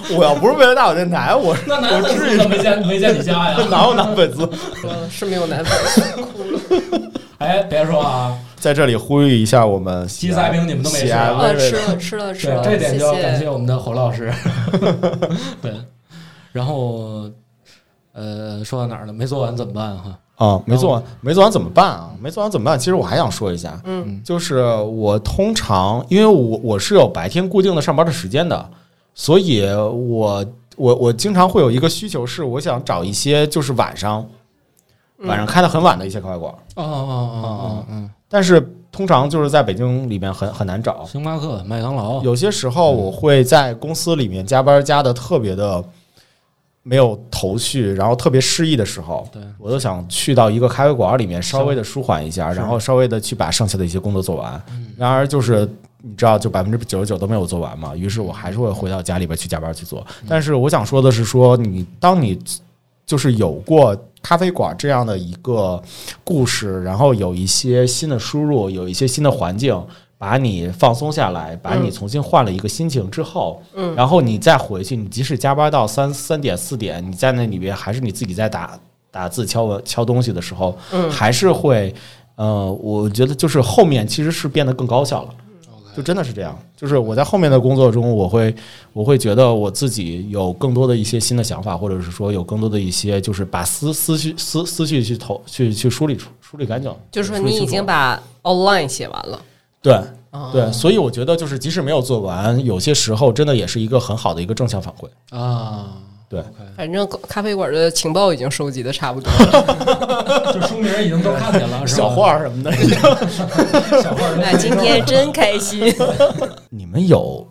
[SPEAKER 3] 这，
[SPEAKER 1] 我要不是为 *laughs* 了大小电台，我
[SPEAKER 3] 那男
[SPEAKER 1] 我
[SPEAKER 3] 粉
[SPEAKER 1] 至
[SPEAKER 3] 丝
[SPEAKER 1] 于
[SPEAKER 3] 怎么没见没见你加呀？
[SPEAKER 1] 哪有男粉丝？
[SPEAKER 2] 说是没有
[SPEAKER 3] *laughs*
[SPEAKER 2] 男朋友，
[SPEAKER 3] 哎，别说啊，
[SPEAKER 1] 在这里呼吁一下我们
[SPEAKER 3] 西塞兵你们都没
[SPEAKER 1] 喜
[SPEAKER 3] 吃
[SPEAKER 1] 爱
[SPEAKER 3] 啊
[SPEAKER 1] 薇
[SPEAKER 2] 啊，
[SPEAKER 1] 薇
[SPEAKER 2] 吃
[SPEAKER 1] 的
[SPEAKER 2] 了吃了吃
[SPEAKER 3] 对
[SPEAKER 2] 了，，
[SPEAKER 3] 这点
[SPEAKER 2] 谢
[SPEAKER 3] 就要感谢
[SPEAKER 2] 谢。
[SPEAKER 3] 我们的侯老师。 *laughs* 对，然后呃，说到哪儿了？没做完怎么办哈？
[SPEAKER 1] 啊，没做
[SPEAKER 3] 哦
[SPEAKER 1] 完，没做完怎么办啊？没做完怎么办？其实我还想说一下，
[SPEAKER 2] 嗯，
[SPEAKER 1] 就是我通常因为我我是有白天固定的上班的时间的，所以我我我经常会有一个需求是，我想找一些就是晚上晚上开的很晚的一些咖啡馆，
[SPEAKER 3] 嗯哦哦哦哦哦，
[SPEAKER 1] 啊但是通常就是在北京里面很很难找。
[SPEAKER 3] 星巴克、麦当劳，
[SPEAKER 1] 有些时候我会在公司里面加班加的特别的没有头绪，然后特别失意的时候，
[SPEAKER 3] 对，
[SPEAKER 1] 我就想去到一个咖啡馆里面稍微的舒缓一下，
[SPEAKER 3] 是嗯
[SPEAKER 1] 然后稍微的去把剩下的一些工作做完。然而就是。你知道，就百分之九十九都没有做完嘛，于是我还是会回到家里边去加班去做。
[SPEAKER 3] 嗯
[SPEAKER 1] 但是我想说的是说，你当你就是有过咖啡馆这样的一个故事，然后有一些新的输入，有一些新的环境，把你放松下来，把
[SPEAKER 2] 嗯
[SPEAKER 1] 你重新换了一个心情之后，嗯，然后你再回去，你即使加班到三三点四点，你在那里边还是你自己在打打字敲文敲东西的时候，嗯，还是会，呃，我觉得就是后面其实是变得更高效了。就真的是这样，就是我在后面的工作中，我会我会觉得我自己有更多的一些新的想法，或者是说有更多的一些，就是把思思绪思思绪去投去去梳理出梳理干净。
[SPEAKER 2] 就是说
[SPEAKER 1] 梳理
[SPEAKER 2] 你
[SPEAKER 1] 清
[SPEAKER 2] 已
[SPEAKER 1] 楚
[SPEAKER 2] 经把 online 写完了，
[SPEAKER 1] 对对，所以我觉得就是即使没有做完，有些时候真的也是一个很好的一个正向反馈。
[SPEAKER 3] 啊，
[SPEAKER 1] 对，
[SPEAKER 2] 反正咖啡馆的情报已经收集的差不多
[SPEAKER 3] *laughs*
[SPEAKER 2] 了。
[SPEAKER 3] *laughs* 就书名已经都看见了，是吧
[SPEAKER 1] 小，画儿什么的，
[SPEAKER 3] 小画儿都
[SPEAKER 2] 哎，今天真开心。
[SPEAKER 1] *laughs* 你们有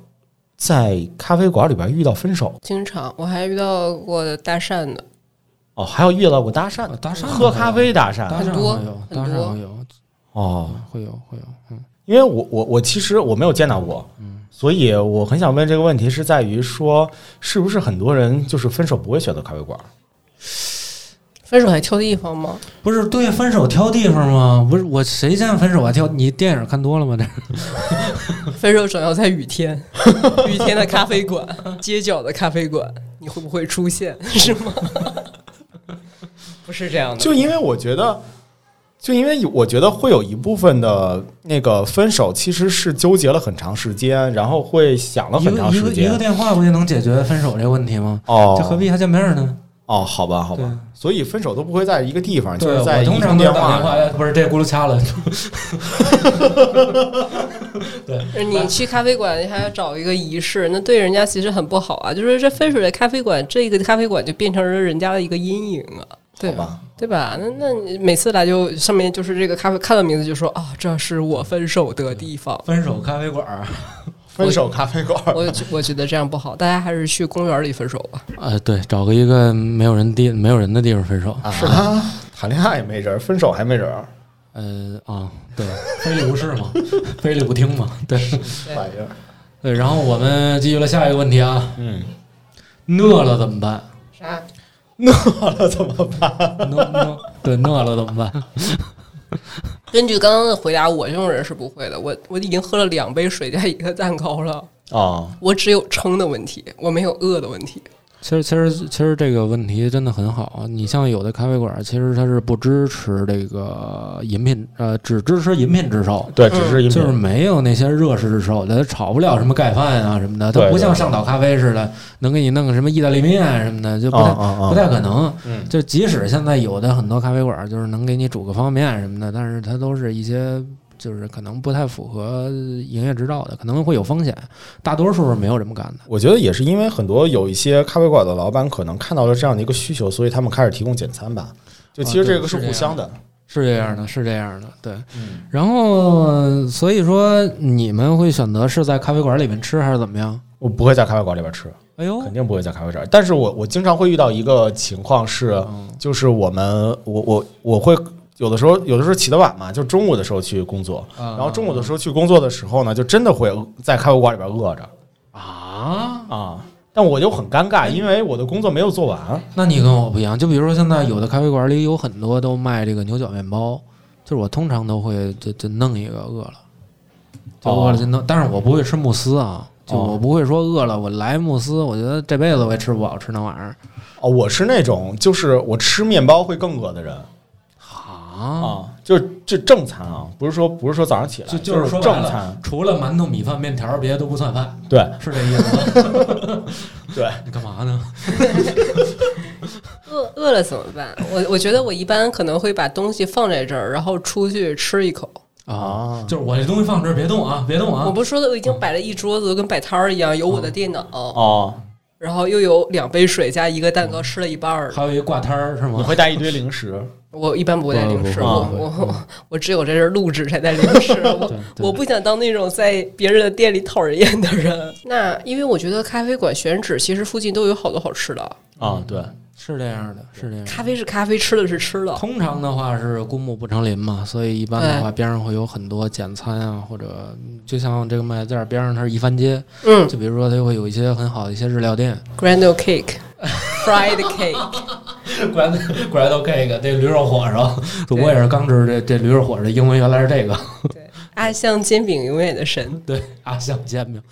[SPEAKER 1] 在咖啡馆里边遇到分手
[SPEAKER 2] 经常我还遇到过搭讪的，
[SPEAKER 1] 哦？还有遇到过搭讪的，
[SPEAKER 3] 啊搭讪
[SPEAKER 1] 喝咖啡搭讪
[SPEAKER 3] 搭
[SPEAKER 2] 很
[SPEAKER 3] 讪
[SPEAKER 2] 多
[SPEAKER 3] 会有，
[SPEAKER 2] 很
[SPEAKER 3] 搭
[SPEAKER 2] 多
[SPEAKER 3] 讪会有，
[SPEAKER 1] 哦，
[SPEAKER 3] 会有会有，嗯，
[SPEAKER 1] 因为我我我其实我没有见到过，所以我很想问这个问题是在于说，是不是很多人就是分手不会选择咖啡馆？
[SPEAKER 2] 分手还挑地方吗？ *laughs*
[SPEAKER 3] 不是对分手挑地方吗？不是我谁见分手啊挑？你电影看多了吗？这
[SPEAKER 2] 分手总要在雨天， *laughs* 雨天的咖啡馆，街角的咖啡馆，你会不会出现？是吗？不是这样的，
[SPEAKER 1] 就因为我觉得，就因为我觉得会有一部分的那个分手其实是纠结了很长时间，然后会想了
[SPEAKER 3] 一
[SPEAKER 1] 很
[SPEAKER 3] 个
[SPEAKER 1] 长
[SPEAKER 3] 一
[SPEAKER 1] 时
[SPEAKER 3] 个一个
[SPEAKER 1] 间。
[SPEAKER 3] 电话不就能解决分手这个问题吗？
[SPEAKER 1] 哦
[SPEAKER 3] 这何必还见面呢？
[SPEAKER 1] 哦，好吧，好吧，所以分手都不会在一个地方，就
[SPEAKER 3] 对，
[SPEAKER 1] 是在
[SPEAKER 3] 我
[SPEAKER 1] 一
[SPEAKER 3] 通
[SPEAKER 1] 通
[SPEAKER 3] 常都是
[SPEAKER 1] 电
[SPEAKER 3] 打电
[SPEAKER 1] 话。
[SPEAKER 3] 话，哎不是这轱辘掐了。
[SPEAKER 2] 你去咖啡馆，你还要找一个仪式，那对人家其实很不好啊。就是这分手的咖啡馆，这个咖啡馆就变成了人家的一个阴影啊，对
[SPEAKER 1] 好吧？
[SPEAKER 2] 对吧？那那你每次来就上面就是这个咖啡，看到名字就说啊，这是我分手的地方。
[SPEAKER 3] 分手咖啡馆儿，
[SPEAKER 1] 分手咖啡馆，
[SPEAKER 2] *laughs* 我觉我觉得这样不好，大家还是去公园里分手吧。
[SPEAKER 3] 呃，对，找个一个没有人地没有人的地方分手。
[SPEAKER 1] 是的，啊谈恋爱也没人儿，分手还没人儿，
[SPEAKER 3] 呃啊，
[SPEAKER 1] *laughs*
[SPEAKER 3] 对，非礼勿视嘛， *laughs* 非礼勿听嘛，对
[SPEAKER 1] 玩意儿。
[SPEAKER 3] 对。然后我们继续了下一个问题啊，
[SPEAKER 1] 嗯，
[SPEAKER 3] 饿了怎么办？
[SPEAKER 2] 啥？
[SPEAKER 1] 好了，怎么办？
[SPEAKER 3] 饿饿对，饿了怎么办？
[SPEAKER 2] 根据刚刚的回答，我这种人是不会的。我我已经喝了两杯水加一个蛋糕了，
[SPEAKER 1] 哦，
[SPEAKER 2] 我只有撑的问题，我没有饿的问题。
[SPEAKER 3] 其实，其实，其实这个问题真的很好。啊你像有的咖啡馆，其实它是不支持这个饮品，呃，只支持饮品制售，
[SPEAKER 1] 对，只是因为、
[SPEAKER 3] 就是没有那些热式制售的，它炒不了什么盖饭啊什么的，它
[SPEAKER 1] 对
[SPEAKER 3] 不像
[SPEAKER 1] 对
[SPEAKER 3] 上岛咖啡似的，能给你弄个什么意大利面什么的，就不太、
[SPEAKER 1] 啊啊啊
[SPEAKER 3] 不太可能。
[SPEAKER 1] 嗯
[SPEAKER 3] 就即使现在有的很多咖啡馆就是能给你煮个方便面什么的，但是它都是一些就是可能不太符合营业执照的，可能会有风险，大多数是没有这么干的。
[SPEAKER 1] 我觉得也是因为很多有一些咖啡馆的老板可能看到了这样的一个需求，所以他们开始提供简餐吧。就其
[SPEAKER 3] 啊
[SPEAKER 1] 实
[SPEAKER 3] 对
[SPEAKER 1] 这个是
[SPEAKER 3] 是这
[SPEAKER 1] 互
[SPEAKER 3] 样
[SPEAKER 1] 相的，
[SPEAKER 3] 是这样的，是这样的，对。然后，所以说你们会选择是在咖啡馆里面吃还是怎么样？
[SPEAKER 1] 我不会在咖啡馆里边吃，
[SPEAKER 3] 哎呦
[SPEAKER 1] 肯，定不会在咖啡馆。但是我我经常会遇到一个情况是，
[SPEAKER 3] 嗯
[SPEAKER 1] 就是我们我我我会有的时候有的时候起得晚嘛，就中午的时候去工作，
[SPEAKER 3] 然
[SPEAKER 1] 然后中午的时候去工作的时候呢，就真的会在咖啡馆里边饿着
[SPEAKER 3] 啊，
[SPEAKER 1] 啊。但我就很尴尬，
[SPEAKER 3] 嗯
[SPEAKER 1] 因为我的工作没有做完。
[SPEAKER 3] 那你跟我不一样。就比如说现在有的咖啡馆里有很多都卖这个牛角面包，就是我通常都会就就弄一个饿了，就饿了就弄，但是我不会吃慕斯啊。就
[SPEAKER 1] 哦
[SPEAKER 3] 我不会说饿了，我来慕斯，我觉得这辈子我也吃不饱吃那玩意儿
[SPEAKER 1] 哦，我是那种就是我吃面包会更饿的人。
[SPEAKER 3] 啊。
[SPEAKER 1] 啊，就是这正餐啊，不是说不是说早上起来，
[SPEAKER 3] 就
[SPEAKER 1] 就是
[SPEAKER 3] 说白
[SPEAKER 1] 正
[SPEAKER 3] 了
[SPEAKER 1] 餐，
[SPEAKER 3] 除了馒头、米饭、面条，别的都不算饭，
[SPEAKER 1] 对
[SPEAKER 3] *laughs* 是这意思吗？
[SPEAKER 1] 对，
[SPEAKER 3] 你干嘛呢？
[SPEAKER 2] 饿饿了怎么办？我我觉得我一般可能会把东西放在这儿，然后出去吃一口。
[SPEAKER 1] 啊
[SPEAKER 3] *laughs* 就是我这东西放这儿，别动啊，别动
[SPEAKER 2] 我
[SPEAKER 3] 啊！
[SPEAKER 2] 不是说的，我已经摆了一桌子，跟摆摊儿一样，有我的电脑，
[SPEAKER 1] 哦，
[SPEAKER 2] 然后又有两杯水加一个蛋糕，吃了一半儿了。
[SPEAKER 3] 还有一挂摊儿是
[SPEAKER 1] 你
[SPEAKER 3] 吗？
[SPEAKER 1] 会带一堆零食，
[SPEAKER 2] 我一般不会带零食，
[SPEAKER 1] 不不
[SPEAKER 2] 我
[SPEAKER 1] 不
[SPEAKER 2] 我我我只有在这儿录制才带零食，我
[SPEAKER 3] 对对
[SPEAKER 2] 我不想当那种在别人的店里讨人厌的人。那因为我觉得咖啡馆选址其实附近都有好多好吃的，
[SPEAKER 3] 嗯
[SPEAKER 1] 啊，对，
[SPEAKER 3] 是这样的，是这
[SPEAKER 4] 嗯
[SPEAKER 3] 样的。
[SPEAKER 2] 咖啡是咖啡，吃的是吃的。
[SPEAKER 3] 通常的话是公墓不成林嘛，所以一般的话边上会有很多简餐啊，或者就像这个麦店儿边上它是一番街，
[SPEAKER 2] 嗯
[SPEAKER 3] 就比如说它会有一些很好的一些日料 *laughs* 店。
[SPEAKER 2] ，Grando Cake。Fried cake，
[SPEAKER 3] 果然果然都这个这驴肉火烧，我也是刚知道这这驴肉火烧的英文原来是这个。
[SPEAKER 2] *laughs*
[SPEAKER 3] *laughs*
[SPEAKER 2] 对，阿香煎饼永远的神，
[SPEAKER 3] 对，阿香煎饼，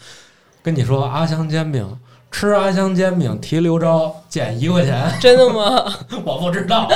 [SPEAKER 3] 跟你说阿香煎饼，吃阿香煎饼提刘钊减一块钱。
[SPEAKER 2] 真的吗？
[SPEAKER 3] *laughs* 我不知道，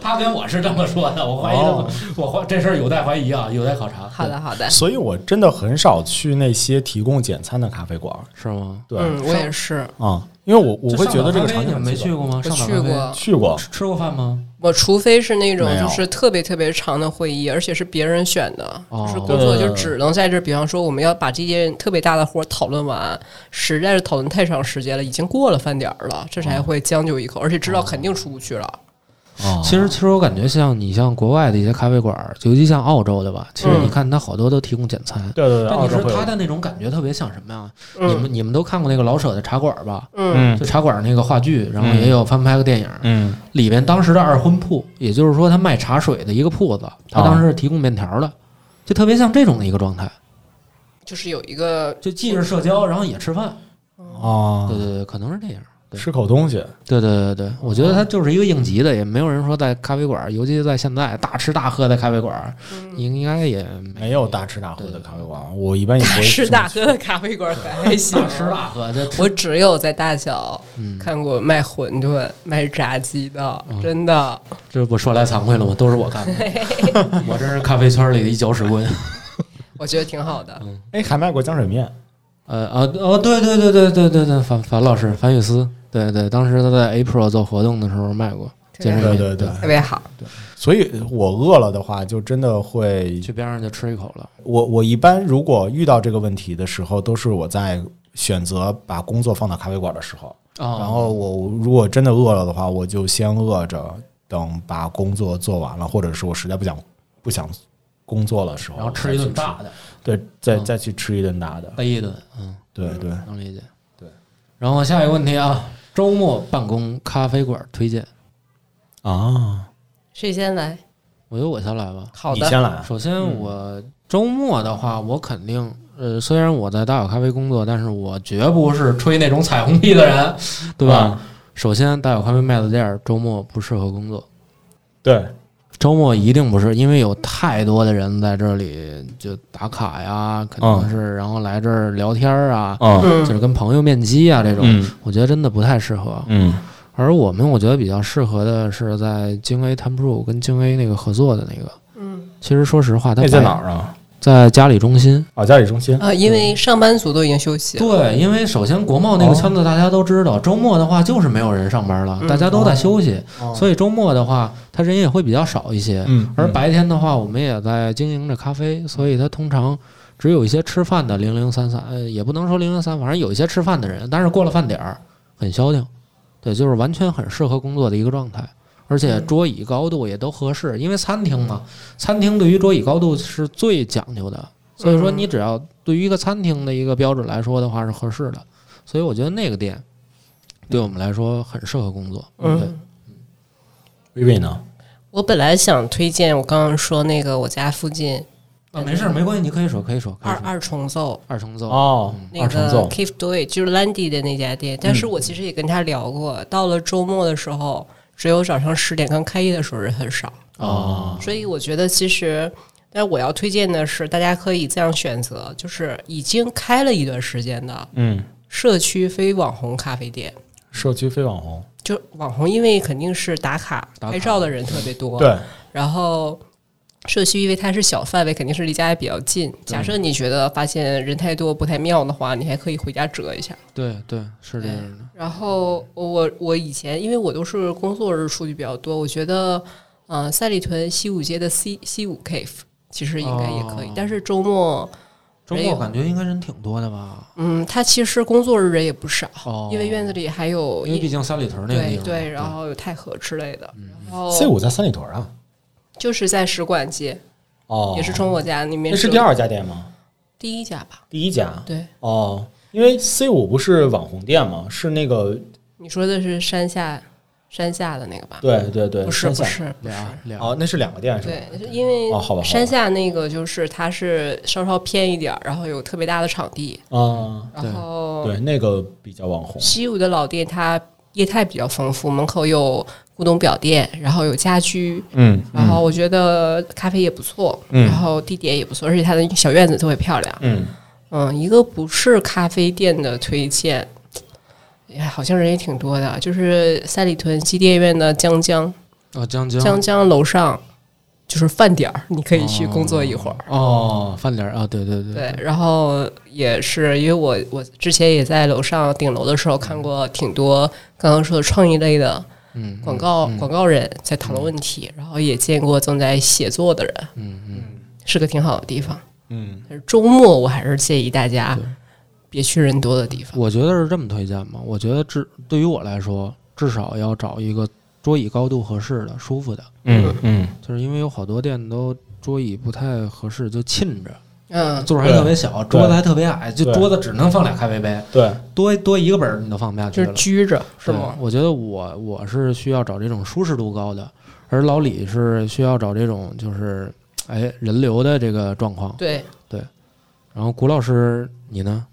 [SPEAKER 3] 他跟我是这么说的，我怀疑他们
[SPEAKER 1] 哦
[SPEAKER 3] 我怀这事儿有待怀疑啊，有待考察。
[SPEAKER 2] *laughs* 好的，好的，
[SPEAKER 1] 所以我真的很少去那些提供简餐的咖啡馆，
[SPEAKER 3] 对，是吗？
[SPEAKER 1] 对
[SPEAKER 2] 嗯，我也是，
[SPEAKER 1] 啊，因为我我会觉得这个
[SPEAKER 3] 场
[SPEAKER 1] 场
[SPEAKER 3] 景
[SPEAKER 1] 景
[SPEAKER 3] 没
[SPEAKER 1] 去
[SPEAKER 3] 去过
[SPEAKER 2] 我
[SPEAKER 3] 吗？上岛
[SPEAKER 2] 去
[SPEAKER 3] 咖啡
[SPEAKER 2] 过，
[SPEAKER 1] 去过，
[SPEAKER 3] 吃吃过饭吗？
[SPEAKER 2] 我除非是那种
[SPEAKER 1] 没有
[SPEAKER 2] 就是特别特别长的会议，而且是别人选的，
[SPEAKER 3] 哦
[SPEAKER 2] 就是工作
[SPEAKER 4] 嗯
[SPEAKER 2] 就只能在这儿。比方说，我们要把这件特别大的活儿讨论完，实在是讨论太长时间了，已经过了饭点儿了，这
[SPEAKER 4] 嗯
[SPEAKER 2] 才会将就一口，而且知
[SPEAKER 4] 哦
[SPEAKER 2] 道肯定出不去了。
[SPEAKER 1] 啊，
[SPEAKER 3] 其实，其实我感觉像你像国外的一些咖啡馆儿，尤其像澳洲的吧，其实你
[SPEAKER 2] 嗯
[SPEAKER 3] 看它好多都提供简餐。
[SPEAKER 1] 对对对，
[SPEAKER 3] 嗯但
[SPEAKER 1] 澳
[SPEAKER 3] 你
[SPEAKER 1] 洲
[SPEAKER 3] 说
[SPEAKER 1] 会有
[SPEAKER 3] 它，的那种感觉特别像什么呀？你
[SPEAKER 2] 嗯
[SPEAKER 3] 们你们都看过那个老舍的茶馆儿吧？
[SPEAKER 2] 嗯
[SPEAKER 1] 嗯
[SPEAKER 3] 就茶馆儿那个话剧，然后也有翻拍个电影，
[SPEAKER 1] 嗯
[SPEAKER 3] 里边当时的二婚铺，也就是说他卖茶水的一个铺子，
[SPEAKER 1] 啊
[SPEAKER 3] 他当时是提供面条的，哦就特别像这种的一个状态，
[SPEAKER 2] 就是有一个
[SPEAKER 3] 就既是社交，然后也吃饭。
[SPEAKER 1] 啊
[SPEAKER 3] 对，对对，可能是这样。
[SPEAKER 1] 吃口东西，
[SPEAKER 4] 对对对对，我觉得它就是一个应急的，也没有人说在咖啡馆，尤其是在现在大吃大喝的咖啡馆，应该也
[SPEAKER 1] 没有大吃大喝的咖啡馆，我一般也不会
[SPEAKER 2] 吃
[SPEAKER 1] 去
[SPEAKER 2] 大喝的咖啡馆还行
[SPEAKER 4] 大。吃大喝嗯这
[SPEAKER 2] 我只有在大小看过卖馄饨、卖炸鸡的，
[SPEAKER 4] 嗯
[SPEAKER 2] 真的。
[SPEAKER 4] 这不说来惭愧了吗？都是我干的，我真是咖啡圈里的一搅屎棍。
[SPEAKER 2] 我觉得挺好的。
[SPEAKER 4] 嗯
[SPEAKER 1] 哎，还卖过浆水面，
[SPEAKER 4] 呃啊哦，对对对对对对对，樊樊老师，樊雨思，对对，当时他在 April 做活动的时候卖过
[SPEAKER 2] 对
[SPEAKER 4] 健身嗯
[SPEAKER 1] 对
[SPEAKER 4] 面，
[SPEAKER 1] 对对。
[SPEAKER 2] 特别好，
[SPEAKER 1] 所以我饿了的话，就真的会，
[SPEAKER 4] 去边上就吃一口了。
[SPEAKER 1] 我我一般如果遇到这个问题的时候，都是我在选择把工作放到咖啡馆的时候。然
[SPEAKER 4] 哦，
[SPEAKER 1] 后我如果真的饿了的话，我就先饿着，等把工作做完了，或者是我实在不想不想工作的时候，
[SPEAKER 4] 然后吃一顿
[SPEAKER 1] 再去
[SPEAKER 4] 大
[SPEAKER 3] *laughs*
[SPEAKER 4] 的，
[SPEAKER 1] 吃，对，再
[SPEAKER 4] 嗯
[SPEAKER 1] 再去吃一顿大的，
[SPEAKER 4] 背一顿，嗯，
[SPEAKER 1] 对对。
[SPEAKER 4] 能理解。
[SPEAKER 1] 对，
[SPEAKER 4] 然后下一个问题啊，周末办公咖啡馆推荐，
[SPEAKER 1] 啊，
[SPEAKER 2] 谁先来？
[SPEAKER 4] 我觉得我先来吧。
[SPEAKER 2] 好
[SPEAKER 1] 你
[SPEAKER 2] 的，
[SPEAKER 1] 先来啊，
[SPEAKER 4] 首先，我周末的话，我肯定，呃，虽然我在大有咖啡工作，但是我绝不是吹那种彩虹屁的人，对吧？
[SPEAKER 1] 嗯
[SPEAKER 4] 首先，大有咖啡麦子店儿周末不适合工作，
[SPEAKER 1] 对，
[SPEAKER 4] 周末一定不是，因为有太多的人在这里就打卡呀，肯定是，然后来这儿聊天儿啊，
[SPEAKER 1] 嗯
[SPEAKER 4] 就是跟朋友面基啊这种，
[SPEAKER 1] 嗯
[SPEAKER 4] 我觉得真的不太适合。
[SPEAKER 1] 嗯
[SPEAKER 4] 而我们我觉得比较适合的是在京 A t i m p r o 跟京 A 那个合作的那个，嗯，其实说实话，它
[SPEAKER 1] 那在
[SPEAKER 4] 摆
[SPEAKER 1] 哪儿啊？
[SPEAKER 4] 在家里中心。
[SPEAKER 1] 啊，家里中心
[SPEAKER 2] 啊，因为上班族都已经休息了。
[SPEAKER 4] 对，因为首先国贸
[SPEAKER 1] 哦
[SPEAKER 4] 那个圈子大家都知道，周末的话就是没有人上班了，
[SPEAKER 2] 嗯
[SPEAKER 4] 大家都在休息，
[SPEAKER 1] 哦
[SPEAKER 4] 所以周末的话，他人也会比较少一些。
[SPEAKER 1] 嗯
[SPEAKER 4] 而白天的话，我们也在经营着咖啡，所以它通常只有一些吃饭的零零散散，呃，也不能说零零散，反正有一些吃饭的人，但是过了饭点儿很消停，对，就是完全很适合工作的一个状态，而且桌椅高度也都合适，因为餐厅嘛，餐厅对于桌椅高度是最讲究的，所以说你只要对于一个餐厅的一个标准来说的话是合适的，所以我觉得那个店对我们来说很适合工作，对，
[SPEAKER 2] 嗯，
[SPEAKER 1] 薇薇呢？
[SPEAKER 2] 我本来想推荐我刚刚说那个我家附近
[SPEAKER 4] 啊，没事儿没关系，你可以说可以说，可以
[SPEAKER 2] 二
[SPEAKER 4] 说
[SPEAKER 2] 二重奏
[SPEAKER 4] 嗯二重奏。嗯
[SPEAKER 1] 哦
[SPEAKER 2] 那个 Keith Doy 就是 Landy 的那家店，但是我其实也跟他聊过，到了周末的时候，只有早上十点刚开业的时候人很少，
[SPEAKER 4] 啊
[SPEAKER 1] 哦，
[SPEAKER 2] 所以我觉得其实。但我要推荐的是，大家可以这样选择，就是已经开了一段时间的
[SPEAKER 1] 嗯，
[SPEAKER 2] 社区非网红咖啡店。
[SPEAKER 1] 社区非网红，
[SPEAKER 2] 就网红，因为肯定是打卡
[SPEAKER 4] 打卡
[SPEAKER 2] 拍照的人特别多，
[SPEAKER 1] 对，
[SPEAKER 2] 然后社区因为它是小范围，肯定是离家也比较近。假设你觉得发现人太多不太妙的话，你还可以回家折一下。
[SPEAKER 4] 对对，是这样的。
[SPEAKER 2] 然后我我以前因为我都是工作日出去比较多，我觉得嗯、呃赛里屯西五街的西西五 Cave 其实应该也可以，
[SPEAKER 4] 哦
[SPEAKER 2] 但是周末
[SPEAKER 4] 周
[SPEAKER 2] 没
[SPEAKER 4] 末
[SPEAKER 2] 有
[SPEAKER 4] 哎感觉应该人挺多的吧？
[SPEAKER 2] 嗯，它其实工作日人也不少，
[SPEAKER 4] 哦
[SPEAKER 2] 因为院子里还有
[SPEAKER 4] 因为毕
[SPEAKER 2] 一
[SPEAKER 4] 竟三里屯那个
[SPEAKER 2] 对
[SPEAKER 4] 地方嘛，
[SPEAKER 2] 对，然后有太和之类的，然后
[SPEAKER 1] C 五在三里屯啊，
[SPEAKER 2] 就是在使馆街，
[SPEAKER 1] 哦，
[SPEAKER 2] 也是从我家那边
[SPEAKER 1] 那是
[SPEAKER 2] 折
[SPEAKER 1] 第二家店吗？
[SPEAKER 2] 第一家吧？
[SPEAKER 1] 第一家
[SPEAKER 2] 对，
[SPEAKER 1] 哦，因为 C 五不是网红店吗？是那个
[SPEAKER 2] 你说的是山下山下的那个吧？
[SPEAKER 1] 对对对，
[SPEAKER 2] 不是
[SPEAKER 1] 山
[SPEAKER 2] 不
[SPEAKER 1] 下
[SPEAKER 2] 是不是，
[SPEAKER 4] 俩俩
[SPEAKER 1] 哦，那是两个店是吧？
[SPEAKER 2] 对，因为
[SPEAKER 1] 哦好吧好吧
[SPEAKER 2] 山下那个就是它是稍稍偏一点儿，然后有特别大的场地，
[SPEAKER 1] 啊，
[SPEAKER 2] 然后
[SPEAKER 1] 对，那个比较网红，
[SPEAKER 2] 西武的老店它业态比较丰富，门口有古董表店，然后有家居。
[SPEAKER 1] 嗯
[SPEAKER 2] 然后我觉得咖啡也不错，
[SPEAKER 1] 嗯
[SPEAKER 2] 然后地点也不错，而且它的小院子特别漂亮。
[SPEAKER 1] 嗯，
[SPEAKER 2] 嗯，一个不是咖啡店的推荐，哎，好像人也挺多的，就是三里屯西电院的江江，
[SPEAKER 4] 哦江
[SPEAKER 2] 江
[SPEAKER 4] 江
[SPEAKER 2] 江楼上就是饭点儿，你可以去工作一会儿。
[SPEAKER 1] 嗯
[SPEAKER 4] 哦饭点儿啊，对对对
[SPEAKER 2] 对，然后也是因为我我之前也在楼上顶楼的时候看过挺多刚刚说的创意类的
[SPEAKER 4] 嗯
[SPEAKER 2] 广告、广告人在讨论问题，然后也见过正在写作的人，嗯嗯，是个挺好的地方。
[SPEAKER 1] 嗯，
[SPEAKER 2] 但是周末我还是建议大家别去人多的地方。
[SPEAKER 4] 我觉得是这么推荐吧。我觉得至对于我来说，至少要找一个桌椅高度合适的、舒服的，
[SPEAKER 1] 嗯嗯，
[SPEAKER 4] 就是因为有好多店都桌椅不太合适，就沁着，
[SPEAKER 2] 嗯，
[SPEAKER 4] 座儿还特别小，
[SPEAKER 1] 对
[SPEAKER 4] 桌子还特别矮，就
[SPEAKER 1] 对
[SPEAKER 4] 桌子只能放俩咖啡杯，
[SPEAKER 1] 对，
[SPEAKER 4] 多多一个本儿你都放不下去
[SPEAKER 2] 就
[SPEAKER 4] 了。
[SPEAKER 2] 是拘着是吗？
[SPEAKER 4] 对我觉得我我是需要找这种舒适度高的，而老李是需要找这种就是哎人流的这个状况。
[SPEAKER 2] 对，
[SPEAKER 4] 然后谷老师
[SPEAKER 3] 你呢？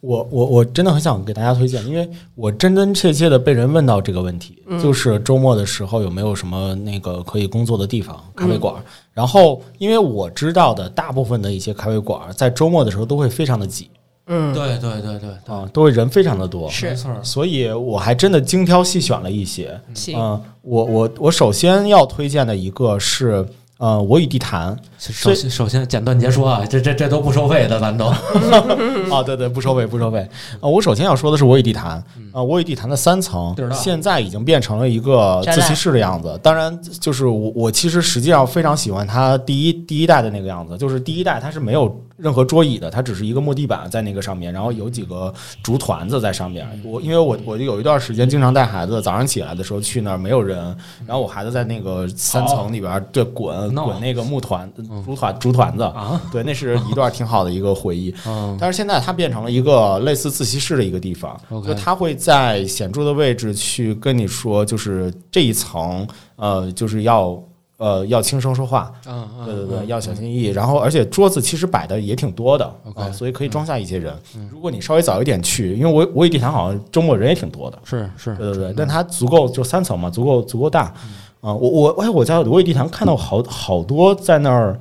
[SPEAKER 1] 我我我真的很想给大家推荐，因为我真真切切的被人问到这个问题，就是周末的时候有没有什么那个可以工作的地方，咖啡馆。然后，因为我知道的大部分的一些咖啡馆在周末的时候都会非常的挤
[SPEAKER 2] 嗯，
[SPEAKER 3] 对对对对对，
[SPEAKER 1] 啊，都会人非常的多，
[SPEAKER 2] 是
[SPEAKER 3] 没错儿，
[SPEAKER 1] 所以我还真的精挑细选了一些。
[SPEAKER 2] 行，
[SPEAKER 1] 嗯，我我我首先要推荐的一个是呃，我与地坛
[SPEAKER 3] 首先首先简短截说啊，这这这都不收费的，咱
[SPEAKER 1] *laughs*
[SPEAKER 3] 都 *laughs*
[SPEAKER 1] 啊，对对，不收费，不收费。啊，我首先要说的是我与地坛
[SPEAKER 3] 嗯
[SPEAKER 1] 啊，我与地坛的三层
[SPEAKER 3] 知道
[SPEAKER 1] 现在已经变成了一个
[SPEAKER 2] 展
[SPEAKER 1] 自
[SPEAKER 2] 览
[SPEAKER 1] 习室的样子。当然，就是我我其实实际上非常喜欢它第一第一代的那个样子，就是第一代它是没有任何桌椅的，它只是一个木地板在那个上面，然后有几个竹团子在上面。
[SPEAKER 3] 嗯
[SPEAKER 1] 我因为我我就有一段时间经常带孩子早上起来的时候去那儿没有人，然后我孩子在那个三层里边儿对滚
[SPEAKER 3] 嗯闹嗯
[SPEAKER 1] 滚那个木团竹团竹团子。
[SPEAKER 3] 啊，
[SPEAKER 1] 对，那是一段挺好的一个回忆。
[SPEAKER 3] 嗯，
[SPEAKER 1] 但是现在它变成了一个类似自习室的一个地方
[SPEAKER 3] OK
[SPEAKER 1] 就它会在显著的位置去跟你说，就是这一层，呃，就是要呃要轻声说话，
[SPEAKER 3] 嗯
[SPEAKER 1] 对对对，要小心翼翼。然后，而且桌子其实摆的也挺多的
[SPEAKER 3] OK 嗯
[SPEAKER 1] 啊，所以可以装下一些人。如果你稍微早一点去，因为我我与地坛好像周末人也挺多的，
[SPEAKER 3] 是是，嗯
[SPEAKER 1] 对对对，但它足够就三层嘛，足够足够大。啊、我我哎，我在我与地坛看到好好多在那儿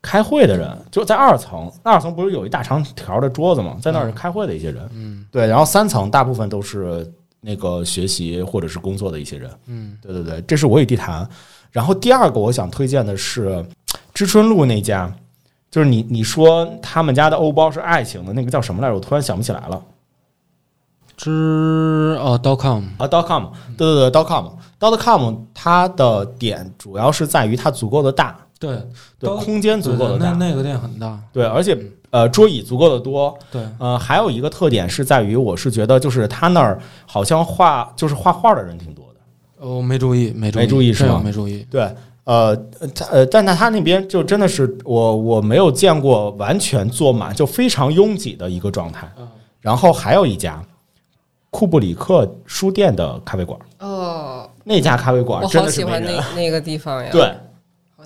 [SPEAKER 1] 开会的人，就在二层，二层不是有一大长条的桌子嘛，在那儿开会的一些人。嗯，对，然后三层大部分都是那个学习或者是工作的一些人。
[SPEAKER 3] 嗯，
[SPEAKER 1] 对对对，这是我与地坛。然后第二个我想推荐的是呃知春路那家，就是你你说他们家的欧包是爱情的那个叫什么来着？我突然想不起来了。
[SPEAKER 3] 之哦，dot com，
[SPEAKER 1] 啊，dot com，对对
[SPEAKER 3] 嗯
[SPEAKER 1] 对，dot com，dot com，它的点主要是在于它足够的大，
[SPEAKER 3] 对，
[SPEAKER 1] 对，
[SPEAKER 3] 都
[SPEAKER 1] 空间足够的
[SPEAKER 3] 对那
[SPEAKER 1] 大，
[SPEAKER 3] 那个店很大，
[SPEAKER 1] 对，而且呃，桌椅足够的多，
[SPEAKER 3] 对，
[SPEAKER 1] 呃，还有一个特点是在于，我是觉得就是它那儿好像画就是画画的人挺多的，
[SPEAKER 3] 哦我没注意，没
[SPEAKER 1] 没注
[SPEAKER 3] 注
[SPEAKER 1] 意
[SPEAKER 3] 意，
[SPEAKER 1] 是
[SPEAKER 3] 这个
[SPEAKER 1] 吗
[SPEAKER 3] 没注意，
[SPEAKER 1] 对。呃，它呃，但在它那边就真的是我我没有见过完全坐满，就非常拥挤的一个状态。
[SPEAKER 3] 嗯
[SPEAKER 1] 然后还有一家库布里克书店的咖啡馆，
[SPEAKER 2] 哦，
[SPEAKER 1] 那家咖啡馆
[SPEAKER 2] 我
[SPEAKER 1] 真
[SPEAKER 2] 好
[SPEAKER 1] 的是
[SPEAKER 2] 喜
[SPEAKER 1] 没
[SPEAKER 2] 欢
[SPEAKER 1] 人
[SPEAKER 2] 那那个地方呀，
[SPEAKER 1] *laughs* 对，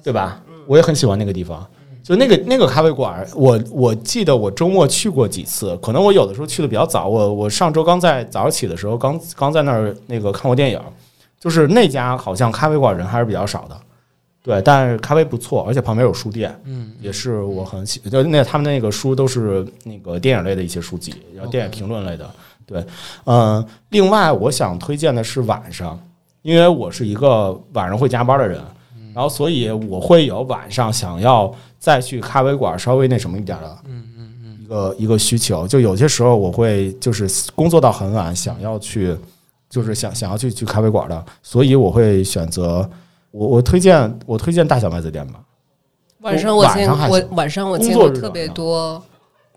[SPEAKER 1] 对吧？
[SPEAKER 3] 嗯
[SPEAKER 1] 我也很喜欢那个地方。就那个那个咖啡馆儿，我我记得我周末去过几次，可能我有的时候去的比较早。我我上周刚在早上起的时候，刚刚在那儿那个看过电影，就是那家好像咖啡馆人还是比较少的，对，但是咖啡不错，而且旁边有书店，
[SPEAKER 3] 嗯，
[SPEAKER 1] 也是我很喜，就那他们那个书都是那个电影类的一些书籍，然后电影
[SPEAKER 3] OK
[SPEAKER 1] 评论类的，对，嗯、另外我想推荐的是晚上，因为我是一个晚上会加班的人，然后所以我会有晚上想要再去咖啡馆稍微那什么一点的，嗯嗯嗯，一个一个需求，就有些时候我会就是工作到很晚，想要去就是想想要去去咖啡馆的，所以我会选择我我推荐我推荐大小麦子店吧。
[SPEAKER 2] 晚上我
[SPEAKER 1] 晚
[SPEAKER 2] 见
[SPEAKER 1] 上还
[SPEAKER 2] 我
[SPEAKER 1] 行
[SPEAKER 2] 晚上我见
[SPEAKER 1] 工作
[SPEAKER 2] 过
[SPEAKER 1] 日
[SPEAKER 2] 特
[SPEAKER 1] 晚
[SPEAKER 2] 别
[SPEAKER 1] 上
[SPEAKER 2] 多，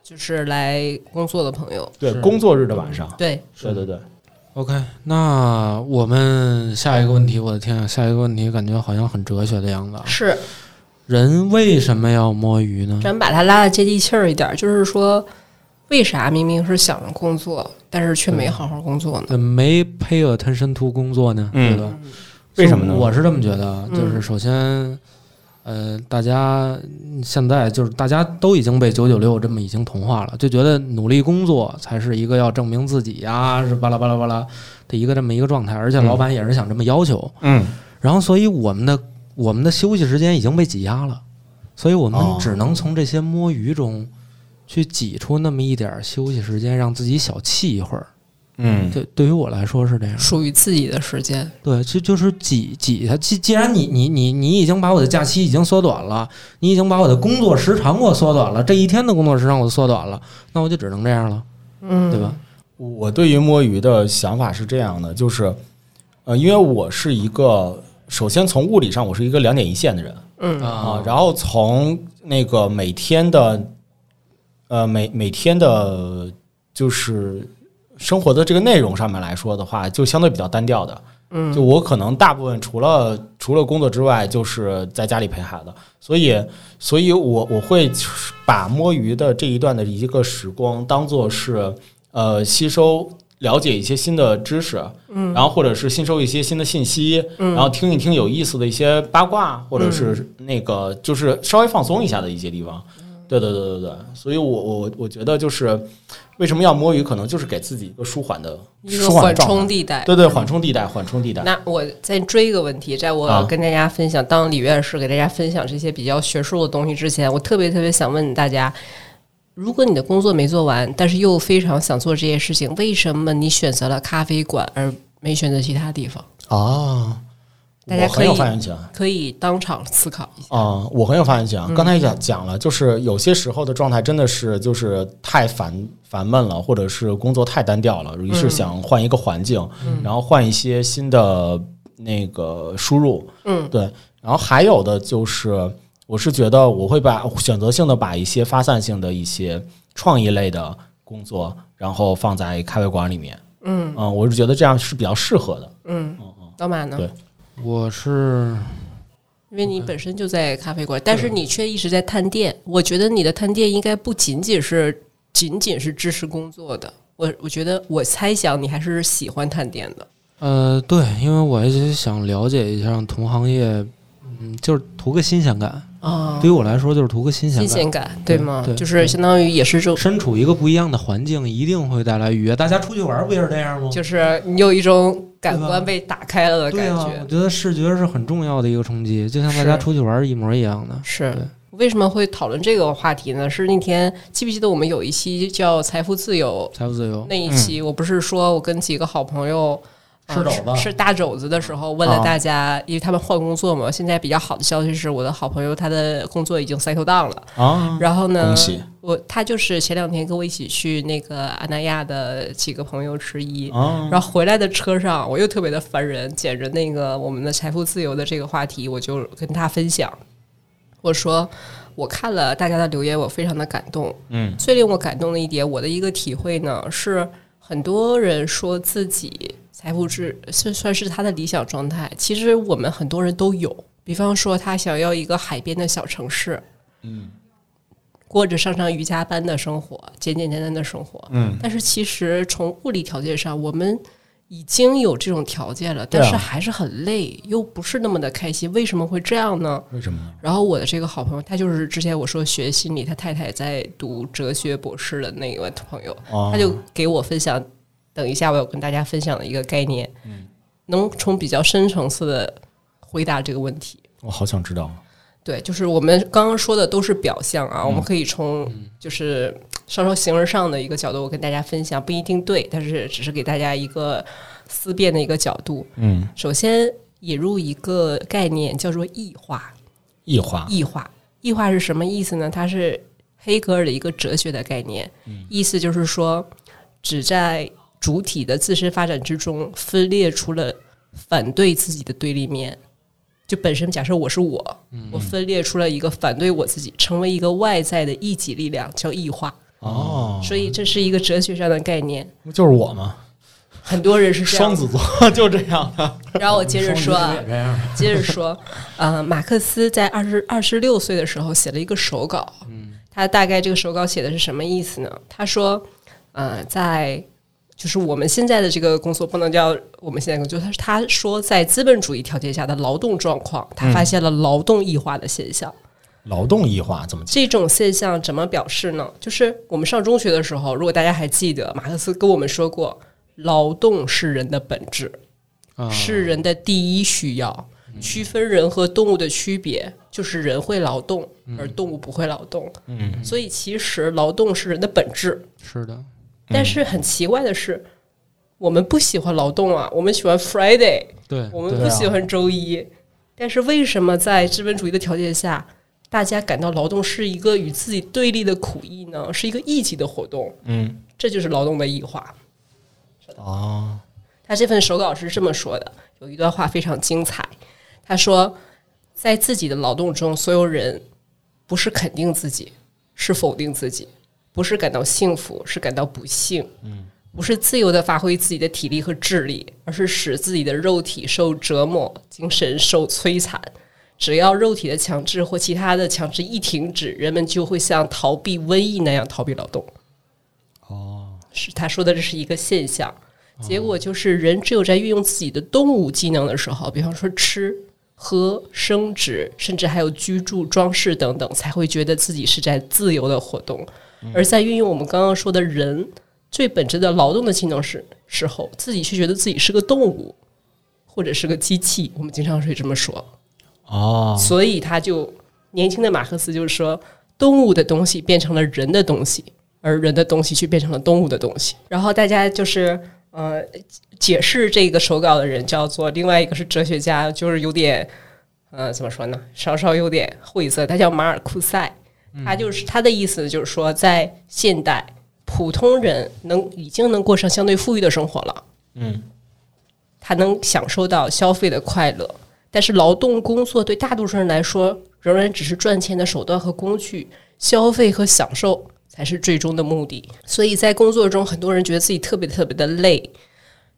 [SPEAKER 2] 就是来工作的朋友，
[SPEAKER 1] 对，
[SPEAKER 3] 是
[SPEAKER 1] 工作日的晚上，
[SPEAKER 2] 对，
[SPEAKER 1] 对对对，
[SPEAKER 3] OK，那我们下一个问题，我的天啊，下一个问题感觉好像很哲学的样子啊。
[SPEAKER 2] 是，
[SPEAKER 3] 人为什么要摸鱼呢？
[SPEAKER 2] 咱们把它拉的接地气儿一点儿，就是说，为啥明明是想着工作，但是却没好好工作呢？
[SPEAKER 3] 呃，没 pay attention to 工作呢，
[SPEAKER 1] 嗯
[SPEAKER 3] 对吧？
[SPEAKER 1] 为什么呢
[SPEAKER 2] 嗯
[SPEAKER 3] 我是这么觉得啊，就是首先，呃，大家现在就是大家都已经被九九六这么已经同化了，就觉得努力工作才是一个要证明自己呀、是巴拉巴拉巴拉的一个这么一个状态，而且老板也是想这么要求。
[SPEAKER 1] 嗯，
[SPEAKER 3] 然后，所以我们的我们的休息时间已经被挤压了，所以我们
[SPEAKER 1] 哦
[SPEAKER 3] 只能从这些摸鱼中去挤出那么一点儿休息时间，让自己小憩一会儿。
[SPEAKER 1] 嗯，
[SPEAKER 3] 对，对于我来说是这样。
[SPEAKER 2] 属于自己的时间，
[SPEAKER 3] 对，就就是挤挤它。既既然你你你你已经把我的假期已经缩短了，你已经把我的工作时长给我缩短了，这一天的工作时长我都缩短了，那我就只能这样了，
[SPEAKER 2] 嗯，
[SPEAKER 3] 对吧？？
[SPEAKER 1] 我对于摸鱼的想法是这样的，就是，呃，因为我是一个，首先从物理上我是一个两点一线的人
[SPEAKER 2] 嗯
[SPEAKER 1] 啊，然后从那个每天的，呃，每每天的，就是生活的这个内容上面来说的话，就相对比较单调的。
[SPEAKER 2] 嗯，
[SPEAKER 1] 就我可能大部分除了除了工作之外，就是在家里陪孩子，所以所以我我会把摸鱼的这一段的一个时光当做是呃吸收。了解一些新的知识，嗯，然后或者是吸收一些新的信息，嗯，然后听一听
[SPEAKER 2] 嗯
[SPEAKER 1] 有意思的一些八卦，或者是那个就是稍微放松一下的一些地方，对对对对对，所以我我我觉得就是为什么要摸鱼，可能就是给自己一个舒缓的
[SPEAKER 2] 一个
[SPEAKER 1] 舒缓的
[SPEAKER 2] 缓
[SPEAKER 1] 状
[SPEAKER 2] 冲
[SPEAKER 1] 态。
[SPEAKER 2] 地带。
[SPEAKER 1] 对对，缓冲地带，缓冲地带。
[SPEAKER 2] 那我再追一个问题，在我
[SPEAKER 1] 啊
[SPEAKER 2] 跟大家分享，当李院士给大家分享这些比较学术的东西之前，我特别特别想问大家：如果你的工作没做完，但是又非常想做这些事情，为什么你选择了咖啡馆而没选择其他地方？
[SPEAKER 1] 啊，
[SPEAKER 2] 大家
[SPEAKER 1] 我
[SPEAKER 2] 可
[SPEAKER 1] 很
[SPEAKER 2] 以
[SPEAKER 1] 有发言权啊、
[SPEAKER 2] 可以当场思考一下。
[SPEAKER 1] 我很有发言权。
[SPEAKER 2] 嗯
[SPEAKER 1] 刚才也讲讲了，就是有些时候的状态真的是就是太烦烦闷了，或者是工作太单调了，于是想换一个环境，
[SPEAKER 2] 嗯
[SPEAKER 1] 然后换一些新的那个输入。
[SPEAKER 2] 嗯，
[SPEAKER 1] 对。然后还有的就是，我是觉得我会把选择性的把一些发散性的一些创意类的工作，然后放在咖啡馆里面。嗯我是觉得这样是比较适合的。
[SPEAKER 2] 老马呢
[SPEAKER 1] 对？
[SPEAKER 3] 我是
[SPEAKER 2] 因为你本身就在咖啡馆，但是你却一直在探店。我觉得你的探店应该不仅仅是仅仅是支持工作的。我我觉得我猜想你还是喜欢探店的。
[SPEAKER 3] 呃，对，因为我也想了解一下同行业，嗯，就是图个新鲜感。
[SPEAKER 2] 啊，
[SPEAKER 3] 对于我来说，就是图个新鲜
[SPEAKER 2] 新
[SPEAKER 3] 感。
[SPEAKER 2] 鲜感，对吗？
[SPEAKER 3] 对
[SPEAKER 2] 就是相当于也是这种，
[SPEAKER 3] 身处一个不一样的环境，一定会带来愉悦。大家出去玩儿不也是这样吗？
[SPEAKER 2] 就是你有一种感
[SPEAKER 3] 对
[SPEAKER 2] 官
[SPEAKER 3] 吧
[SPEAKER 2] 被打开了的
[SPEAKER 3] 对
[SPEAKER 2] 感
[SPEAKER 3] 啊，
[SPEAKER 2] 觉
[SPEAKER 3] 我。觉得视觉是很重要的一个冲击，就像大家
[SPEAKER 2] 是
[SPEAKER 3] 出去玩儿一模一样的。
[SPEAKER 2] 是
[SPEAKER 3] 对
[SPEAKER 2] 为什么会讨论这个话题呢？是那天记不记得我们有一期叫《财富自由
[SPEAKER 3] 财富自》由
[SPEAKER 2] 那，一期，我不是说我跟几个好朋友。呃
[SPEAKER 3] 吃肘子
[SPEAKER 2] 是大肘子的时候，问了
[SPEAKER 1] 啊
[SPEAKER 2] 大家，因为他们换工作嘛。现在比较好的消息是，我的好朋友他的工作已经 settle down 了。
[SPEAKER 3] 嗯
[SPEAKER 1] 啊，
[SPEAKER 2] 然后呢
[SPEAKER 1] 恭喜，
[SPEAKER 2] 我他就是前两天跟我一起去那个阿那亚的几个朋友之一，
[SPEAKER 1] 啊，
[SPEAKER 2] 然后回来的车上，我又特别的烦人，捡着那个我们的财富自由的这个话题，我就跟他分享，我说我看了大家的留言，我非常的感动。
[SPEAKER 1] 嗯，
[SPEAKER 2] 最令我感动的一点，我的一个体会呢是，很多人说自己财富制算算是他的理想状态，其实我们很多人都有。比方说，他想要一个海边的小城市，
[SPEAKER 1] 嗯
[SPEAKER 2] 过着上上瑜伽班的生活，简简单单的生活。
[SPEAKER 1] 嗯，
[SPEAKER 2] 但是其实从物理条件上，我们已经有这种条件了，
[SPEAKER 1] 对啊
[SPEAKER 2] 但是还是很累，又不是那么的开心。为什么会这样呢？
[SPEAKER 1] 为什么呢？
[SPEAKER 2] 然后我的这个好朋友，他就是之前我说学心理，他太太在读哲学博士的那位朋友，
[SPEAKER 1] 哦
[SPEAKER 2] 他就给我分享，等一下我要跟大家分享的一个概念，能从比较深层次的回答这个问题。
[SPEAKER 1] 我好想知道。啊
[SPEAKER 2] 对，就是我们刚刚说的都是表象啊，我们可以从就是稍稍形而上的一个角度，我跟大家分享，不一定对，但是只是给大家一个思辨的一个角度。
[SPEAKER 1] 嗯，
[SPEAKER 2] 首先引入一个概念叫做异化，
[SPEAKER 1] 异化
[SPEAKER 2] 异化，异化是什么意思呢？它是黑格尔的一个哲学的概念，
[SPEAKER 1] 嗯
[SPEAKER 2] 意思就是说，只在主体的自身发展之中分裂出了反对自己的对立面。就本身假设我是我，
[SPEAKER 1] 嗯
[SPEAKER 2] 我分裂出了一个反对我自己，成为一个外在的异己力量，叫异化。
[SPEAKER 1] 哦，
[SPEAKER 2] 所以这是一个哲学上的概念，
[SPEAKER 1] 不就是我吗？
[SPEAKER 2] 很多人是这
[SPEAKER 1] 双
[SPEAKER 2] 样子。
[SPEAKER 1] 子座 *laughs* 就这样的。
[SPEAKER 2] 然后我接着说啊，
[SPEAKER 3] 也这样。
[SPEAKER 2] 接着说，呃，马克思在二十二十六岁的时候写了一个手稿，他大概这个手稿写的是什么意思呢？他说，呃，在就是我们现在的这个工作不能叫我们现在工作，他他说在资本主义条件下的劳动状况，他发现了劳动异化的现象。
[SPEAKER 1] 劳动异化怎么讲？
[SPEAKER 2] 这种现象怎么表示呢？就是我们上中学的时候，如果大家还记得，马克思跟我们说过，劳动是人的本质。
[SPEAKER 3] 啊，
[SPEAKER 2] 是人的第一需要。区分人和动物的区别，就是人会劳动，而动物不会劳动。嗯，所以其实劳动是人的本质。
[SPEAKER 3] 是的，
[SPEAKER 2] 但是很奇怪的是，我们不喜欢劳动啊，我们喜欢 Friday，
[SPEAKER 3] 对，
[SPEAKER 2] 我们
[SPEAKER 3] 对
[SPEAKER 2] 不喜欢周一。但是为什么在资本主义的条件下，大家感到劳动是一个与自己对立的苦役呢？是一个异己的活动。
[SPEAKER 1] 嗯，
[SPEAKER 2] 这就是劳动的异化。
[SPEAKER 1] 哦，
[SPEAKER 2] 他这份手稿是这么说的，有一段话非常精彩。他说，在自己的劳动中，所有人不是肯定自己，是否定自己；不是感到幸福，是感到不幸。嗯，不是自由的发挥自己的体力和智力，而是使自己的肉体受折磨，精神受摧残。只要肉体的强制或其他的强制一停止，人们就会像逃避瘟疫那样逃避劳动。哦，是他说的，这是一个现象。结果就是，人只有在运用自己的动物技能的时候，比方说吃，和升职，甚至还有居住、装饰等等，才会觉得自己是在自由的活动。而在运用我们刚刚说的人最本质的劳动的技能时时候，自己却觉得自己是个动物，或者是个机器。我们经常会这么说。
[SPEAKER 1] 哦，
[SPEAKER 2] 所以他就年轻的马克思就是说，动物的东西变成了人的东西，而人的东西却变成了动物的东西。然后大家就是呃，解释这个手稿的人叫做另外一个是哲学家，就是有点呃怎么说呢，稍稍有点晦涩，他叫马尔库塞。他就是他的意思就是说，在现代普通人能已经能过上相对富裕的生活了，
[SPEAKER 1] 嗯，
[SPEAKER 2] 他能享受到消费的快乐，但是劳动工作对大多数人来说，仍然只是赚钱的手段和工具，消费和享受才是最终的目的。所以在工作中，很多人觉得自己特别特别的累，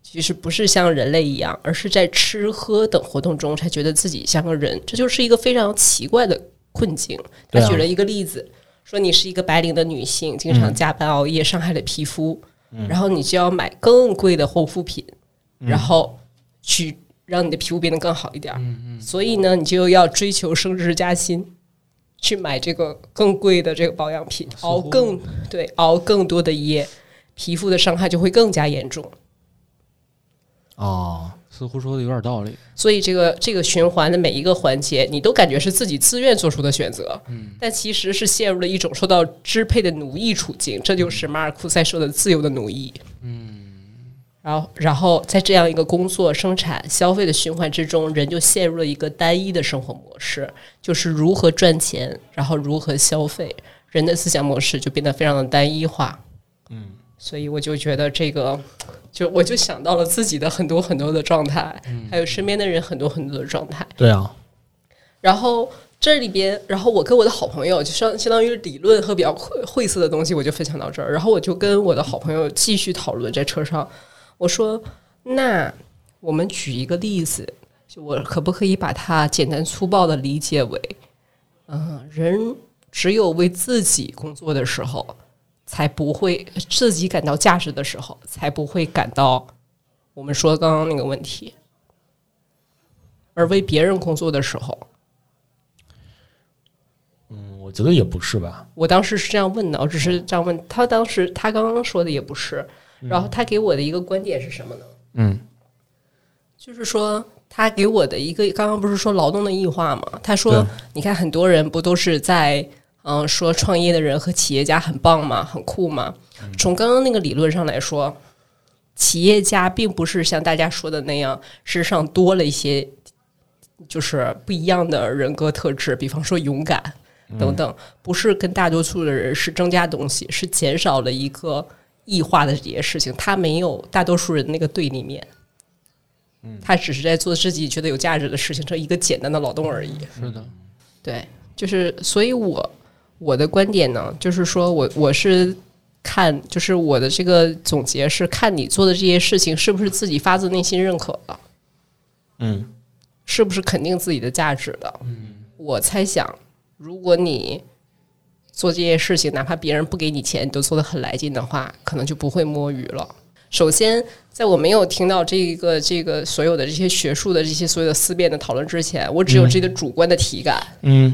[SPEAKER 2] 其实不是像人类一样，而是在吃喝等活动中才觉得自己像个人。这就是一个非常奇怪的困境。他
[SPEAKER 1] 对啊
[SPEAKER 2] 举了一个例子，说你是一个白领的女性，经常加班熬夜，伤害了皮肤，
[SPEAKER 1] 嗯
[SPEAKER 2] 然后你就要买更贵的护肤品，然后去让你的皮肤变得更好一点。所以呢，你就要追求升职加薪，去买这个更贵的这个保养品，熬更对熬更多的夜，皮肤的伤害就会更加严重。
[SPEAKER 1] 哦，
[SPEAKER 3] 似乎说的有点道理。
[SPEAKER 2] 所以这个这个循环的每一个环节，你都感觉是自己自愿做出的选择，但其实是陷入了一种受到支配的奴役处境，这就是马尔库塞说的自由的奴役。嗯，然后然后在这样一个工作、生产、消费的循环之中，人就陷入了一个单一的生活模式，就是如何赚钱，然后如何消费，人的思想模式就变得非常的单一化。嗯，所以我就觉得这个。就我就想到了自己的很多很多的状态，还有身边的人很多很多的状态。
[SPEAKER 1] 对啊，
[SPEAKER 2] 然后这里边，然后我跟我的好朋友，就相相当于理论和比较晦晦涩的东西，我就分享到这儿。然后我就跟我的好朋友继续讨论，在车上，我说：“那我们举一个例子，就我可不可以把它简单粗暴的理解为，嗯，人只有为自己工作的时候，才不会自己感到价值的时候，才不会感到我们说刚刚那个问题。”而为别人工作的时候，
[SPEAKER 1] 嗯我觉得也不是吧，
[SPEAKER 2] 我当时是这样问的，我只是这样问他。当时他刚刚说的也不是，然后他给我的一个观点是什么呢？
[SPEAKER 3] 嗯，
[SPEAKER 2] 就是说他给我的一个，刚刚不是说劳动的异化嘛？他说
[SPEAKER 1] 对，
[SPEAKER 2] 你看很多人不都是在嗯、呃说创业的人和企业家很棒嘛，很酷嘛？从刚刚那个理论上来说，企业家并不是像大家说的那样，身上多了一些就是不一样的人格特质，比方说勇敢等等，不是跟大多数的人是增加东西，是减少了一个异化的这些事情，他没有大多数人那个对立面。他只是在做自己觉得有价值的事情，这一个简单的劳动而已。
[SPEAKER 3] 是的，
[SPEAKER 2] 对，就是所以我，我的观点呢，就是说我我是看，就是我的这个总结是看你做的这些事情是不是自己发自内心认可的，
[SPEAKER 1] 嗯，
[SPEAKER 2] 是不是肯定自己的价值的。嗯，我猜想，如果你做这些事情，哪怕别人不给你钱，你都做得很来劲的话，可能就不会摸鱼了。首先，在我没有听到这一个这个所有的这些学术的这些所有的思辨的讨论之前，我只有自己的主观的体感。
[SPEAKER 1] 嗯，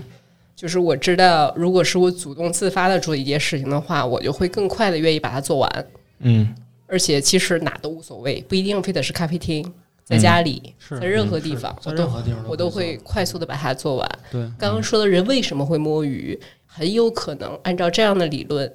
[SPEAKER 2] 就是我知道，如果是我主动自发的做一件事情的话，我就会更快的愿意把它做完。
[SPEAKER 1] 嗯，
[SPEAKER 2] 而且其实哪都无所谓，不一定非得是咖啡厅，在家里，
[SPEAKER 3] 嗯是
[SPEAKER 2] 在任何地方，
[SPEAKER 3] 在任何地方
[SPEAKER 2] 我都会快速的把它做完。
[SPEAKER 3] 对
[SPEAKER 2] 刚刚说的人为什么会摸鱼，很有可能按照这样的理论，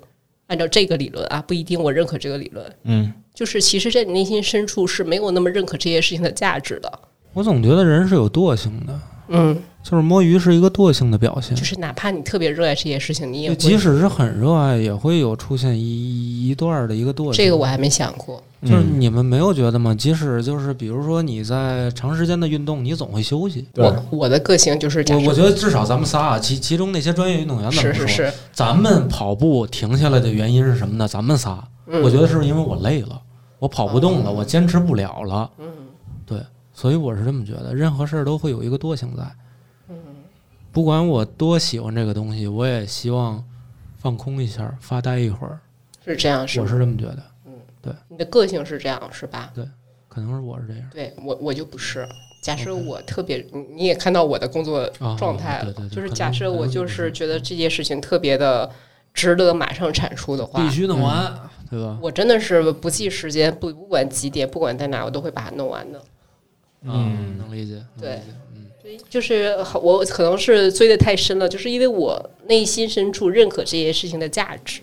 [SPEAKER 2] 按照这个理论啊，不一定我认可这个理论，
[SPEAKER 1] 嗯，
[SPEAKER 2] 就是其实，在你内心深处是没有那么认可这些事情的价值的。
[SPEAKER 3] 我总觉得人是有惰性的，
[SPEAKER 2] 嗯，
[SPEAKER 3] 就是摸鱼是一个惰性的表现
[SPEAKER 2] 就。是哪怕你特别热爱这些事情，你也
[SPEAKER 3] 就
[SPEAKER 2] 会
[SPEAKER 3] 即使是很热爱，也会有出现一一段儿的一个惰性。
[SPEAKER 2] 这个我还没想过。
[SPEAKER 3] 就是
[SPEAKER 1] 嗯
[SPEAKER 3] 你们没有觉得吗？即使就是比如说你在长时间的运动，你总会休息。
[SPEAKER 1] 对，
[SPEAKER 2] 我我的个性就是这
[SPEAKER 3] 我
[SPEAKER 2] 样，
[SPEAKER 3] 我觉得至少咱们仨啊，其其中那些专业运动员怎么
[SPEAKER 2] 是
[SPEAKER 3] 说？
[SPEAKER 2] 是是，
[SPEAKER 3] 咱们跑步停下来的原因是什么呢？咱们仨，
[SPEAKER 2] 嗯
[SPEAKER 3] 我觉得是不是因为我累了，我跑不动
[SPEAKER 4] 哦
[SPEAKER 3] 了，我坚持不了了。嗯，对，所以我是这么觉得，任何事儿都会有一个惰性在。嗯，不管我多喜欢这个东西，我也希望放空一下，发呆一会儿。
[SPEAKER 2] 是这样，是
[SPEAKER 3] 我
[SPEAKER 2] 吗
[SPEAKER 3] 是这么觉得，
[SPEAKER 2] 你的个性是这样是吧？
[SPEAKER 3] 可能是我是这样。
[SPEAKER 2] 对我我就不是，假设我特别，你你也看到我的工作状态了，
[SPEAKER 4] 哦对对对
[SPEAKER 2] 就是
[SPEAKER 4] 可能
[SPEAKER 2] 假设我就
[SPEAKER 4] 可能
[SPEAKER 2] 是觉得这件事情特别的值得马上产出的话
[SPEAKER 4] 必，须弄完，对
[SPEAKER 3] 啊
[SPEAKER 4] 吧？
[SPEAKER 2] 我真的是不计时间，不不管几点，不管在哪，我都会把它弄完的。
[SPEAKER 4] 嗯，能理解。
[SPEAKER 2] 对
[SPEAKER 4] 能理解，嗯，
[SPEAKER 2] 就是我可能是追的太深了，就是因为我内心深处认可这些事情的价值，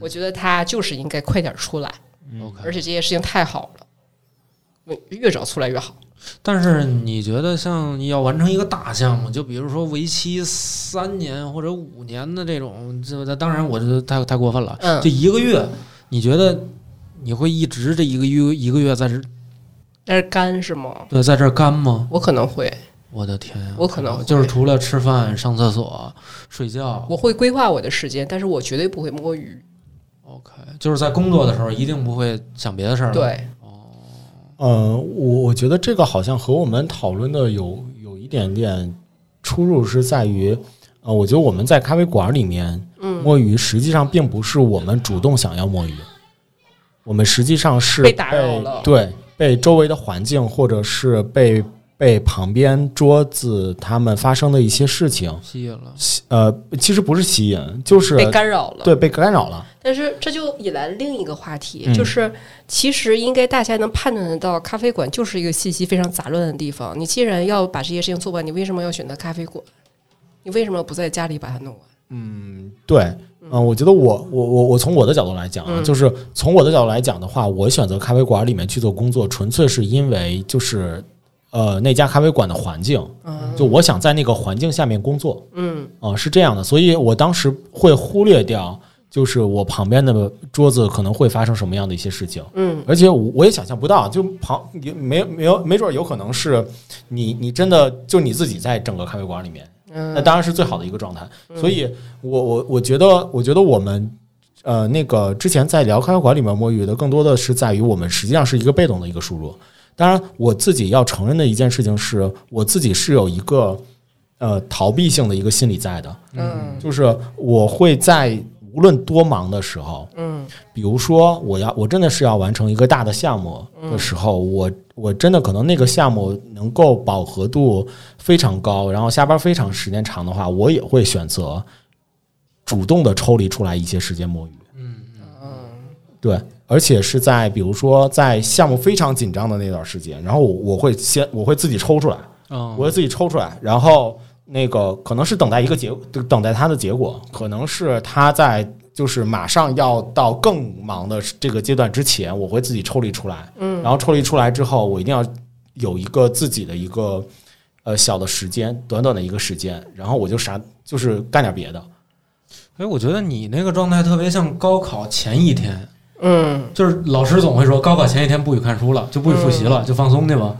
[SPEAKER 2] 我觉得它就是应该快点出来，
[SPEAKER 4] OK
[SPEAKER 2] 而且这些事情太好了，越早出来越好。
[SPEAKER 4] 但是你觉得像要完成一个大项目，就比如说为期三年或者五年的这种，这当然我这太太过分了。
[SPEAKER 2] 嗯
[SPEAKER 4] 就一个月，你觉得你会一直这一个月一个月在这
[SPEAKER 2] 但是干是吗？
[SPEAKER 4] 对在这儿干吗？
[SPEAKER 2] 我可能会，
[SPEAKER 4] 我的天呀、
[SPEAKER 2] 我可
[SPEAKER 1] 哦
[SPEAKER 2] 能会
[SPEAKER 4] 就是除了吃饭、上厕所、睡觉
[SPEAKER 2] 我会规划我的时间，但是我绝对不会摸鱼。
[SPEAKER 4] ，OK，就是哎在工作的时候一定不会想别的
[SPEAKER 1] 嗯
[SPEAKER 4] 事儿。，
[SPEAKER 2] 对，
[SPEAKER 1] 呃，我我觉得这个好像和我们讨论的有有一点点出入，是在于，呃，我觉得我们在咖啡馆里面，嗯，摸鱼实际上并不是我们主动想要摸鱼，我们实际上是
[SPEAKER 2] 被打扰了
[SPEAKER 1] 对，被周围的环境或者是被被旁边桌子他们发生的一些事情，
[SPEAKER 4] 吸引了。
[SPEAKER 1] 呃，其实不是吸引，就是
[SPEAKER 2] 被干扰了。
[SPEAKER 1] 对被干扰了，
[SPEAKER 2] 但是这就引来另一个话题，
[SPEAKER 1] 嗯
[SPEAKER 2] 就是其实应该大家能判断得到，咖啡馆就是一个信息非常杂乱的地方。你既然要把这些事情做完，你为什么要选择咖啡馆？你为什么不在家里把它弄完？
[SPEAKER 1] 对，嗯、我觉得我我我我从我的角度来讲啊，就是从我的角度来讲的话，我选择咖啡馆里面去做工作，纯粹是因为就是呃那家咖啡馆的环境，就我想在那个环境下面工作，嗯，啊、是这样的，所以我当时会忽略掉。就是我旁边的桌子可能会发生什么样的一些事情，嗯，而且我我也想象不到，就旁也没没有没准儿有可能是你你真的就你自己在整个咖啡馆里面，那当然是最好的一个状态。所以我我我觉得，我觉得我们呃那个之前在聊咖啡馆里面摸鱼的，更多的是在于我们实际上是一个被动的一个输入。当然，我自己要承认的一件事情是，我自己是有一个呃逃避性的一个心理在的，
[SPEAKER 2] 嗯
[SPEAKER 1] 就是我会在无论多忙的时候，
[SPEAKER 2] 嗯，
[SPEAKER 1] 比如说我要我真的是要完成一个大的项目
[SPEAKER 2] 嗯
[SPEAKER 1] 的时候，我我真的可能那个项目能够饱和度非常高，然后下班非常时间长的话，我也会选择主动的抽离出来一些时间摸鱼。嗯对，而且是在比如说在项目非常紧张的那段时间，然后我我会先我会自己抽出来，
[SPEAKER 4] 嗯，
[SPEAKER 1] 我会自己抽出来，然后那个可能是等待一个结，等待他的结果，可能是他在就是马上要到更忙的这个阶段之前，我会自己抽离出来，嗯，然后抽离出来之后，我一定要有一个自己的一个呃小的时间，短短的一个时间，然后我就啥就是干点别的，
[SPEAKER 4] 哎，我觉得你那个状态特别像高考前一天，
[SPEAKER 2] 嗯，
[SPEAKER 4] 就是老师总会说，高考前一天不许看书了，就不许复习了，就放松去吧。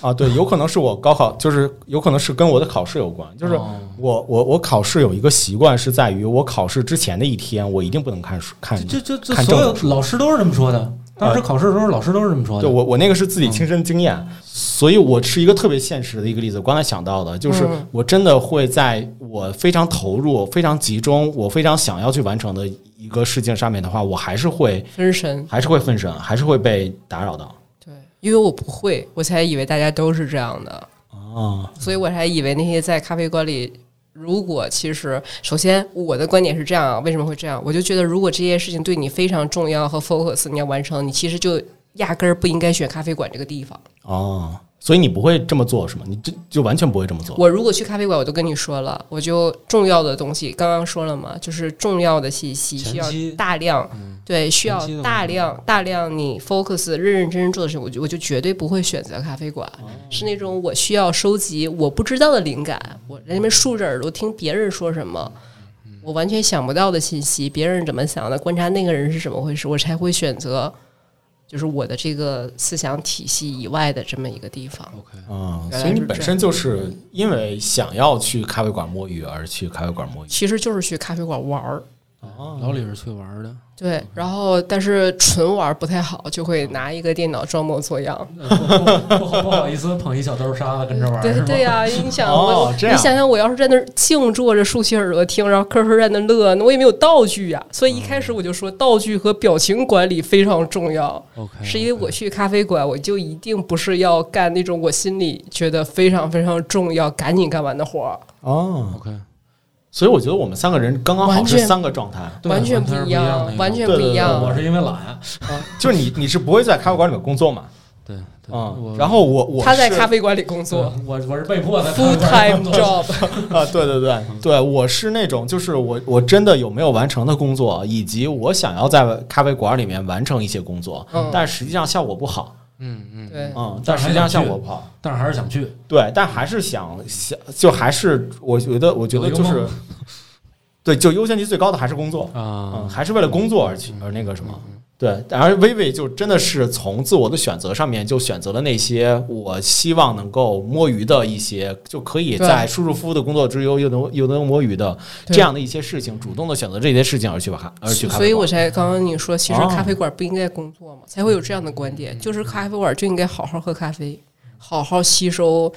[SPEAKER 1] 啊，对，有可能是我高考，就是有可能是跟我的考试有关。就是
[SPEAKER 4] 哦
[SPEAKER 1] 我我我考试有一个习惯是在于我考试之前的一天，我一定不能看书看。
[SPEAKER 4] 就就就
[SPEAKER 1] 看
[SPEAKER 4] 所
[SPEAKER 1] 政
[SPEAKER 4] 有
[SPEAKER 1] 治
[SPEAKER 4] 老师都是这么说的。当时考试的时候，老师都是这么嗯说
[SPEAKER 1] 对
[SPEAKER 4] 的。*laughs*
[SPEAKER 1] 我我那个是自己亲身经验，所以我是一个特别现实的一个例子。我刚才想到的就是，
[SPEAKER 4] 嗯
[SPEAKER 1] 我真的会在我非常投入、非常集中、我非常想要去完成的一个事情上面的话，我还是会
[SPEAKER 2] 分神。
[SPEAKER 1] 还是会分神，还是会被打扰到。
[SPEAKER 2] 对，因为我不会，我才以为大家都是这样的。
[SPEAKER 1] 哦，
[SPEAKER 2] 所以我才以为那些在咖啡馆里，如果其实首先我的观点是这样啊，为什么会这样？我就觉得如果这些事情对你非常重要和 focus，你要完成，你其实就压根儿不应该选咖啡馆这个地方。
[SPEAKER 1] 哦，所以你不会这么做是吗？你这就完全不会这么做。
[SPEAKER 2] 我如果去咖啡馆，我都跟你说了，我就重要的东西刚刚说了嘛，就是重要的信息
[SPEAKER 4] 前
[SPEAKER 2] 需要
[SPEAKER 4] 期嗯
[SPEAKER 2] 大量，对，需要
[SPEAKER 4] 前期的
[SPEAKER 2] 大
[SPEAKER 4] 嘛
[SPEAKER 2] 量大量你 focus 认认真真做的事情，我就我就绝对不会选择咖啡馆，
[SPEAKER 4] 哦
[SPEAKER 2] 是那种我需要收集我不知道的灵感，我在那边竖着耳朵听别人说什么。
[SPEAKER 4] 嗯
[SPEAKER 2] 我完全想不到的信息，别人怎么想的，观察那个人是怎么回事，我才会选择，就是我的这个思想体系以外的这么一个地方。
[SPEAKER 4] OK，
[SPEAKER 1] 啊、
[SPEAKER 2] 原来
[SPEAKER 1] 所以你
[SPEAKER 2] 是
[SPEAKER 1] 本
[SPEAKER 2] 这
[SPEAKER 1] 身就是因为想要去咖啡馆摸鱼而去咖啡馆摸鱼
[SPEAKER 2] 其实就是去咖啡馆玩儿，
[SPEAKER 1] 啊、哦，
[SPEAKER 3] 老李是去玩的，
[SPEAKER 2] 对，然后但是纯玩不太好，就会拿一个电脑装模作样。
[SPEAKER 3] 嗯不好不好意思捧一小兜沙子跟着玩，
[SPEAKER 2] 对
[SPEAKER 3] 是吗
[SPEAKER 2] 对呀、你想
[SPEAKER 1] 哦
[SPEAKER 2] 我，
[SPEAKER 1] 这
[SPEAKER 2] 你
[SPEAKER 1] 样
[SPEAKER 2] 想想，我要是在那儿静坐着竖起耳朵听，然后科科在那乐，那我也没有道具呀、所以一开始我就说，道具和表情管理非常重要。
[SPEAKER 3] ，OK，
[SPEAKER 2] 是因为我去咖啡馆，我就一定不是要干那种我心里觉得非常非常重要、赶紧干完的活儿，
[SPEAKER 1] 哦，
[SPEAKER 3] OK，
[SPEAKER 1] 所以我觉得我们三个人刚刚好
[SPEAKER 2] 完
[SPEAKER 1] 是
[SPEAKER 2] 全
[SPEAKER 1] 三个状态，
[SPEAKER 3] 对
[SPEAKER 2] 完全
[SPEAKER 3] 完全是
[SPEAKER 2] 一
[SPEAKER 3] 不一样的
[SPEAKER 2] 样，
[SPEAKER 3] 一个
[SPEAKER 2] 完全
[SPEAKER 1] 对
[SPEAKER 2] 不
[SPEAKER 1] 对
[SPEAKER 2] 一
[SPEAKER 1] 对
[SPEAKER 2] 样。
[SPEAKER 3] 我是因为懒，
[SPEAKER 1] 就是你你是不会在咖啡馆里面工作嘛？
[SPEAKER 3] 对，对
[SPEAKER 1] 嗯，
[SPEAKER 3] 我
[SPEAKER 1] 然后我我
[SPEAKER 2] 他在
[SPEAKER 1] 是
[SPEAKER 2] 咖啡馆里工作
[SPEAKER 3] 我我是被迫的
[SPEAKER 2] ，full
[SPEAKER 3] *laughs*
[SPEAKER 2] time job。
[SPEAKER 1] 啊，对对对
[SPEAKER 2] 嗯
[SPEAKER 1] 对，我是那种就是我我真的有没有完成的工作，以及我想要在咖啡馆里面完成一些工作，
[SPEAKER 2] 嗯
[SPEAKER 1] 但实际上效果不好，
[SPEAKER 3] 嗯嗯，
[SPEAKER 2] 对，
[SPEAKER 1] 嗯，但
[SPEAKER 3] 但是
[SPEAKER 1] 实
[SPEAKER 3] 还
[SPEAKER 1] 际上
[SPEAKER 3] 想去
[SPEAKER 1] 效果不好，
[SPEAKER 3] 但是还是想
[SPEAKER 4] *laughs*
[SPEAKER 3] 去，
[SPEAKER 1] 对，但还是想想就还是我觉得我觉得
[SPEAKER 3] 有一
[SPEAKER 1] 就
[SPEAKER 3] 个
[SPEAKER 1] 是
[SPEAKER 3] 梦
[SPEAKER 1] 对，就优先级最高的还是工作，嗯，
[SPEAKER 3] 啊，
[SPEAKER 1] 还是为了工作而去而那个什么。对，而薇薇就真的是从自我的选择上面就选择了那些我希望能够摸鱼的一些，就可以
[SPEAKER 2] 对
[SPEAKER 1] 在舒舒服服的工作之余又能又能摸鱼的
[SPEAKER 2] 对
[SPEAKER 1] 这样的一些事情，主动的选择这些事情而去吧，而去咖啡
[SPEAKER 2] 所以
[SPEAKER 1] 馆
[SPEAKER 2] 我才刚刚你说，其实
[SPEAKER 1] 哦嗯
[SPEAKER 2] 咖啡馆不应该工作嘛，才会有这样的观点，就是咖啡馆就应该好好喝咖啡，好好吸收。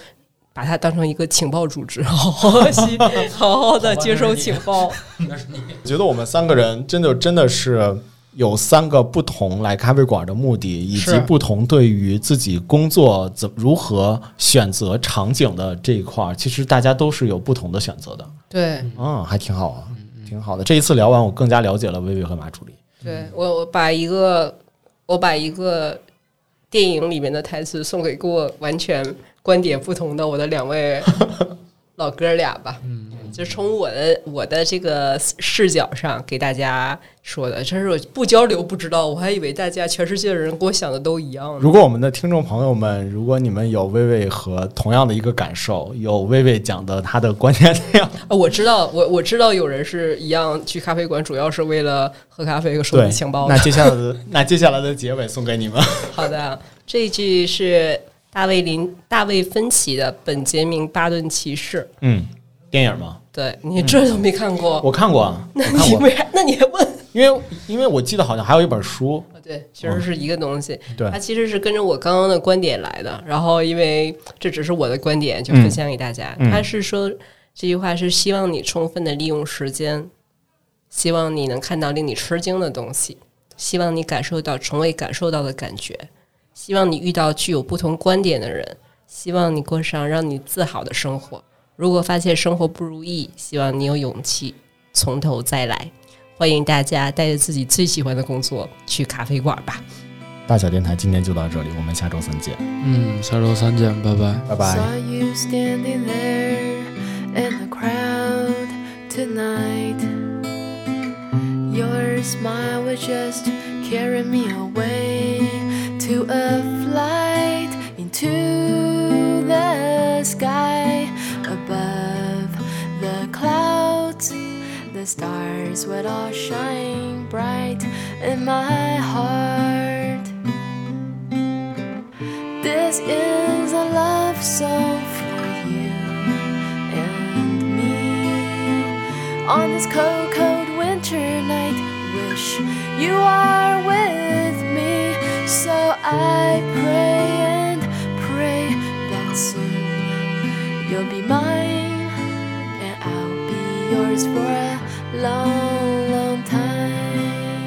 [SPEAKER 2] 把它当成一个情报组织， *laughs* 好好吸，好好的接收情报。
[SPEAKER 3] 那是你
[SPEAKER 1] 觉得我们三个人真的真的是有三个不同来咖啡馆的目的，以及
[SPEAKER 2] 是
[SPEAKER 1] 不同对于自己工作怎如何选择场景的这一块儿，其实大家都是有不同的选择的。
[SPEAKER 2] 对，
[SPEAKER 1] 嗯，还挺好啊，挺好的。这一次聊完，我更加了解了薇薇和马助理。
[SPEAKER 2] 对我，我把一个，我把一个电影里面的台词送给跟我完全观点不同的我的两位老哥俩吧，嗯，就从我的我的这个视角上给大家说的，真是我不交流不知道，我还以为大家全世界的人跟我想的都一样呢。
[SPEAKER 1] 如果我们的听众朋友们，如果你们有薇薇和同样的一个感受，有薇薇讲的她的观点那
[SPEAKER 2] *laughs*
[SPEAKER 1] 样，
[SPEAKER 2] 啊我知道，我我知道有人是一样去咖啡馆，主要是为了喝咖啡和收
[SPEAKER 1] 对
[SPEAKER 2] 集情报，的
[SPEAKER 1] 那。接下来的 *laughs* 那接下来的结尾送给你们。
[SPEAKER 2] 好的，这一句是大卫林大卫芬奇的《本杰明巴顿骑士
[SPEAKER 1] 嗯，电影吗？》。
[SPEAKER 2] 对你这都没看过，
[SPEAKER 1] 我看过，啊，我
[SPEAKER 2] 那
[SPEAKER 1] 看
[SPEAKER 2] 你
[SPEAKER 1] 过，
[SPEAKER 2] 为啥？那你还问？哦
[SPEAKER 1] 因为因为我记得好像还有一本书，
[SPEAKER 2] 对，其实是一个东西。
[SPEAKER 1] 对
[SPEAKER 2] 它其实是跟着我刚刚的观点来的。然后，因为这只是我的观点，就分享给大家。
[SPEAKER 1] 嗯
[SPEAKER 2] 他是说这句话是希望你充分的利用时间，希望你能看到令你吃惊的东西，希望你感受到从未感受到的感觉，希望你遇到具有不同观点的人，希望你过上让你自豪的生活。如果发现生活不如意，希望你有勇气从头再来。欢迎大家带着自己最喜欢的工作去咖啡馆吧。
[SPEAKER 1] 大小电台今天就到这里，我们下周三见，
[SPEAKER 3] 嗯，下周三见，拜拜。
[SPEAKER 1] 拜拜。
[SPEAKER 5] Saw you standing there in the crowd tonight. Your smile was just carrying me away to a flight into the sky above the clouds. The stars would all shine bright in my heart. This is a love song for you and me. On this cold, cold winter night, wish you are with me. So I pray and pray that soon you'll be mine and I'll be yours for a long, long time.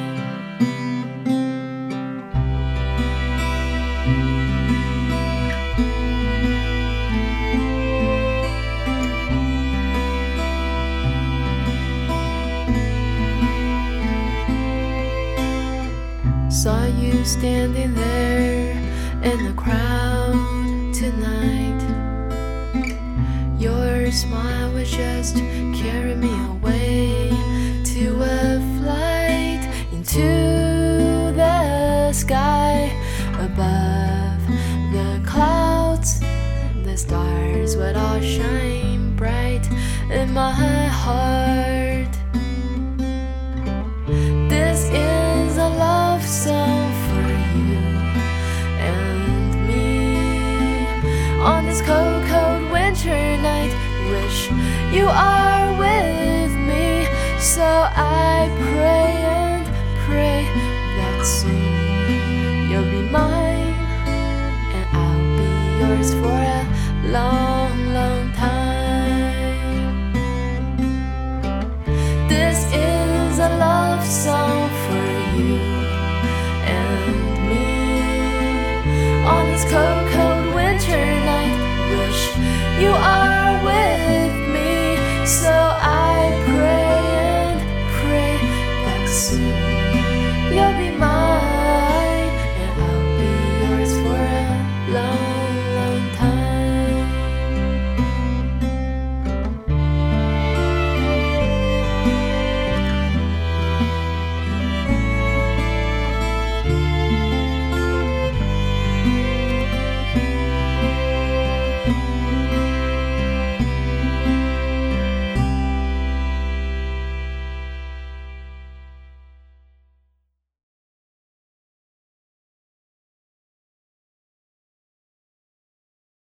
[SPEAKER 5] Saw you standing there in the crowd tonight. Your smile was just carrying me away to a flight into the sky above the clouds. The stars would all shine bright in my heart. This is a love song for you and me. On this cold, cold winter night, wish you are with me. So I pray hours for a long